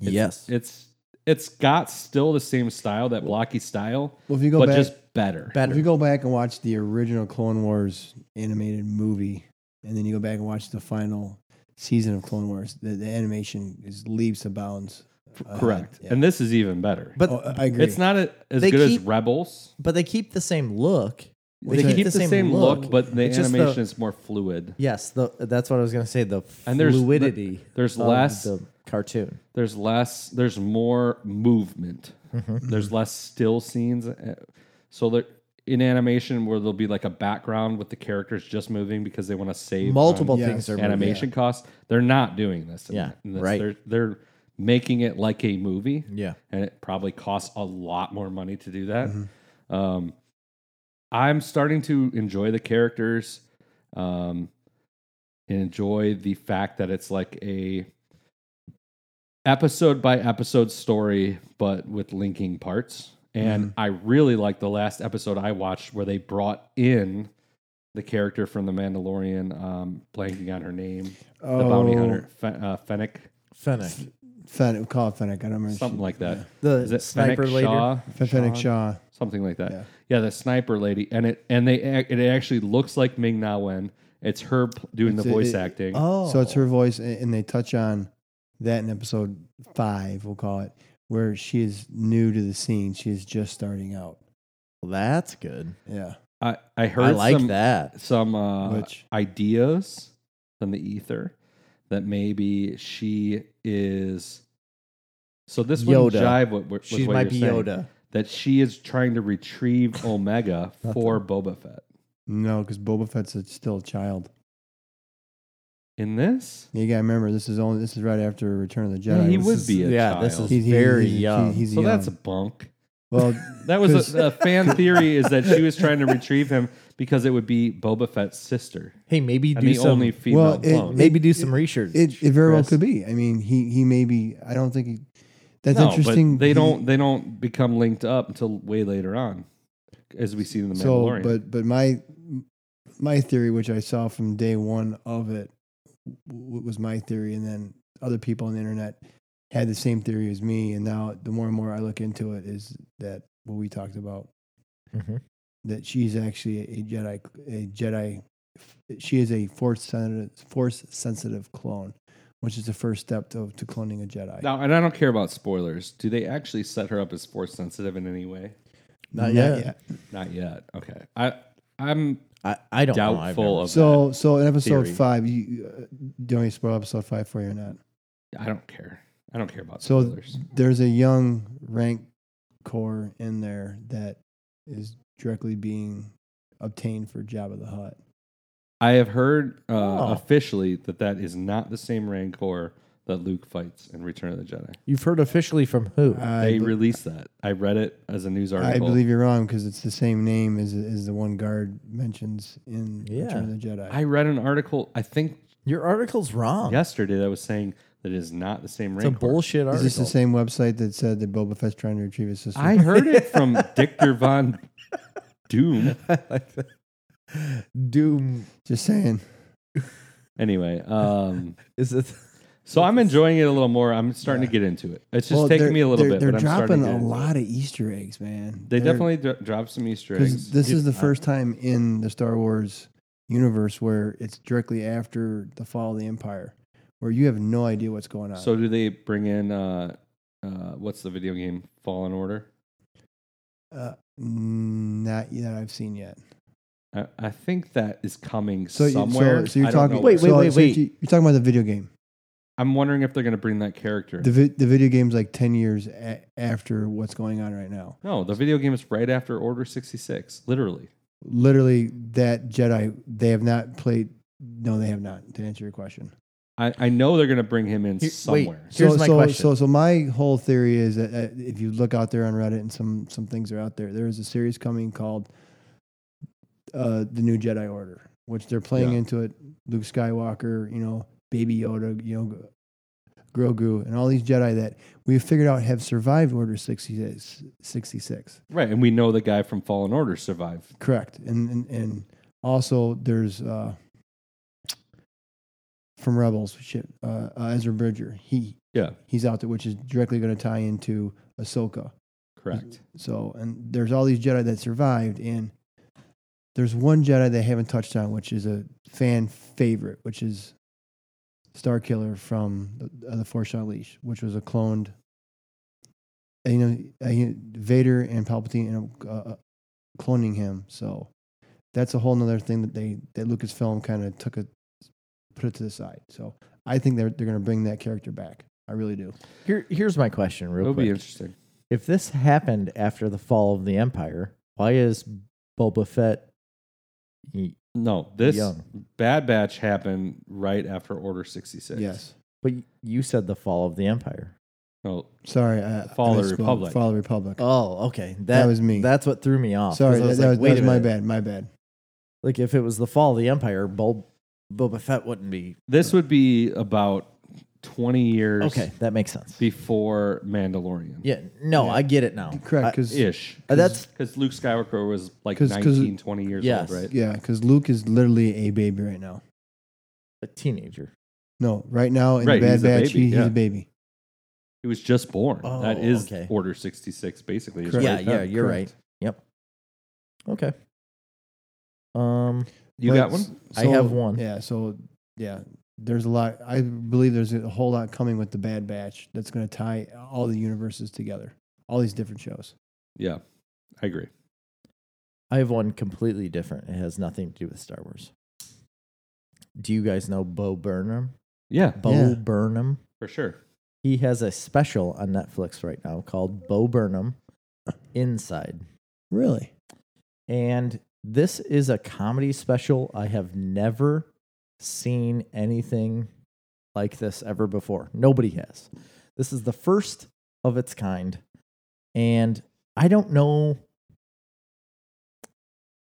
[SPEAKER 2] It's-
[SPEAKER 1] yes.
[SPEAKER 2] It's it's got still the same style, that blocky style,
[SPEAKER 3] Well, if you go
[SPEAKER 2] but
[SPEAKER 3] back,
[SPEAKER 2] just better.
[SPEAKER 1] better.
[SPEAKER 3] if you go back and watch the original Clone Wars animated movie, and then you go back and watch the final season of Clone Wars, the, the animation is leaps and bounds. ahead.
[SPEAKER 2] Correct.
[SPEAKER 3] Yeah.
[SPEAKER 2] And this is even better.
[SPEAKER 1] Uh, But
[SPEAKER 3] Oh, I agree.
[SPEAKER 2] it's not a, as
[SPEAKER 1] They
[SPEAKER 2] good as
[SPEAKER 1] keep-
[SPEAKER 2] Rebels.
[SPEAKER 1] but they keep the same look.
[SPEAKER 2] They keep the, same, look, but the
[SPEAKER 1] It's just
[SPEAKER 2] animation
[SPEAKER 1] the-
[SPEAKER 2] is more fluid.
[SPEAKER 1] yes, the, that's what I was going to say. The
[SPEAKER 2] And there's
[SPEAKER 1] fluidity.
[SPEAKER 2] There's
[SPEAKER 1] of
[SPEAKER 2] less
[SPEAKER 1] the cartoon.
[SPEAKER 2] there's less there's more movement.
[SPEAKER 1] Mm-hmm.
[SPEAKER 2] There's less still scenes. Uh, So there in animation where there'll be like a background with the characters just moving because they want to save on-
[SPEAKER 1] Multiple
[SPEAKER 3] yes.
[SPEAKER 1] things are moving.
[SPEAKER 2] animation costs. They're not doing this. in-
[SPEAKER 1] Yeah,
[SPEAKER 2] in this.
[SPEAKER 1] right.
[SPEAKER 2] They're they're making it like a movie.
[SPEAKER 1] Yeah.
[SPEAKER 2] and it probably costs a lot more money to do that.
[SPEAKER 1] Mm-hmm.
[SPEAKER 2] Um, I'm starting to enjoy the characters, um, and enjoy the fact that it's like a episode by episode story, but with linking parts. And
[SPEAKER 1] Mm-hmm.
[SPEAKER 2] I really like the last episode I watched where they brought in the character from The Mandalorian, um, blanking on her name, the bounty
[SPEAKER 1] Oh.
[SPEAKER 2] hunter, Fe- uh, Fennec,
[SPEAKER 1] Fennec.
[SPEAKER 3] Fen- call it Fennec. I don't remember.
[SPEAKER 2] something like that.
[SPEAKER 1] The
[SPEAKER 2] Is it
[SPEAKER 1] sniper
[SPEAKER 2] Fennec
[SPEAKER 1] later.
[SPEAKER 2] Shaw?
[SPEAKER 3] Fe- Fennec Shaw.
[SPEAKER 2] something like that. Yeah.
[SPEAKER 3] Yeah.
[SPEAKER 2] the sniper lady, and it and they ac- it actually looks like Ming Na Wen. It's her pl- doing
[SPEAKER 3] It's
[SPEAKER 2] the
[SPEAKER 3] a-
[SPEAKER 2] voice
[SPEAKER 3] it-
[SPEAKER 2] acting.
[SPEAKER 1] Oh,
[SPEAKER 3] So it's her voice, and, and they touch on that in episode five, we'll call it, where she is new to the scene. She is just starting out.
[SPEAKER 1] That's good.
[SPEAKER 3] Yeah.
[SPEAKER 2] I, I heard
[SPEAKER 1] I like
[SPEAKER 2] some,
[SPEAKER 1] that.
[SPEAKER 2] some uh,
[SPEAKER 3] Which-
[SPEAKER 2] ideas from the ether that maybe she is. So this would
[SPEAKER 1] Yoda.
[SPEAKER 2] jive with, with
[SPEAKER 1] She
[SPEAKER 2] what
[SPEAKER 1] might
[SPEAKER 2] you're
[SPEAKER 1] be
[SPEAKER 2] saying,
[SPEAKER 1] Yoda.
[SPEAKER 2] that she is trying to
[SPEAKER 1] <laughs>
[SPEAKER 2] retrieve Omega for Boba Fett.
[SPEAKER 3] No, because Boba Fett's a, still a child.
[SPEAKER 2] In this,
[SPEAKER 3] You gotta remember, this is only this is right after Return of the
[SPEAKER 2] Yeah,
[SPEAKER 3] Jedi.
[SPEAKER 2] he
[SPEAKER 3] This
[SPEAKER 2] would
[SPEAKER 3] is-
[SPEAKER 2] be a
[SPEAKER 1] yeah,
[SPEAKER 2] child.
[SPEAKER 1] this is
[SPEAKER 3] He's, he's-
[SPEAKER 1] very
[SPEAKER 3] he's-
[SPEAKER 1] young.
[SPEAKER 3] He's, he's
[SPEAKER 2] so
[SPEAKER 3] young.
[SPEAKER 2] that's a bunk. <laughs>
[SPEAKER 3] well,
[SPEAKER 2] That was
[SPEAKER 3] 'cause-
[SPEAKER 2] a, a fan theory is that she was trying to retrieve him because it would be Boba Fett's sister
[SPEAKER 1] Hey, maybe
[SPEAKER 2] and
[SPEAKER 1] do
[SPEAKER 2] the
[SPEAKER 1] some.
[SPEAKER 2] only female
[SPEAKER 3] Well, it-
[SPEAKER 2] clone.
[SPEAKER 1] maybe do some research.
[SPEAKER 3] it, it very well
[SPEAKER 1] Chris.
[SPEAKER 3] could be. I mean, he he may be. I don't think he. That's
[SPEAKER 2] No, but
[SPEAKER 3] interesting.
[SPEAKER 2] They
[SPEAKER 3] He-
[SPEAKER 2] don't they don't become linked up until way later on, as we see in the
[SPEAKER 3] So,
[SPEAKER 2] Mandalorian.
[SPEAKER 3] but but my my theory, which I saw from day one of it, w- was my theory, and then other people on the internet had the same theory as me. And now, the more and more I look into it, is that what we talked about
[SPEAKER 1] Mhm.
[SPEAKER 3] that she's actually a Jedi, a Jedi. She is a force sensitive, force sensitive clone, which is the first step to to cloning a Jedi.
[SPEAKER 2] now, and I don't care about spoilers. Do they actually set her up as force sensitive in any way?
[SPEAKER 1] Not yet.
[SPEAKER 2] Not yet. Okay. I I'm
[SPEAKER 1] I, I don't know. I've
[SPEAKER 2] doubtful
[SPEAKER 1] never-
[SPEAKER 2] of that.
[SPEAKER 3] So so in episode
[SPEAKER 2] theory.
[SPEAKER 3] five, you- you uh, do you want me to spoil episode five for you or not?
[SPEAKER 2] I don't care. I don't care about
[SPEAKER 3] So-
[SPEAKER 2] spoilers.
[SPEAKER 3] there's a young rank core in there that is directly being obtained for Jabba the Hutt.
[SPEAKER 2] I have heard uh,
[SPEAKER 1] Oh.
[SPEAKER 2] officially that that is not the same Rancor that Luke fights in Return of the Jedi.
[SPEAKER 1] You've heard officially from who?
[SPEAKER 3] I,
[SPEAKER 2] They
[SPEAKER 3] be-
[SPEAKER 2] released that. I read it as a news
[SPEAKER 3] I
[SPEAKER 2] article.
[SPEAKER 3] believe you're wrong because it's the same name as as the one guard mentions in Return of the Jedi.
[SPEAKER 2] I read an article. I think
[SPEAKER 1] Your article's wrong.
[SPEAKER 2] yesterday that was saying that it is not the same
[SPEAKER 1] it's a
[SPEAKER 2] Rancor.
[SPEAKER 1] bullshit
[SPEAKER 3] is
[SPEAKER 1] article.
[SPEAKER 3] this the same website that said that Boba Fett's trying to retrieve his sister?
[SPEAKER 2] I heard it
[SPEAKER 3] <laughs>
[SPEAKER 2] from Dictor von Doom.
[SPEAKER 1] Doom
[SPEAKER 3] Just saying.
[SPEAKER 2] Anyway, um,
[SPEAKER 1] is it?
[SPEAKER 2] so I'm enjoying it a little more. I'm starting to get into it. It's just
[SPEAKER 3] Well,
[SPEAKER 2] taking
[SPEAKER 3] they're-
[SPEAKER 2] me a little
[SPEAKER 3] they're-
[SPEAKER 2] bit.
[SPEAKER 3] They're
[SPEAKER 2] but I'm starting
[SPEAKER 3] dropping
[SPEAKER 2] to get
[SPEAKER 3] a
[SPEAKER 2] into it.
[SPEAKER 3] lot of Easter eggs, man.
[SPEAKER 2] They
[SPEAKER 3] They're-
[SPEAKER 2] definitely dro- dropped some Easter
[SPEAKER 3] Because
[SPEAKER 2] eggs. uh,
[SPEAKER 3] this is the first time in the Star Wars universe where it's directly after the fall of the Empire, where you have no idea what's going on.
[SPEAKER 2] so do they bring in uh, uh, what's the video game Fallen Order?
[SPEAKER 3] uh, not that I've seen yet.
[SPEAKER 2] I, I think that is coming
[SPEAKER 3] So, you- so-
[SPEAKER 2] somewhere.
[SPEAKER 3] so you're
[SPEAKER 2] I don't
[SPEAKER 3] talking.
[SPEAKER 2] know
[SPEAKER 1] Wait,
[SPEAKER 2] where.
[SPEAKER 1] wait, wait,
[SPEAKER 3] so- so
[SPEAKER 1] wait.
[SPEAKER 3] you- You're talking about the video game.
[SPEAKER 2] I'm wondering if they're going to bring that character. in.
[SPEAKER 3] The vi- the video game's like ten years a- after what's going on right now.
[SPEAKER 2] no, the video game is right after Order 66, literally.
[SPEAKER 3] Literally, that Jedi they have not played. No, they have not. To answer your question.
[SPEAKER 2] I, I know they're going to bring him in
[SPEAKER 1] Here- wait.
[SPEAKER 2] somewhere.
[SPEAKER 1] Here's my
[SPEAKER 3] so,
[SPEAKER 1] question.
[SPEAKER 3] So, so my whole theory is that uh, if you look out there on Reddit and some some things are out there, there is a series coming called uh, the New Jedi Order, which they're playing
[SPEAKER 2] Yeah.
[SPEAKER 3] into it. Luke Skywalker, you know, Baby Yoda, you know, Grogu, and all these Jedi that we've figured out have survived Order 66. 66.
[SPEAKER 2] Right, and we know the guy from Fallen Order survived.
[SPEAKER 3] Correct, and and, and also there's uh, from Rebels shit. Uh, uh, Ezra Bridger, he
[SPEAKER 2] Yeah,
[SPEAKER 3] he's out there, which is directly going to tie into Ahsoka.
[SPEAKER 2] correct.
[SPEAKER 3] So, and there's all these Jedi that survived, and there's one Jedi they haven't touched on, which is a fan favorite, which is Star Killer from the, uh, the Force Unleashed, which was a cloned, and, you know, uh, you- Vader and Palpatine and uh, uh, cloning him. So that's a whole nother thing that they that Lucasfilm kind of took a put it to the side. So I think they're they're going to bring that character back. I really do.
[SPEAKER 1] Here, here's my question, real
[SPEAKER 2] It'll be
[SPEAKER 1] quick.
[SPEAKER 2] interesting.
[SPEAKER 1] If this happened after the fall of the Empire, why is Boba Fett? y-
[SPEAKER 2] No, this
[SPEAKER 1] Young.
[SPEAKER 2] Bad Batch happened right after Order 66.
[SPEAKER 3] Yes.
[SPEAKER 1] But you said the fall of the Empire.
[SPEAKER 2] No,
[SPEAKER 3] Sorry, I,
[SPEAKER 2] Fall
[SPEAKER 3] I
[SPEAKER 2] of the
[SPEAKER 3] misspoke.
[SPEAKER 2] Republic. Oh,
[SPEAKER 3] Fall of the Republic.
[SPEAKER 1] Oh, okay. That,
[SPEAKER 3] was me.
[SPEAKER 1] That's what threw me off. 'cause
[SPEAKER 3] Sorry,
[SPEAKER 1] I
[SPEAKER 3] that that was,
[SPEAKER 1] was like, wait
[SPEAKER 3] that was
[SPEAKER 1] a
[SPEAKER 3] my
[SPEAKER 1] minute.
[SPEAKER 3] bad. My bad.
[SPEAKER 1] Like if it was the fall of the Empire, Bob, Boba Fett wouldn't be
[SPEAKER 2] this would be about 20 years
[SPEAKER 1] okay. That makes sense.
[SPEAKER 2] before Mandalorian.
[SPEAKER 1] yeah. No,
[SPEAKER 3] Yeah.
[SPEAKER 1] I get it
[SPEAKER 2] Oh,
[SPEAKER 1] now.
[SPEAKER 3] Correct, because yeah,
[SPEAKER 2] Ish.
[SPEAKER 1] I- that's
[SPEAKER 2] Because Luke Skywalker was like
[SPEAKER 3] 'Cause-
[SPEAKER 2] 19,
[SPEAKER 3] 'cause-
[SPEAKER 2] 20 years
[SPEAKER 1] Yes.
[SPEAKER 2] old, right?
[SPEAKER 3] 'cause Luke is literally a baby right now.
[SPEAKER 1] a teenager.
[SPEAKER 3] No, right now in
[SPEAKER 2] Right,
[SPEAKER 3] the Bad
[SPEAKER 2] he's a
[SPEAKER 3] Batch,
[SPEAKER 2] baby,
[SPEAKER 3] he, he's
[SPEAKER 2] yeah.
[SPEAKER 3] a baby.
[SPEAKER 2] He was just born.
[SPEAKER 1] Oh,
[SPEAKER 2] that is
[SPEAKER 1] okay.
[SPEAKER 2] Order 66, basically. It's
[SPEAKER 3] Correct.
[SPEAKER 1] Yeah,
[SPEAKER 2] right
[SPEAKER 1] yeah,
[SPEAKER 2] then.
[SPEAKER 1] you're
[SPEAKER 3] correct.
[SPEAKER 1] right. Yep. Okay. Um,
[SPEAKER 2] You
[SPEAKER 3] But
[SPEAKER 2] got
[SPEAKER 3] s-
[SPEAKER 2] one?
[SPEAKER 1] I have one.
[SPEAKER 3] Yeah. So yeah, there's a lot. I believe there's a whole lot coming with the Bad Batch that's going to tie all the universes together, all these different shows.
[SPEAKER 2] Yeah, I agree.
[SPEAKER 1] I have one completely different. It has nothing to do with Star Wars. Do you guys know Bo Burnham?
[SPEAKER 2] Yeah,
[SPEAKER 1] Bo
[SPEAKER 3] Yeah.
[SPEAKER 1] Burnham.
[SPEAKER 2] for sure.
[SPEAKER 1] He has a special on Netflix right now called Bo Burnham Inside.
[SPEAKER 3] Really?
[SPEAKER 1] And this is a comedy special. I have never seen anything like this ever before. Nobody has. This is the first of its kind. And I don't know.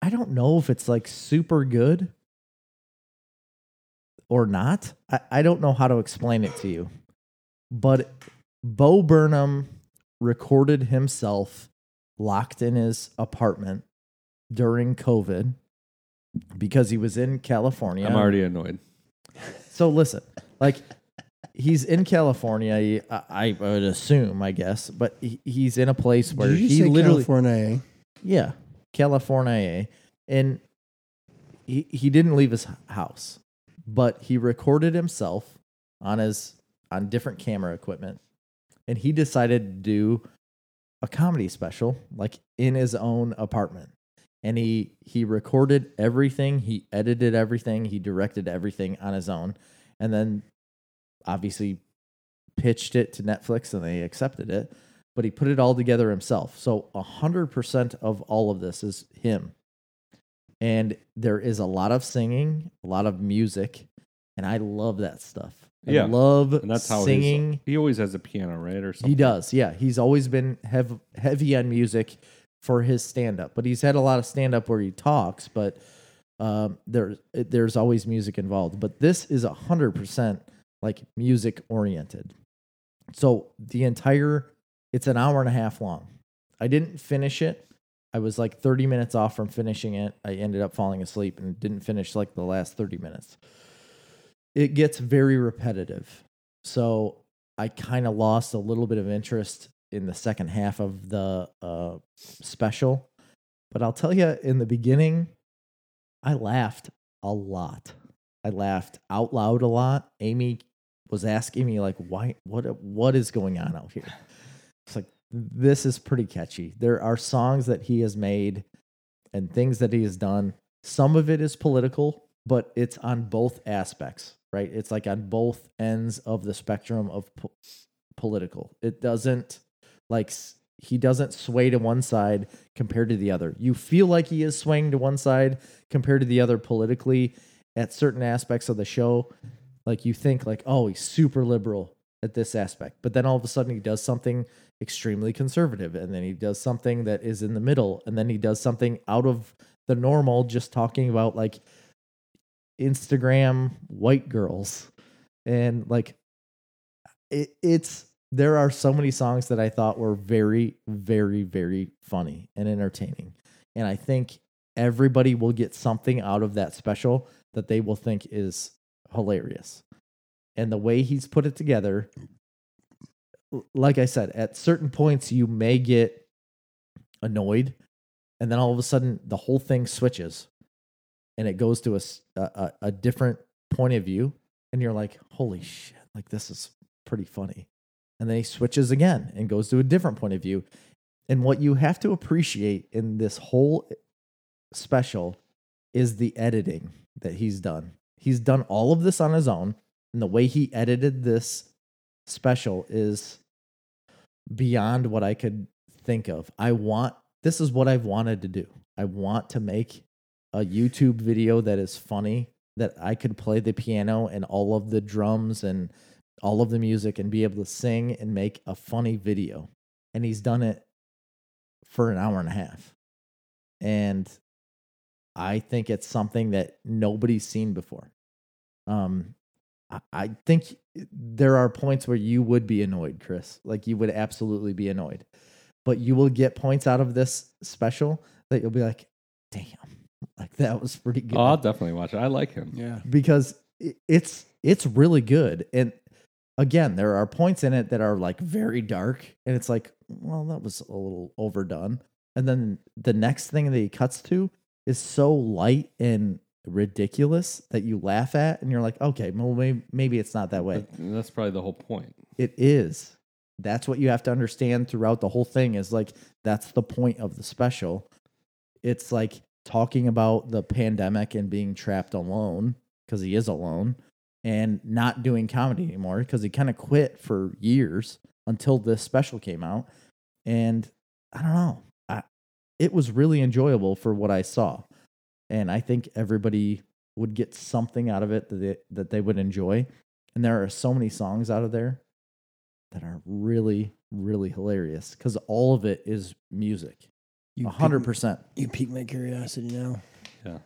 [SPEAKER 1] I don't know if it's like super good or not. I, I don't know how to explain it to you. But Bo Burnham recorded himself locked in his apartment during COVID because he was in California.
[SPEAKER 2] I'm already annoyed.
[SPEAKER 1] So listen, like he's in California. he- I, I would assume, I guess, but he, he's in a place where
[SPEAKER 3] Did you just
[SPEAKER 1] he
[SPEAKER 3] say
[SPEAKER 1] literally,
[SPEAKER 3] California? eh?
[SPEAKER 1] yeah, California, and he he didn't leave his h- house, but he recorded himself on his on different camera equipment, and he decided to do a comedy special like in his own apartment and he he recorded everything he edited everything he directed everything on his own and then obviously pitched it to netflix and they accepted it but he put it all together himself so 100% of all of this is him and there is a lot of singing a lot of music and i love that stuff i
[SPEAKER 2] Yeah.
[SPEAKER 1] love
[SPEAKER 2] And that's how he's-
[SPEAKER 1] singing
[SPEAKER 2] He always has a piano, right? Or something.
[SPEAKER 1] he does, yeah. He's always been hev- heavy on music for his stand up, but he's had a lot of stand up where he talks, but um, there, there's always music involved. But this is 100% like music oriented. So the entire, it's an hour and a half long. I didn't finish it. I was like 30 minutes off from finishing it. I ended up falling asleep and didn't finish like the last 30 minutes. It gets very repetitive. So I kind of lost a little bit of interest in the second half of the uh, special. But I'll tell you, in the beginning, I laughed a lot. I laughed out loud a lot. Amy was asking me like, "Why? What? What is going on out here?" It's like this is pretty catchy. There are songs that he has made and things that he has done. Some of it is political, but it's on both aspects, right? It's like on both ends of the spectrum of po- political. It doesn't like s- he doesn't sway to one side compared to the other. You feel like he is swaying to one side compared to the other politically at certain aspects of the show. Like you think like, "Oh, he's super liberal at this aspect." But then all of a sudden he does something extremely conservative and then he does something that is in the middle and then he does something out of the normal just talking about like Instagram white girls and like it, it's there are so many songs that I thought were very very very funny and entertaining and I think everybody will get something out of that special that they will think is hilarious and the way he's put it together l- like I said, at certain points you may get annoyed, and then all of a sudden the whole thing switches, and it goes to a s- a, a- a different point of view, and you're like, "Holy shit! Like this is pretty funny," and then he switches again and goes to a different point of view, and what you have to appreciate in this whole eh, special is the editing that he's done. He's done all of this on his own, and the way he edited this special is beyond what I could think of. I want this is what I've wanted to do. I want to make a YouTube video that is funny that I could play the piano and all of the drums and all of the music and be able to sing and make a funny video. And he's done it for an hour and a half. And I think it's something that nobody's seen before. Um I- I think there are points where you would be annoyed, Chris. Like you would absolutely be annoyed. But you will get points out of this special that you'll be like, damn, like that was pretty good
[SPEAKER 2] Oh, I'll definitely watch it. I like him.
[SPEAKER 3] Yeah.
[SPEAKER 1] because i- it's it's really good and again there are points in it that are like very dark and it's like well that was a little overdone and then the next thing that he cuts to is so light and ridiculous that you laugh at and you're like, okay, well, maybe, maybe it's not that way.
[SPEAKER 2] That- that's probably the whole point.
[SPEAKER 1] It is. That's what you have to understand throughout the whole thing is like that's the point of the special. It's like talking about the pandemic and being trapped alone because he is alone and not doing comedy anymore because he kind of quit for years until this special came out. And I don't know. I, it was really enjoyable for what I saw. And I think everybody would get something out of it that they, that they would enjoy. And there are so many songs out of there that are really, really hilarious because all of it is music.
[SPEAKER 3] You
[SPEAKER 1] A
[SPEAKER 3] piqued-
[SPEAKER 1] 100%.
[SPEAKER 3] You piqued my curiosity now.
[SPEAKER 2] Yeah.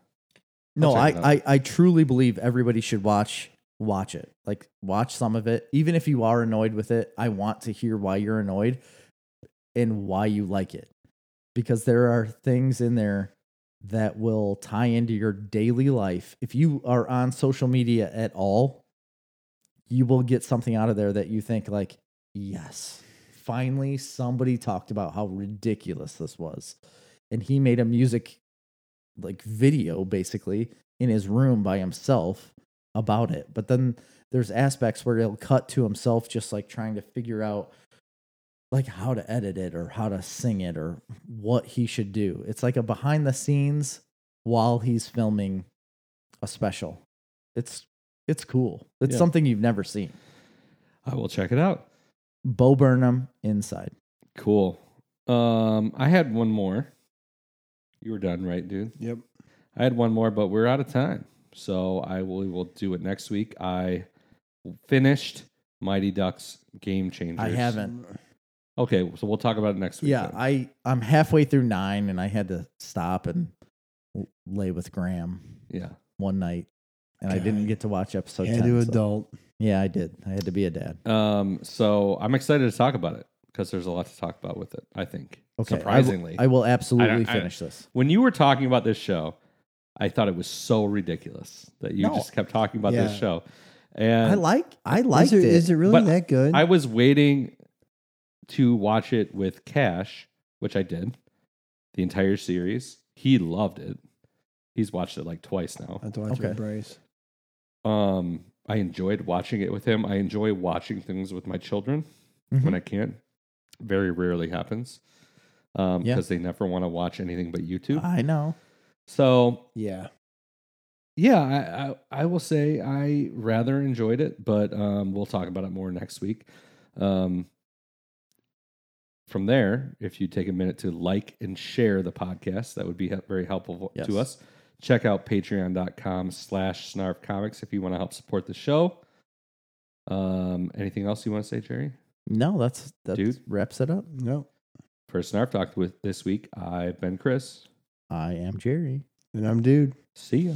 [SPEAKER 1] No,
[SPEAKER 2] check
[SPEAKER 1] I,
[SPEAKER 2] it out.
[SPEAKER 1] I, I truly believe everybody should watch watch it. Like watch some of it. Even if you are annoyed with it, I want to hear why you're annoyed and why you like it. Because there are things in there that will tie into your daily life. If you are on social media at all, you will get something out of there that you think like, yes, finally somebody talked about how ridiculous this was. And he made a music like video basically in his room by himself about it. But then there's aspects where he'll cut to himself just like trying to figure out like how to edit it or how to sing it or what he should do. It's like a behind the scenes while he's filming a special. It's it's cool. It's
[SPEAKER 2] Yeah.
[SPEAKER 1] something you've never seen.
[SPEAKER 2] I will check it out.
[SPEAKER 1] Bo Burnham inside.
[SPEAKER 2] Cool. Um, I had one more. You were done, right, dude?
[SPEAKER 3] Yep.
[SPEAKER 2] I had one more, but we're out of time. So I will, we will do it next week. I finished Mighty Ducks Game Changers.
[SPEAKER 1] I haven't.
[SPEAKER 2] Okay, so we'll talk about it next week.
[SPEAKER 1] Yeah,
[SPEAKER 2] then.
[SPEAKER 1] I I'm halfway through 9 and I had to stop and l- lay with Graham.
[SPEAKER 2] yeah.
[SPEAKER 1] one night, and I didn't
[SPEAKER 3] God.
[SPEAKER 1] get to watch episode
[SPEAKER 3] Had
[SPEAKER 1] 10.
[SPEAKER 3] to
[SPEAKER 1] so-
[SPEAKER 3] adult.
[SPEAKER 1] Yeah, I did. I had to be a dad.
[SPEAKER 2] Um, so I'm excited to talk about it because there's a lot to talk about with it. I think.
[SPEAKER 1] Okay, I will-
[SPEAKER 2] Surprisingly,
[SPEAKER 1] I will absolutely
[SPEAKER 2] I-
[SPEAKER 1] finish this.
[SPEAKER 2] when you were talking about this show, I thought it was so ridiculous that you
[SPEAKER 1] No.
[SPEAKER 2] just kept talking about
[SPEAKER 3] Yeah.
[SPEAKER 2] this show, and
[SPEAKER 1] I like. I
[SPEAKER 3] Is
[SPEAKER 1] liked
[SPEAKER 3] it,
[SPEAKER 1] it.
[SPEAKER 3] is it really
[SPEAKER 2] But
[SPEAKER 3] that good?
[SPEAKER 2] I was waiting to watch it with Cash, which I did the entire series. He loved it. He's watched it like twice now.
[SPEAKER 3] I have to watch it
[SPEAKER 1] Okay.
[SPEAKER 3] with Bryce.
[SPEAKER 2] Um, I enjoyed watching it with him. I enjoy watching things with my children when
[SPEAKER 1] Mhm.
[SPEAKER 2] I can. Very rarely happens because
[SPEAKER 1] Yeah. Uh,
[SPEAKER 2] they never want to watch anything but YouTube.
[SPEAKER 1] I know.
[SPEAKER 2] so
[SPEAKER 3] Yeah.
[SPEAKER 2] yeah, I, I I will say I rather enjoyed it, but um, we'll talk about it more next week. Um, from there, if you take a minute to like and share the podcast, that would be he- very helpful
[SPEAKER 1] Yes.
[SPEAKER 2] to us. Check out patreon.com slash snarf comics if you want to help support the show. Um, anything else you want to say, Jerry?
[SPEAKER 1] No, that's that
[SPEAKER 2] Dude.
[SPEAKER 1] wraps it up.
[SPEAKER 3] No.
[SPEAKER 2] For Snarf Talk with this week, I've been Chris.
[SPEAKER 1] I am Jerry.
[SPEAKER 3] And I'm dude.
[SPEAKER 2] See ya.